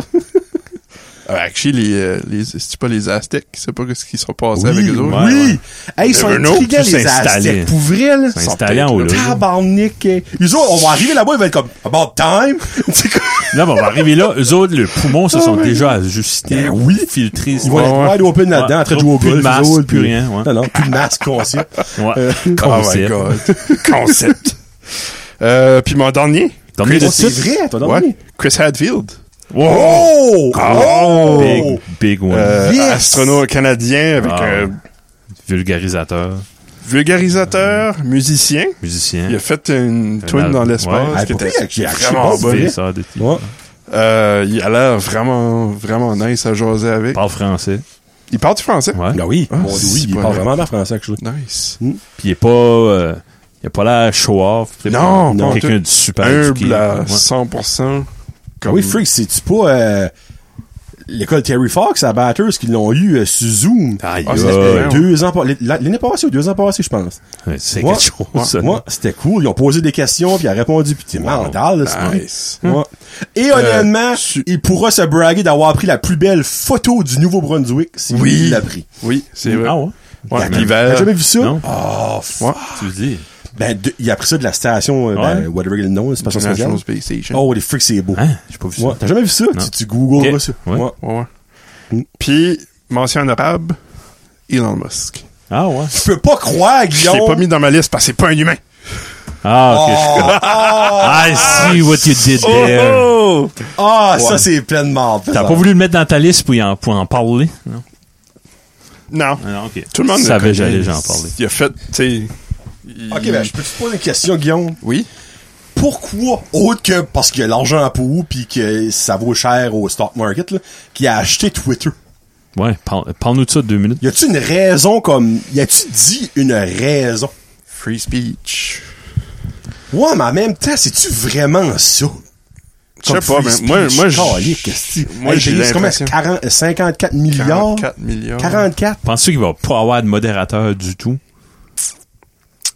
S4: Ah, actually, les, euh, les, c'est pas les Aztèques, qui savent pas qu'est-ce qui sera passé
S2: Oui,
S4: avec eux autres.
S2: oui.
S3: Ouais, ouais.
S2: Hey, ils sont
S4: Evernote,
S2: intriguants,
S3: tout
S2: les
S3: s'installer.
S2: Aztecs. Pour vrai, là.
S3: C'est installé en haut, là.
S2: Tabarnak. Ils autres, on va arriver là-bas, ils vont être comme, about time. C'est quoi?
S3: Là, ben, on va arriver là. Eux autres, le poumon se sont déjà ajustés,
S2: Ben oui.
S3: filtrés.
S2: Ils vont
S3: ouais.
S2: être wide open là-dedans,
S3: Ouais.
S2: en train de jouer au
S3: Plus de
S2: golf.
S3: masque,
S2: eux autres,
S3: plus
S2: puis-
S3: rien, ouais.
S2: Non, non, plus de masque, conscient.
S3: Ouais.
S2: Euh,
S4: Oh my
S3: Concept.
S4: god. Concept. euh, puis mon dernier.
S3: Dernier
S4: Chris-
S3: de
S2: Oh, c'est vrai, toi, non?
S4: Ouais. Chris Hadfield.
S3: Wow!
S2: Oh!
S3: Big,
S2: Oh!
S3: big one.
S4: Euh,
S2: Yes!
S4: Astronaute canadien avec
S3: Ah.
S4: un
S3: Vulgarisateur,
S4: vulgarisateur, musicien.
S3: musicien.
S4: Il a fait une twin
S3: album.
S4: dans l'espace
S3: Ouais.
S4: qui
S2: Ah, pour
S4: était
S2: vrai, j'ai acheté
S4: vraiment
S2: pas
S4: bonne.
S2: vrai.
S3: ça, de type.
S2: Ouais.
S4: Euh, il a l'air vraiment, vraiment nice à jaser avec.
S3: Parle français.
S4: Il parle du français.
S3: Ouais.
S2: Ben oui, mon Dieu, oui,
S4: c'est
S2: il
S4: pas
S2: parle
S4: vrai.
S2: vraiment bien français, actually.
S4: Nice.
S3: Puis il est pas. euh, il a pas l'air show-off. C'est
S4: Non,
S3: pas
S4: pas en
S3: Quelqu'un
S4: tout.
S3: de super.
S4: Humble
S3: éduqué.
S4: à
S3: Ouais.
S4: 100%.
S2: Ah
S4: comme-
S2: oui, Freak, c'est-tu pas euh, l'école Terry Fox à Batters qu'ils l'ont eu euh, sur Zoom.
S3: Aïe,
S4: Ah, c'est
S3: aïe.
S4: spécial. ouais.
S2: Deux ans, pas- l'année passée ou deux ans passés, je pense.
S3: Ouais, C'est
S2: Moi-
S3: quelque chose. ça.
S2: Moi, c'était cool. Ils ont posé des questions, puis il a répondu, puis t'es mental, là, c'est
S4: Nice.
S2: Ouais.
S3: Euh,
S2: Et honnêtement, il pourra se braguer d'avoir pris la plus belle photo du Nouveau-Brunswick s'il
S4: Oui.
S2: l'a pris.
S4: Oui, c'est vrai.
S3: Ah ouais?
S4: Ouais,
S2: T'as-
S4: puis il va-
S2: T'as jamais vu ça?
S3: Non.
S2: Oh, f-
S4: Ouais.
S3: Tu le dis.
S2: Ben, de- il a pris ça de la station, euh, ben,
S3: Ouais.
S2: whatever il nomme, c'est pas ça
S4: National Space Station.
S2: Oh, les freaks, c'est beau.
S3: Hein? J'ai pas vu ça.
S2: Ouais. T'as jamais vu ça?
S3: Non.
S2: Tu, tu googleras
S3: Ok.
S2: ça.
S3: Ouais.
S2: Ouais.
S4: Ouais,
S2: Mm.
S4: ouais. Puis, mention honorable, Elon Musk.
S3: Ah ouais?
S2: Je peux pas croire,
S4: Je
S2: Guillaume.
S4: l'ai pas mis dans ma liste parce que c'est pas un humain.
S3: Ah, ok. je
S2: Oh,
S3: comprends. I see what you did there.
S4: ah, Oh!
S2: ah, ça, c'est plein de mort.
S3: T'as pas voulu le mettre dans ta liste pour, y en, pour en parler? Non.
S4: Non.
S3: Ah, non, ok.
S4: Tout le monde
S3: Je
S4: le
S3: savais
S4: connaît.
S3: j'allais j'en parler.
S4: Il a fait, tu sais. il-
S2: Ok, ben, je peux te poser une question, Guillaume.
S4: Oui.
S2: Pourquoi, autre que parce qu'il y a l'argent à peau puis que ça vaut cher au stock market, là, qu'il a acheté Twitter?
S3: Ouais, parle- parle-nous de ça deux minutes.
S2: Y a-tu une raison comme. Y a-tu dit une raison?
S4: Free speech.
S2: Ouais, mais en même temps, c'est-tu vraiment ça?
S4: Je sais pas, mais moi, moi, je- moi, j'ai
S2: combien?
S4: l'impression.
S2: 40 54 milliards?
S4: 44 milliards.
S2: 44?
S3: Penses-tu qu'il va pas avoir de modérateur du tout?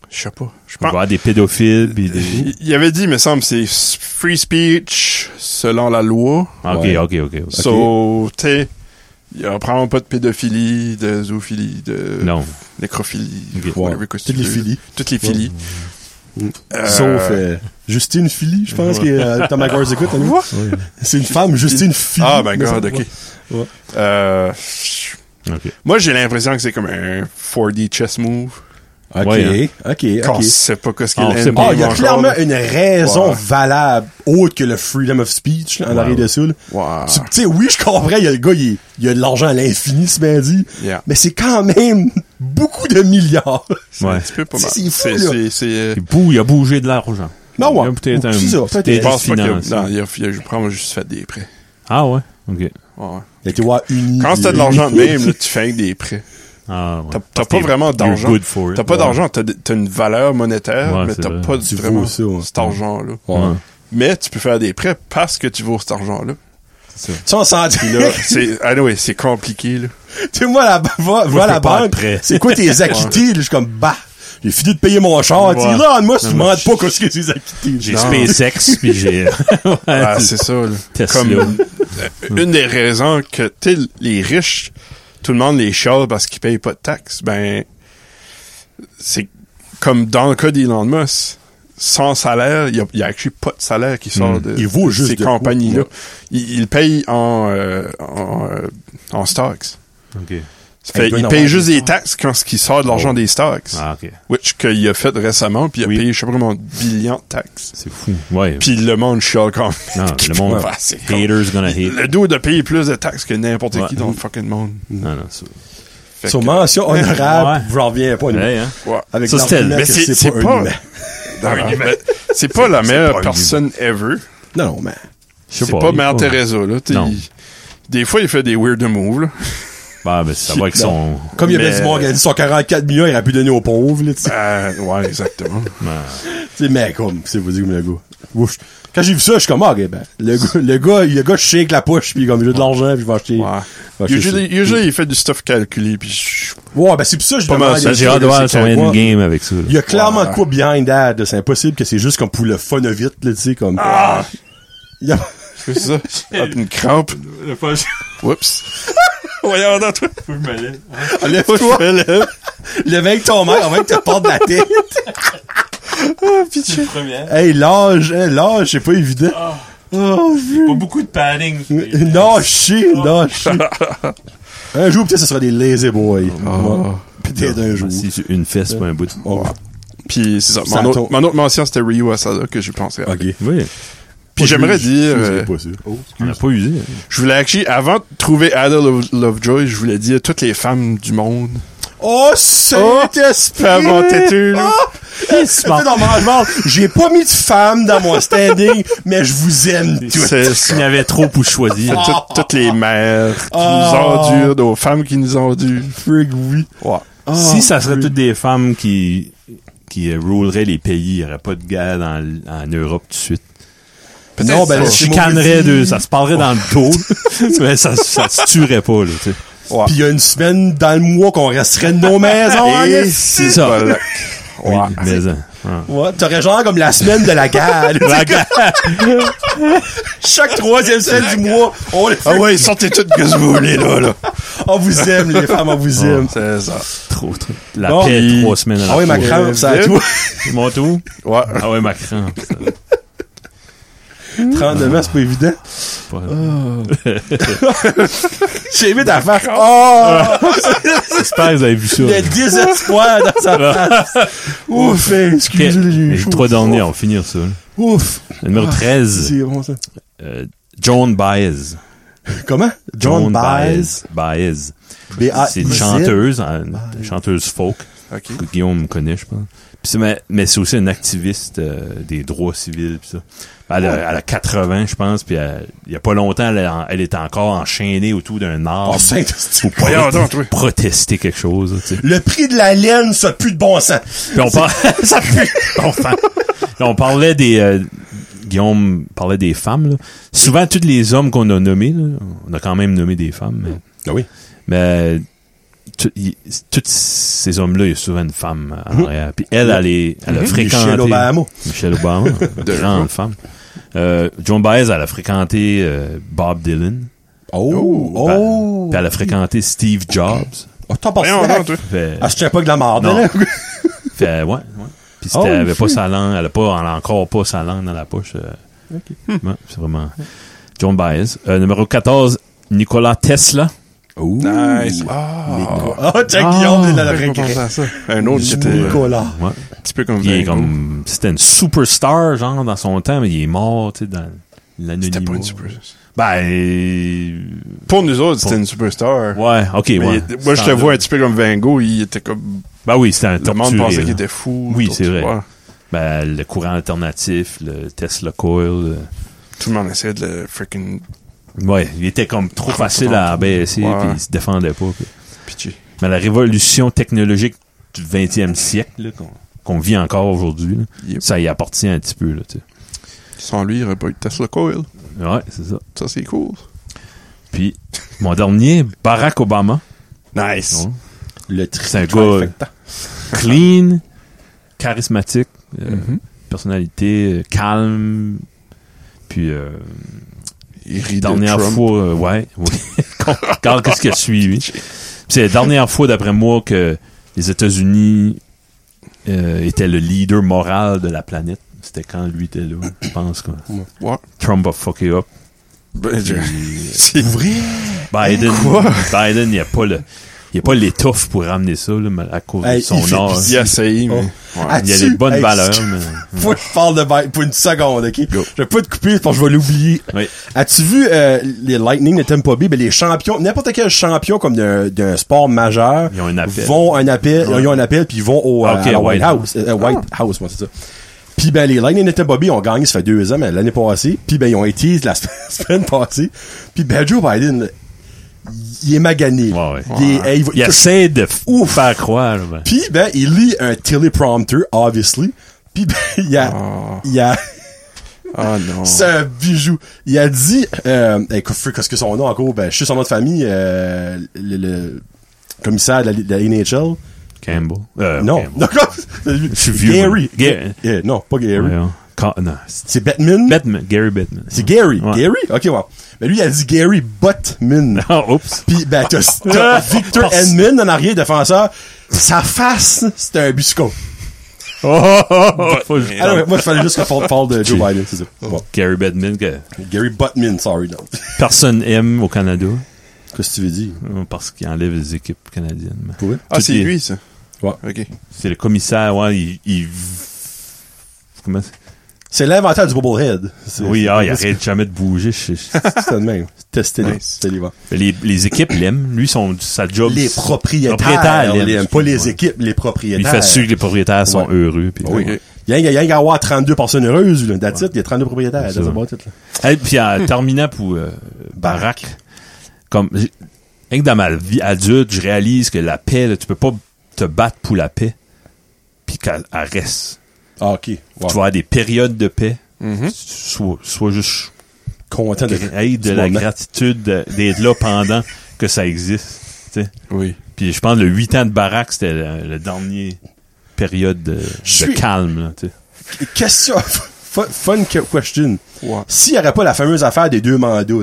S4: Je sais pas. Je
S3: Il va y
S4: pense.
S3: avoir des pédophiles pis des...
S4: Il il avait dit, me semble, c'est s- free speech selon la loi.
S3: Ah, Ok,
S2: Ouais.
S3: ok, ok. ok.
S4: So, tu sais, il y a probablement pas de pédophilie, de zoophilie, de
S3: Non.
S4: nécrophilie,
S3: Ok.
S4: whatever
S2: Ouais.
S4: que tu
S2: Toutes les
S4: veux.
S2: filies.
S4: Toutes les filies. Euh,
S2: Sauf euh, Justine Philly, je pense que euh, Thomas Gores écoute. hein, nous. C'est une femme, Justine Philly.
S4: Ah, my
S2: me
S4: God,
S2: semble.
S4: OK.
S2: Ouais.
S4: Euh,
S3: Ok.
S4: moi, j'ai l'impression que c'est comme un 4D chess move.
S2: OK,
S3: Ouais,
S2: OK,
S4: Quand on
S2: OK.
S4: sait pas qu'est-ce qu'il
S3: Ah, on
S4: est
S3: sait
S2: Ah,
S3: pas.
S2: il y a
S4: encore,
S2: clairement
S4: là.
S2: une raison
S4: Ouais.
S2: valable autre que le freedom of speech là, en
S3: Ouais,
S2: arrière
S3: ouais.
S2: de ça. là.
S4: Wow.
S2: Tu tu sais, oui, je comprends, il y a le gars, il, il a de l'argent à l'infini, c'est bien dit,
S4: Yeah.
S2: mais c'est quand même beaucoup de milliards.
S3: Ouais.
S4: Tu peux pas
S2: C'est- c'est fou,
S4: mal. C'est-
S2: là.
S4: c'est- c'est, euh,
S3: Il, bou- il a bougé de l'argent.
S2: Ben ouais.
S3: Il a peut-être
S2: Ou
S3: un
S2: c'est ça,
S3: petit
S2: peut-être.
S3: délit
S4: Je pense pas qu'il y a-
S3: financier.
S4: non, il y a- il y a- je prends juste fait des prêts.
S3: Ah ouais? Ok.
S4: Ouais, ouais.
S2: Il a été voir Uni,
S4: Quand
S2: puis-
S4: t'as de l'argent de même, là, tu fais avec des prêts.
S3: Ah ouais.
S4: T'as- T'as pas vraiment
S3: You're
S4: d'argent.
S3: good for it.
S4: T'as pas
S3: Ouais.
S4: d'argent, t'as des- t'as une valeur monétaire,
S3: Ouais,
S4: mais
S3: c'est
S4: t'as
S3: vrai.
S4: pas
S2: Tu
S4: vraiment
S2: vaux ça, ouais.
S4: cet argent-là.
S2: Ouais.
S3: Ouais.
S4: Mais tu peux faire des prêts parce que tu vaux cet argent-là.
S2: Tu sais, on s'entend,
S4: Là, c'est, anyway, c'est compliqué, là.
S2: Tu sais, moi, la, ba- va, va à la
S3: peux pas
S2: banque.
S3: être prêt.
S2: C'est quoi tes acquittés? là? Je suis comme, bah, j'ai fini de payer mon char.
S3: Ouais.
S2: Tu sais, là, moi, si tu
S3: Non,
S2: me
S3: mais
S2: demandes pas qu'est-ce que c'est acquittés.
S3: J'ai
S2: Non.
S3: SpaceX puis j'ai... Ouais,
S4: Ah,
S3: tu-
S4: c'est ça, là.
S3: Tesla.
S4: Comme, une des raisons que, tu sais, les riches, tout le monde les chiale parce qu'ils payent pas de taxes, ben, c'est comme dans le cas d'Elon Musk. Sans salaire, il n'y a, actuellement pas de salaire qui sort
S3: Mm.
S4: de
S2: Il vaut juste
S4: ces
S2: de-
S4: compagnies-là.
S2: Ouais.
S4: Il, il paye en, euh, en, euh, en stocks.
S3: Ok.
S4: Ça fait,
S2: Il doit
S4: il
S2: en
S4: paye
S2: avoir
S4: juste
S2: des
S4: des taxes quand ce qui sort de l'argent
S3: Oh.
S4: des stocks.
S3: Ah, ok.
S4: Which qu'il a fait récemment, puis il a
S3: Oui.
S4: payé, je sais pas comment, un billion de taxes.
S3: C'est fou. Ouais.
S4: Puis le monde chiale quand même.
S3: Non, le monde-
S4: Ouais, c'est con.
S3: Haters gonna hate.
S4: Le dos de payer plus de taxes que n'importe
S3: Ouais.
S4: qui dans le fucking monde.
S3: Non, non, ça...
S4: Fait
S2: Sur
S4: que-
S2: mention honorable,
S3: Ouais.
S2: je j'en reviens pas. nous.
S3: Hey, hein?
S4: Ouais.
S2: Avec
S3: Ça, c'était-
S2: l'argument
S3: mais
S2: que
S4: c'est- c'est
S2: un
S4: pas-
S2: humain.
S4: Non, non, mais c'est pas la meilleure
S2: pas un
S4: personne ever.
S2: Non, non, mais.
S3: Je sais
S4: C'est pas
S3: il-
S4: Mère
S3: oh.
S4: Teresa, là. T'es-
S3: Non.
S4: Des fois, il fait des weird moves, là.
S3: Bah, mais ça va avec
S2: Non.
S3: son...
S2: Comme il y avait
S4: Mais-
S2: du monde qui a dit son 44 millions, il aurait pu donner aux pauvres, là, tu sais.
S4: Euh, ouais, exactement.
S3: Ah.
S2: Tu sais, mais comme, c'est vous dire comme le gars. Ouf. Quand j'ai vu ça, je suis comme, ah, ok, ben, le gars, le gars, le gars, shake la poche, puis comme, j'ai de l'argent, puis je vais acheter.
S4: Ouais.
S2: je sais
S4: Usually, usually, il fait du stuff calculé, puis je-
S2: Ouais, ben, c'est pour ça que je
S4: Pas mal,
S2: demande.
S4: ça,
S3: Ça, j'ai hâte de voir son endgame avec ça. là.
S2: Il y a clairement
S4: Ouais.
S2: de quoi behind that, là. c'est impossible que c'est juste comme pour le fun of it, là, tu sais, comme.
S4: Ah!
S2: Il y a-
S4: Qu'est-ce que c'est ça? Hop, une crampe. Oups. Voyons dans toi.
S2: Lève-toi, lève. Lève avec ton mec, avant que tu te portes la tête.
S4: Ah,
S1: C'est le premier. Ah.
S2: Hey, l'âge, hey, l'âge, c'est pas évident. Oh, vieux.
S1: Pas beaucoup de padding. Ah.
S2: Non, chier, non, chier. Un jour, peut-être, ce sera des lazy boys.
S4: Ah.
S2: Ouais. Peut-être un jour.
S3: Si c'est une fesse, pas un bout de...
S2: Oh,
S4: Puis c'est ça.
S2: Ça
S4: Mon, autre,
S2: tombe.
S4: mon autre mention, c'était Ryu Asada que je pensais.
S2: OK.
S3: Oui,
S4: Puis j'aimerais dire,
S2: Je
S4: euh,
S2: sais pas sûr.
S3: on n'a pas usé. hein.
S4: je voulais actually, avant de trouver Ada Love- Lovejoy, je voulais dire toutes les femmes du monde.
S2: Oh, Saint-Esprit!
S4: Fais mon têtu, là.
S2: Ah! C'est dans mon regard. J'ai pas mis de femme dans mon standing, mais je vous aime tous.
S4: C'est
S3: Il y en avait trop pour choisir.
S4: Toutes- toutes les mères qui
S2: Ah.
S4: nous endurent, aux femmes qui nous endurent.
S2: Frig, oui.
S4: Ouais.
S2: Ah,
S3: si ça serait toutes des femmes qui qui euh, ruleraient les pays, il n'y aurait pas de guerre dans l- en Europe tout de suite.
S4: Peut-être
S2: Non, ben,
S4: pas.
S2: le
S3: Je chicanerais deux, ça se parlerait dans le dos, mais ça, ça se tuerait pas, là, tu sais.
S4: Ouais.
S2: Puis il y a une semaine dans le mois qu'on resterait de nos maisons. hein,
S4: Et
S2: yes.
S4: c'est
S3: ça.
S4: voilà.
S3: Oui,
S4: Ouais.
S3: mais, hein, ouais.
S2: Ouais, t'aurais genre comme la semaine de la gare.
S3: La gare.
S2: Chaque troisième semaine du mois, on, le fait.
S4: Ah ouais, sortez tout que vous voulez, là, là.
S2: on vous aime, les femmes, on vous aime.
S4: C'est ça.
S3: Trop, trop. La
S2: Bon.
S3: paix,
S4: Puis-
S3: trois semaines à la
S2: Ah oui, ma
S3: cour.
S2: crampe, ça a tout.
S3: Mon tour?
S4: Ouais.
S3: Ah oui, ma crampe. ça,
S2: Tremblement, c'est pas évident.
S3: c'est pas-
S2: J'ai aimé ta face. Oh!
S3: J'espère que vous avez vu ça. Ah.
S2: Le désespoir dans sa face. Ouf, hey, excusez-le.
S3: Les trois derniers, on va finir ça. là.
S2: Ouf. Ah,
S3: Le numéro 13,
S2: C'est bon, ça.
S3: euh, John Baez.
S2: Comment? John Baez. ah,
S3: Baez.
S2: B.A.I.Z..
S3: C'est une chanteuse, hein,
S2: Ah,
S3: une chanteuse folk
S4: OK.
S3: que Guillaume me connaît, je pense. Puis c'est- mais mais c'est aussi une activiste euh, des droits civils. Pis ça. Elle, a, elle a 80, je pense, puis elle- il n'y a pas longtemps, elle, est en- elle est encore enchaînée autour d'un arbre
S2: Oh, saint c'est-
S3: pour
S4: Voyons donc, toi.
S3: protester quelque chose. tu sais.
S2: Le prix de la laine, ça pue de bon sens.
S3: Puis on par- ça pue. On, par- on parlait des euh, Guillaume parlait des femmes. là. Souvent tous les hommes qu'on a nommés, là, on a quand même nommé des femmes. Mais,
S2: Ah oui.
S3: mais tout- y- tous ces hommes-là, il y a souvent une femme en arrière. Puis elle, elle, est- elle a fréquenté
S2: Mhm. Michelle Obama.
S3: Michelle Obama, une grande femme. Euh, Joan Baez, elle a fréquenté euh, Bob Dylan.
S2: Oh,
S3: Ben,
S2: oh.
S3: Puis elle a fréquenté Steve Jobs.
S2: Oh, t'en passes
S4: Voyons donc, toi.
S3: Fait-
S2: Ah, je tiens pas que de la marde,
S3: Non.
S2: là.
S3: Fait, Euh, ouais, ouais. Puis c'était-
S4: Ah
S2: Oh,
S3: elle avait pas
S2: shoot.
S3: sa langue, elle a pas, elle a encore pas sa langue dans la poche. euh. Ouais, c'est vraiment John Baez. Euh, numéro 14, Nicolas Tesla.
S2: Oh.
S4: Nice. Ah.
S2: Oh, tiens, Guillaume, il a le
S4: J'aurais pas pensé
S2: regret.
S4: à ça. Un autre qui était euh, un
S2: Nicolas.
S3: Ouais.
S4: petit peu comme
S3: Il est
S4: Dingo.
S3: comme, c'était une superstar, genre, dans son temps, mais il est mort, tu sais, dans l'anonymat.
S4: C'était pas une super.
S3: Ben, euh,
S4: Pour nous autres, c'était une superstar.
S3: ouais, ok,
S4: Mais
S3: ouais.
S4: il était- moi, je te
S3: Standard.
S4: vois un petit peu comme Van Gogh. Il était comme.
S3: Ben oui, c'était un
S4: Le monde
S3: torturé,
S4: pensait
S3: là.
S4: qu'il était fou.
S3: Oui,
S4: torturé.
S3: c'est vrai.
S4: Ouais.
S3: Ben, le courant alternatif, le Tesla coil. euh.
S4: Tout le monde essayait de le freaking
S3: Ouais, il était comme trop facile à abaisser,
S4: Ouais.
S3: puis il se défendait pas. puis-
S4: pitcher.
S3: Mais la révolution technologique du 20e siècle là, qu'on qu'on vit encore aujourd'hui, là,
S4: Yep.
S3: ça y appartient un petit peu. Là, tu sais.
S4: Sans lui, il aurait pas eu de Tesla Coil.
S3: ouais, c'est ça.
S4: Ça, c'est cool.
S3: Puis, mon dernier, Barack Obama,
S4: Nice.
S3: Ouais.
S2: Le
S3: C'est un
S2: tri.
S3: gars euh, clean, charismatique, euh,
S4: Mhm.
S3: personnalité euh, calme, puis... euh,
S4: Il rit de
S3: dernière
S4: Trump.
S3: fois, euh, ouais, oui. Regarde qu'est-ce qu'il a suivi. Puis C'est la dernière fois, d'après moi, que les États-Unis euh, étaient le leader moral de la planète. C'était quand lui était là, je pense. Quoi.
S4: Ouais.
S3: Trump a fucké up.
S4: Ben, je-
S3: Puis
S4: C'est Ah, vrai.
S3: Biden, Biden, il n'y a pas le, il y a pas l'étoffe pour ramener ça, là, mais à cause
S2: Hey,
S3: de son
S2: il fait
S3: art.
S4: Il a essayé, mais. Ouais.
S3: Il y a des bonnes
S2: Ah, Hey,
S3: valeurs,
S2: excuse-
S3: mais...
S2: Faut que je parle de Biden pour une seconde, ok?
S4: Go.
S2: Je vais pas te couper, parce que je vais l'oublier.
S3: Oui.
S2: As-tu vu euh, les Lightning de Tempo B, ben les champions, n'importe quel champion comme d'un d'un sport majeur,
S3: Ils ont un appel.
S2: vont un appel, ils ont un appel puis ils vont au euh,
S3: Ah, ok,
S2: à la
S3: White Ah.
S2: White House, Euh, White House, moi c'est ça. Puis ben les Lightning de Tampa Bay ont gagné ça fait deux ans, mais l'année passée, puis ben ils ont été la semaine passée, puis ben Joe Biden, il est magané.
S3: Ouais, ouais.
S2: Il, est- hey, il va-
S3: Il essaie de ou faire croire, mais-
S2: puis ben il lit un teleprompter obviously. Puis ben il a
S4: Ah.
S2: il a
S4: Ah non.
S2: c'est un bijou. Il a dit euh, hey, qu'est-ce que- qu'est-ce que son nom encore ben je suis son nom de famille euh, le, le commissaire de la, de la NHL.
S3: Campbell. Euh,
S2: non,
S3: Campbell.
S2: non,
S3: Je suis vieux,
S2: Gary.
S3: moi. Ga-
S2: Eh, non, pas Gary.
S3: Voyons. Ca- non, c'est-
S2: C'est Batman.
S3: Batman, Gary Batman.
S2: C'est Gary.
S3: Ouais.
S2: Gary? Ok, wow. Mais lui, il a dit Gary Buttman.
S3: Ah, oups.
S2: Puis, ben, t'as t'as Victor
S3: Ah, Parce-
S2: Edmund en arrière, défenseur. Sa face, c'était un biscot.
S3: Oh, oh, oh, faut que je
S2: Alors,
S3: parle.
S2: moi, je fallait juste qu'on parle- parle de Joe Biden, c'est ça.
S3: Oh.
S2: Bon.
S3: Gary Batman, que
S2: Gary Buttman, sorry. non.
S3: personne aime au Canada
S2: Qu'est-ce que tu veux dire?
S3: euh, parce qu'il enlève les équipes canadiennes. mais-
S2: Pour vrai?
S4: Ah, c'est
S3: tout est-
S4: lui, ça.
S2: Ouais.
S4: Ok.
S3: C'est le commissaire, ouais, il... il- Comment c'est-
S2: C'est l'inventaire du Bubblehead. C'est-
S3: Oui,
S2: c'est-
S3: ah, il arrête jamais de bouger. je- je-
S2: C'est ça de même. Testez-le.
S4: Nice.
S2: Testez-les, va.
S3: les, les équipes l'aiment. Lui, son, sa job...
S2: Les
S3: c'est-
S2: propriétaires.
S3: propriétaires
S2: on
S3: l'aiment,
S2: l'aime. Pas les
S3: excuse-moi.
S2: équipes, les propriétaires.
S3: Il fait sûr que les propriétaires sont
S2: Ouais.
S3: heureux. puis-
S2: Oui.
S4: Ok.
S2: Il y a- il y a il y a avoir 32 personnes heureuses, là. That's it. Il y a 32 propriétaires.
S3: C'est
S2: That's
S3: ça.
S2: about it, là.
S3: Hey, puis en terminant pour euh, Barack, comme j'ai- rien que dans ma vie adulte, je réalise que la paix, là, tu peux pas te battre pour la paix, puis qu'elle elle reste.
S2: Ah, ok. Wow.
S3: Tu vas avoir des périodes de paix,
S2: Mm-hmm.
S3: Sois, sois juste
S2: Content de.
S3: aie de
S2: du hein.
S3: la
S2: moment.
S3: gratitude de- d'être là pendant que ça existe. tu sais.
S4: Oui.
S3: Puis je pense le 8 ans de baraque, c'était le, le dernier période de,
S2: Je
S3: de
S2: suis-
S3: calme. là, tu sais.
S2: Question. Fun, fun question.
S4: Ouais.
S2: S'il n'y aurait pas la fameuse affaire des deux mandats, là,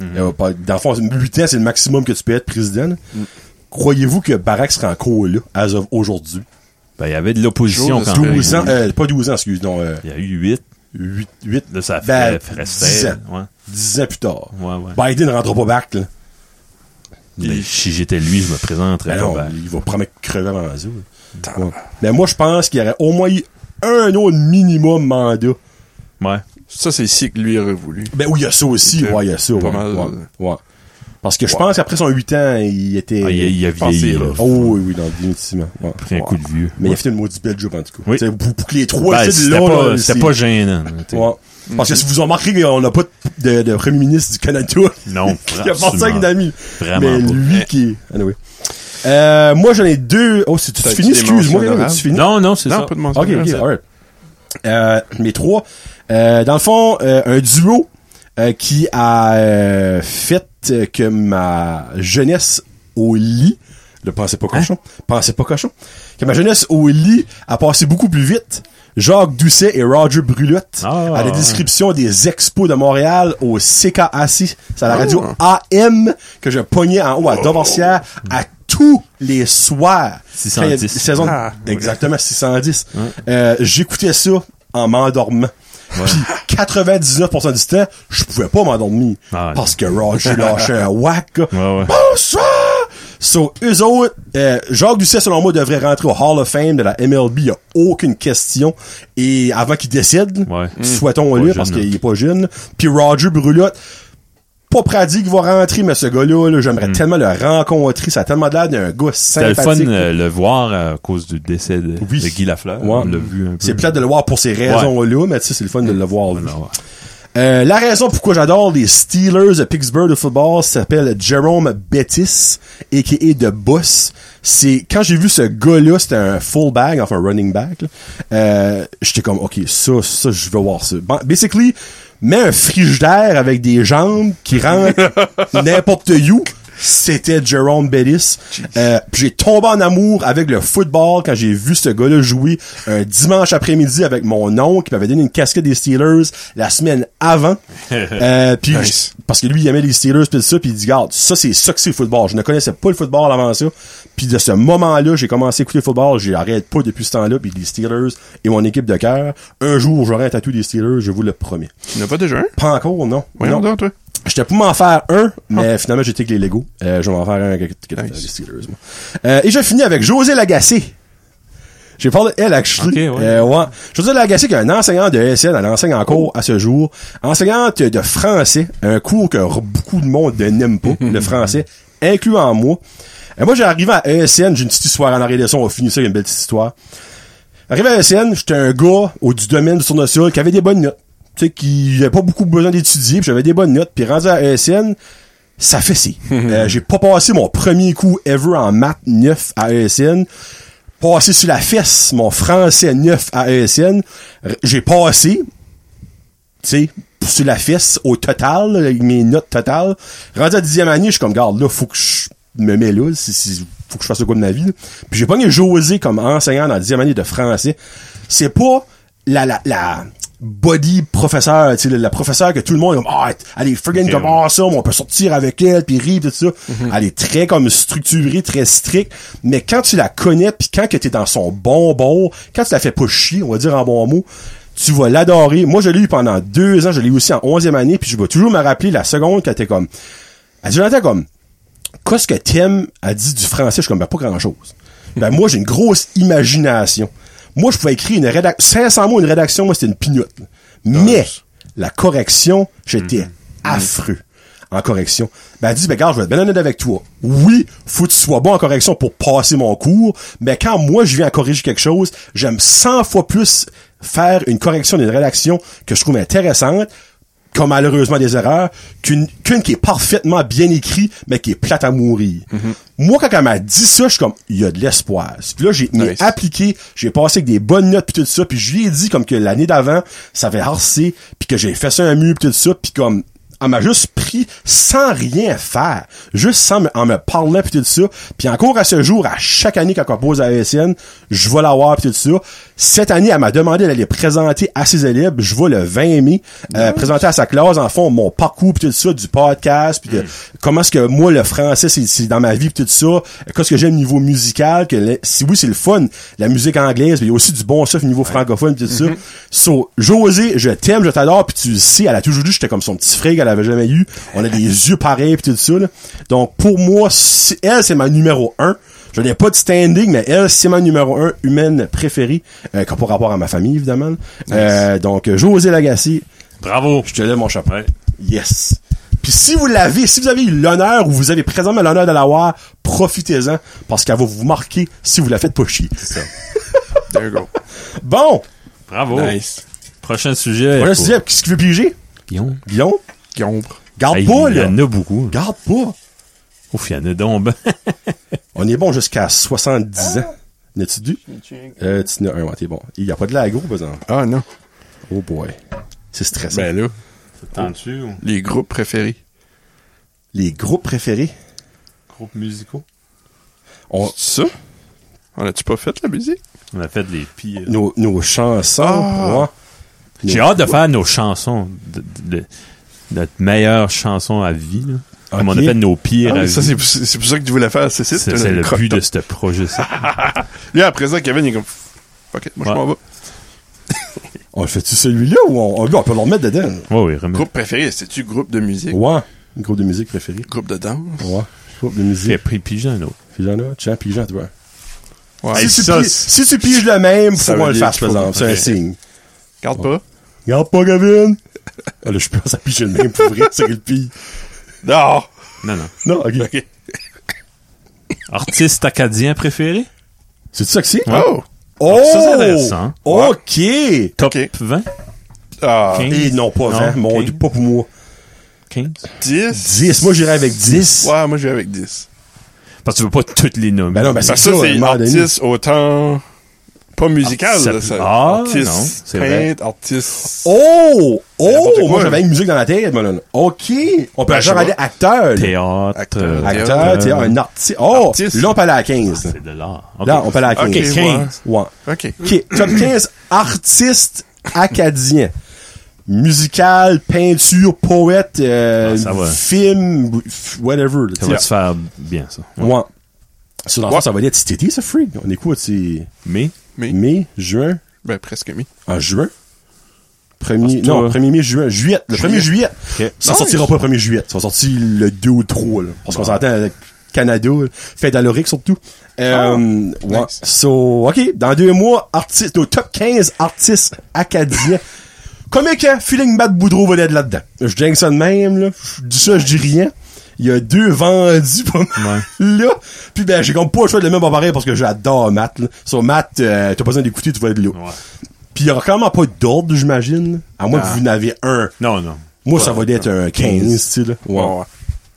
S3: Mhm.
S2: il y aurait pas- dans le fond, 8 ans, c'est le maximum que tu peux être président. là.
S3: Mm.
S2: Croyez-vous que Barack serait encore là, as of aujourd'hui?
S3: Ben, il y avait de l'opposition
S4: Jour de
S3: quand même.
S2: 12 ans, euh, pas 12 ans, excuse, non, euh,
S3: Il y a eu 8.
S2: 8, 8,
S3: Là, ça
S2: Ben,
S3: fait, ferait
S2: 10
S3: 16,
S2: ans.
S3: ouais.
S2: 10 ans plus tard.
S3: Ouais, ouais.
S2: Biden ne rentrera pas back, là.
S3: Mais si j'étais lui, je me présenterais
S2: Ben non,
S3: pas. Ben,
S2: il va promettre crever avant la zoo, là.
S4: Attends.
S2: Ouais. Mais moi, je pense qu'il y aurait au moins eu un autre minimum mandat.
S3: ouais.
S4: Ça, c'est ici que lui aurait voulu.
S2: Ben oui, il y a ça aussi.
S3: hein.
S4: C'était
S2: Ouais, il y a ça.
S4: pas
S2: ouais,
S4: mal.
S2: ouais, ouais. Parce que je
S4: Ouais.
S2: pense qu'après son 8 ans, il était.
S3: Ah, il, a- il a
S4: pensez,
S3: vieilli,
S4: là.
S3: là.
S2: Oh oui, oui, non, définitivement. Ouais.
S3: Pris un coup de vieux.
S2: Mais il a fait une maudite belle job, en tout cas.
S3: Oui.
S2: T'sais, Pour, pour que les trois
S3: Ben,
S2: titres
S3: c'était
S2: longs,
S3: pas,
S2: là,
S3: c'était
S2: c'est-
S3: pas Mm. gênant. là, tu sais.
S2: Ouais. Parce que si vous en remarqué, on n'a pas de, de premier ministre du Canada
S3: Non,
S2: qui a pensé avec
S3: absolument.
S2: d'amis.
S3: Vraiment
S2: Mais
S3: pas.
S2: lui qui est. Anyway. Euh, moi, j'en ai deux. Oh, c'est-tu
S4: T'as
S2: fini?
S4: dit des
S2: Excuse-moi,
S4: mentions
S2: Rémi,
S4: honorables?
S2: tu finis?
S3: Non, non, c'est
S4: Non,
S3: ça.
S4: pas de mention.
S2: Ok, ok, alright. Euh, mes trois. Euh, dans le fond, euh, un duo euh, qui a euh, fait euh, que ma jeunesse au lit, le pensez
S3: Hein?
S2: pas cochon, pensez pas cochon, que ma jeunesse au lit a passé beaucoup plus vite. Jacques Doucet et Roger Brulotte
S3: Ah.
S2: à la description des expos de Montréal au CKAC, c'est à la radio
S3: Ah.
S2: AM que je pognais en haut à
S3: Oh.
S2: Dovancière à tous les soirs.
S3: 610.
S2: Quand il y a- saison-
S4: Ah, oui.
S2: exactement 610. Euh, j'écoutais ça en m'endormant. Puis 99% du temps, je pouvais pas m'endormir
S3: Ah, ouais.
S2: parce que Roger lâchait un whack. là.
S3: Ouais, ouais.
S2: Bonsoir. So, eux autres, euh, Jacques Doucet, selon moi, devrait rentrer au Hall of Fame de la MLB. Il y a aucune question. Et avant qu'il décide, Mm.
S3: Ouais.
S2: souhaitons-le,
S3: Pas
S2: parce
S3: jeune,
S2: qu'il est pas jeune. Puis Roger Brulotte, pas pradique qu'il va rentrer, mais ce gars-là, là, j'aimerais tellement le rencontrer. Ça a tellement l'air d'un gars
S3: C'était Mm. le
S2: sympathique.
S3: fun euh, le voir à cause du décès de,
S2: Oui.
S3: de Guy Lafleur.
S2: Ouais.
S3: Euh, On l'a vu un peu.
S2: C'est plate de le voir pour ces raisons-là, mais tu sais, c'est le fun de le voir. vu.
S3: Non, ouais.
S2: Euh, la raison pourquoi j'adore les Steelers de Pittsburgh de football s'appelle Jerome Bettis, et qui est de Boss. C'est quand j'ai vu ce gars-là, c'était un fullback, enfin un running back. là, euh, J'étais comme, ok, ça, ça, je veux voir ça. Bon, basically, mets un frigidaire avec des jambes qui rentrent n'importe où. C'était Jerome Bettis. Euh, puis j'ai tombé en amour avec le football quand j'ai vu ce gars-là jouer un dimanche après-midi avec mon oncle qui m'avait donné une casquette des Steelers la semaine avant. Euh, puis
S4: Nice.
S2: j- parce que lui il aimait les Steelers puis tout ça puis il dit garde ça c'est ça que c'est le football. Je ne connaissais pas le football avant ça. Puis de ce moment-là, j'ai commencé à écouter le football, j'arrête pas depuis ce temps-là puis les Steelers et mon équipe de cœur. Un jour, j'aurai un tatou des Steelers, je vous le promets.
S4: Tu n'as pas déjà un?
S2: Pas encore, non.
S4: Voyons
S2: non.
S4: donc, toi.
S2: J'étais pour m'en faire un,
S3: Ah.
S2: mais finalement j'étais avec les Lego. Euh, je vais m'en faire un avec avec- avec
S4: Nice.
S2: les Steelers. moi. Euh, et je finis avec José Lagacé. J'ai parlé d'elle, actually.
S3: Ok, ouais.
S2: Euh, ouais. José Lagacé, qui est un enseignant de SN, elle enseigne encore
S3: Oh.
S2: à ce jour. Enseignante de français, un cours que r- beaucoup de monde n'aime pas, le français, incluant moi. Et moi, j'ai arrivé à ESN, j'ai une petite histoire en arrière de ça, on finit ça, il y a une belle petite histoire. Arrivé à SN, j'étais un gars au, du domaine du tournesol qui avait des bonnes notes. Tu sais, qui avait pas beaucoup besoin d'étudier, puis j'avais des bonnes notes. Puis rendu à ESN, ça fait si. Euh, j'ai pas passé mon premier coup ever en maths 9 à ESN. Passé sur la fesse mon français 9 à ESN. R- J'ai passé, tu sais, sur la fesse au total, là, avec mes notes totales. Rendu à dixième année, je suis comme, garde, là, faut que je me mets là, si, si- faut que je fasse le quoi de ma vie. là. Puis j'ai pogné José comme enseignant dans la dixième année de français. C'est pas la, la, la body professeur, tu sais, la, la professeure que tout le monde est comme, ah, elle est friggin'
S3: Ok,
S2: comme,
S3: ouais.
S2: ah, ça, mais on peut sortir avec elle, puis rire, puis tout ça. Elle est très, comme, structurée, très stricte. Mais quand tu la connais, puis quand que t'es dans son bonbon, quand tu la fais pas chier, on va dire en bon mot, tu vas l'adorer. Moi, je l'ai eu pendant deux ans, je l'ai eu aussi en onzième année, puis je vais toujours me rappeler la seconde quand t'es comme, elle dit, Jonathan, comme, qu'est-ce que t'aimes, elle dit du français, je suis comme, ben, pas grand-chose. Ben, moi, j'ai une grosse imagination. Moi, je pouvais écrire une rédaction, 500 mots, une rédaction, moi, c'était une pignotte. Mais, la correction, j'étais affreux en correction. Ben, elle dit, ben, regarde, je vais être bien honnête avec toi. Oui, faut que tu sois bon en correction pour passer mon cours, mais quand moi, je viens à corriger quelque chose, j'aime 100 fois plus faire une correction d'une rédaction que je trouve intéressante comme malheureusement des erreurs, qu'une qu'une qui est parfaitement bien écrite, mais qui est plate à mourir. Moi, quand elle m'a dit ça, je suis comme, il y a de l'espoir. Puis là, j'ai m'y ai
S4: Nice.
S2: appliqué, j'ai passé avec des bonnes notes, puis tout ça, puis je lui ai dit comme que l'année d'avant, ça avait harcé, puis que j'ai fait ça un mur, puis tout ça, puis comme, elle m'a juste pris sans rien faire, juste sans me, en me parlant, puis tout ça. Puis encore à ce jour, à chaque année quand on pose à ASN, je vais la voir, puis tout ça. Cette année, elle m'a demandé d'aller présenter à ses élèves, je vais le 20 mai, euh, présenter à sa classe, en fond, mon parcours, puis tout ça, du podcast, puis de comment est-ce que moi, le français, c'est c'est dans ma vie, puis tout ça, qu'est-ce que j'aime niveau musical, que le- si oui, c'est le fun, la musique anglaise, mais il y a aussi du bon stuff niveau francophone, puis tout ça. So, José, je t'aime, je t'adore, puis tu le sais, elle a toujours dit, j'étais comme son petit frère qu'elle avait jamais eu. On a des yeux pareils, puis tout ça, là. Donc, pour moi, c'est- elle, c'est ma numéro un. Je n'ai pas de standing, mais elle, c'est ma numéro un humaine préférée, euh, par rapport à ma famille, évidemment. Euh, donc, euh, José Lagacé,
S3: Bravo.
S2: je te lève mon chapeau.
S3: Ouais.
S2: Yes. Puis si vous l'avez, si vous avez eu l'honneur ou vous avez présentement l'honneur de l'avoir, profitez-en parce qu'elle va vous marquer si vous la faites pas chier.
S4: There you go.
S2: Bon,
S3: Bravo.
S4: Nice.
S3: Prochain sujet.
S2: voilà,
S3: pour
S2: c'est qu'est-ce qui veut piger?
S3: Guillaume.
S2: Guillaume?
S4: Gombre.
S2: Garde
S3: Hey,
S2: pas,
S3: il y
S2: là.
S3: en a beaucoup.
S2: Garde pas.
S3: Ouf, il y en a donc. ben.
S2: On est bon jusqu'à 70 ans. N'as-tu dû? Euh, tu n'as un, ouais, t'es bon. Il n'y a pas de lagro, par exemple.
S4: Ah non.
S2: Oh boy. C'est stressant.
S4: Ben là,
S3: T'entends-tu ou
S4: les groupes préférés.
S2: Les groupes préférés?
S3: groupes musicaux?
S2: On-
S4: C'est ça? On a-tu pas fait la musique?
S3: On a fait des pires.
S2: nos, nos chansons,
S4: Ah.
S2: ouais.
S3: J'ai hâte de faire nos chansons. de- de- de- notre meilleure chanson à vie. là. Comme
S2: Ok.
S3: on appelle nos pires
S4: Ah,
S3: à
S4: ça,
S3: vie.
S4: c'est pour c'est pour ça que tu voulais faire ceci.
S3: C'est c'est le but de ce projet.
S2: Ah.
S4: Lui, après ça, Kevin, il est comme. Fuck it, moi,
S3: Ouais.
S4: je m'en vais.
S2: On le fait-tu celui-là ou on, on- on peut le remettre dedans?
S3: Oui, oui, vraiment.
S4: Groupe préféré, c'est-tu groupe de musique?
S2: Ouais. Groupe de musique préféré.
S4: Groupe de danse?
S2: Ouais. Groupe de
S3: J'ai
S2: musique.
S3: pris pigeon un autre.
S2: Puis j'en ai, tiens, puis j'en ai, toi.
S4: Ouais.
S3: Hey,
S2: Si, tu
S3: ça,
S2: pi-
S3: c'est-
S2: si tu piges le même, faut
S4: Ça
S2: qu'on
S4: veut
S2: le
S4: dire
S2: fasse,
S4: qu'il
S2: par
S4: faut-
S2: exemple. C'est un
S4: Ok.
S2: signe.
S4: Regarde pas.
S2: Regarde pas, Gavin! Ah, là, je pense à piger le même pour vrai, c'est le pire.
S4: Non!
S3: Non, non.
S2: Non, ok.
S3: Artiste acadien préféré?
S2: C'est ça que c'est?
S3: Ouais.
S4: Oh!
S2: Oh!
S3: Ça, c'est intéressant.
S2: Ok!
S3: Top
S4: Ok.
S3: 20?
S4: Ah,
S3: Ok.
S2: Et non, pas
S3: Non,
S2: 20. Mon
S3: ok.
S2: Dieu, pas pour moi.
S3: 15?
S4: 10?
S2: 10. Moi, j'irais avec 10.
S4: Ouais, moi, je vais avec 10.
S3: Parce que tu veux pas toutes les nommer.
S2: Ben non, ben
S4: Parce
S2: c'est
S4: que ça,
S2: ça, à un
S4: c'est
S2: moment donné.
S4: artiste autant. Pas musical,
S3: Artiste,
S4: là, ça.
S3: ah,
S4: artiste,
S3: non, c'est vrai.
S4: peintre, artiste.
S2: Oh!
S4: N'importe
S2: Oh!
S4: quoi,
S2: Moi, j'avais
S4: là.
S2: une musique dans la tête, mon homme. OK! On peut
S4: Ben, je
S2: genre
S4: sais
S2: aller acteur, là.
S3: Théâtre.
S4: Acteur,
S3: euh,
S2: Acteur, tu sais, un artiste. Oh!
S4: Artiste.
S2: Là, on peut aller à 15.
S3: C'est de l'art. Oh, Ok. Ah,
S2: Là, on peut aller à
S4: Ok,
S2: 15.
S4: ouais.
S2: Ouais.
S4: Ok.
S2: OK, top 15 artistes acadiens. Musical, peinture, poète, euh,
S3: Ah, ça va.
S2: film, f- whatever. là,
S3: Ça
S2: t'sais.
S3: va se faire bien, ça. Ouais.
S2: Ouais. Sur l'enfant,
S4: Ouais.
S2: ça va être cet été, ça, freak. On est quoi, c'est
S3: Mais,
S4: Mais,
S2: mai, juin,
S4: ben, presque mi.
S2: en juin? Premier,
S3: Ah, c'est
S2: non,
S3: toi.
S2: 1er mai, juin, juillet, le 1er juillet.
S3: Ok. Ah
S2: Ça
S4: Nice.
S2: sortira pas le 1er juillet, ça va sortir le 2 ou 3, là, parce qu'on s'entend avec Canada, là, fête à l'Oric surtout.
S3: Ah,
S2: Euh, ouais.
S4: nice.
S2: So, ok, dans deux mois, artiste, au top 15 artistes acadiens. Combien que Feeling Bad Boudreau va être là-dedans? Je dingue ça de même, là. Je dis ça, je dis rien. Il y a deux vendus pas mal, là. Puis ben, j'ai comme pas le choix de le même pareil parce que j'adore Matt, là. So, Matt, euh, t'as pas besoin d'écouter, tu vas être là.
S3: ouais.
S2: Puis il y aura quand même pas d'ordre, j'imagine. À moins que vous n'avez un.
S3: Non, non.
S2: Moi, ça va être un 15, tu sais, là.
S4: Ouais,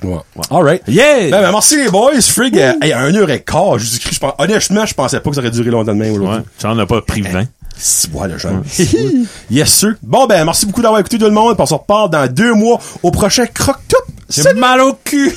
S4: ouais.
S2: Ouais. Alright.
S3: Yeah!
S2: Ben, ben, merci les boys. Frig, euh, hey, à 1h15, Jésus-Christ, je pense, honnêtement, je pensais pas que ça aurait duré longtemps de même
S3: Ouais.
S2: aujourd'hui.
S3: Tu en as pas pris
S2: Eh.
S3: 20.
S2: Si, Ouais. le jeune. yes, sûr. Bon, ben, merci beaucoup d'avoir écouté tout le monde. Puis on se repart dans deux mois au prochain Croc-Top.
S3: J'ai mal au cul!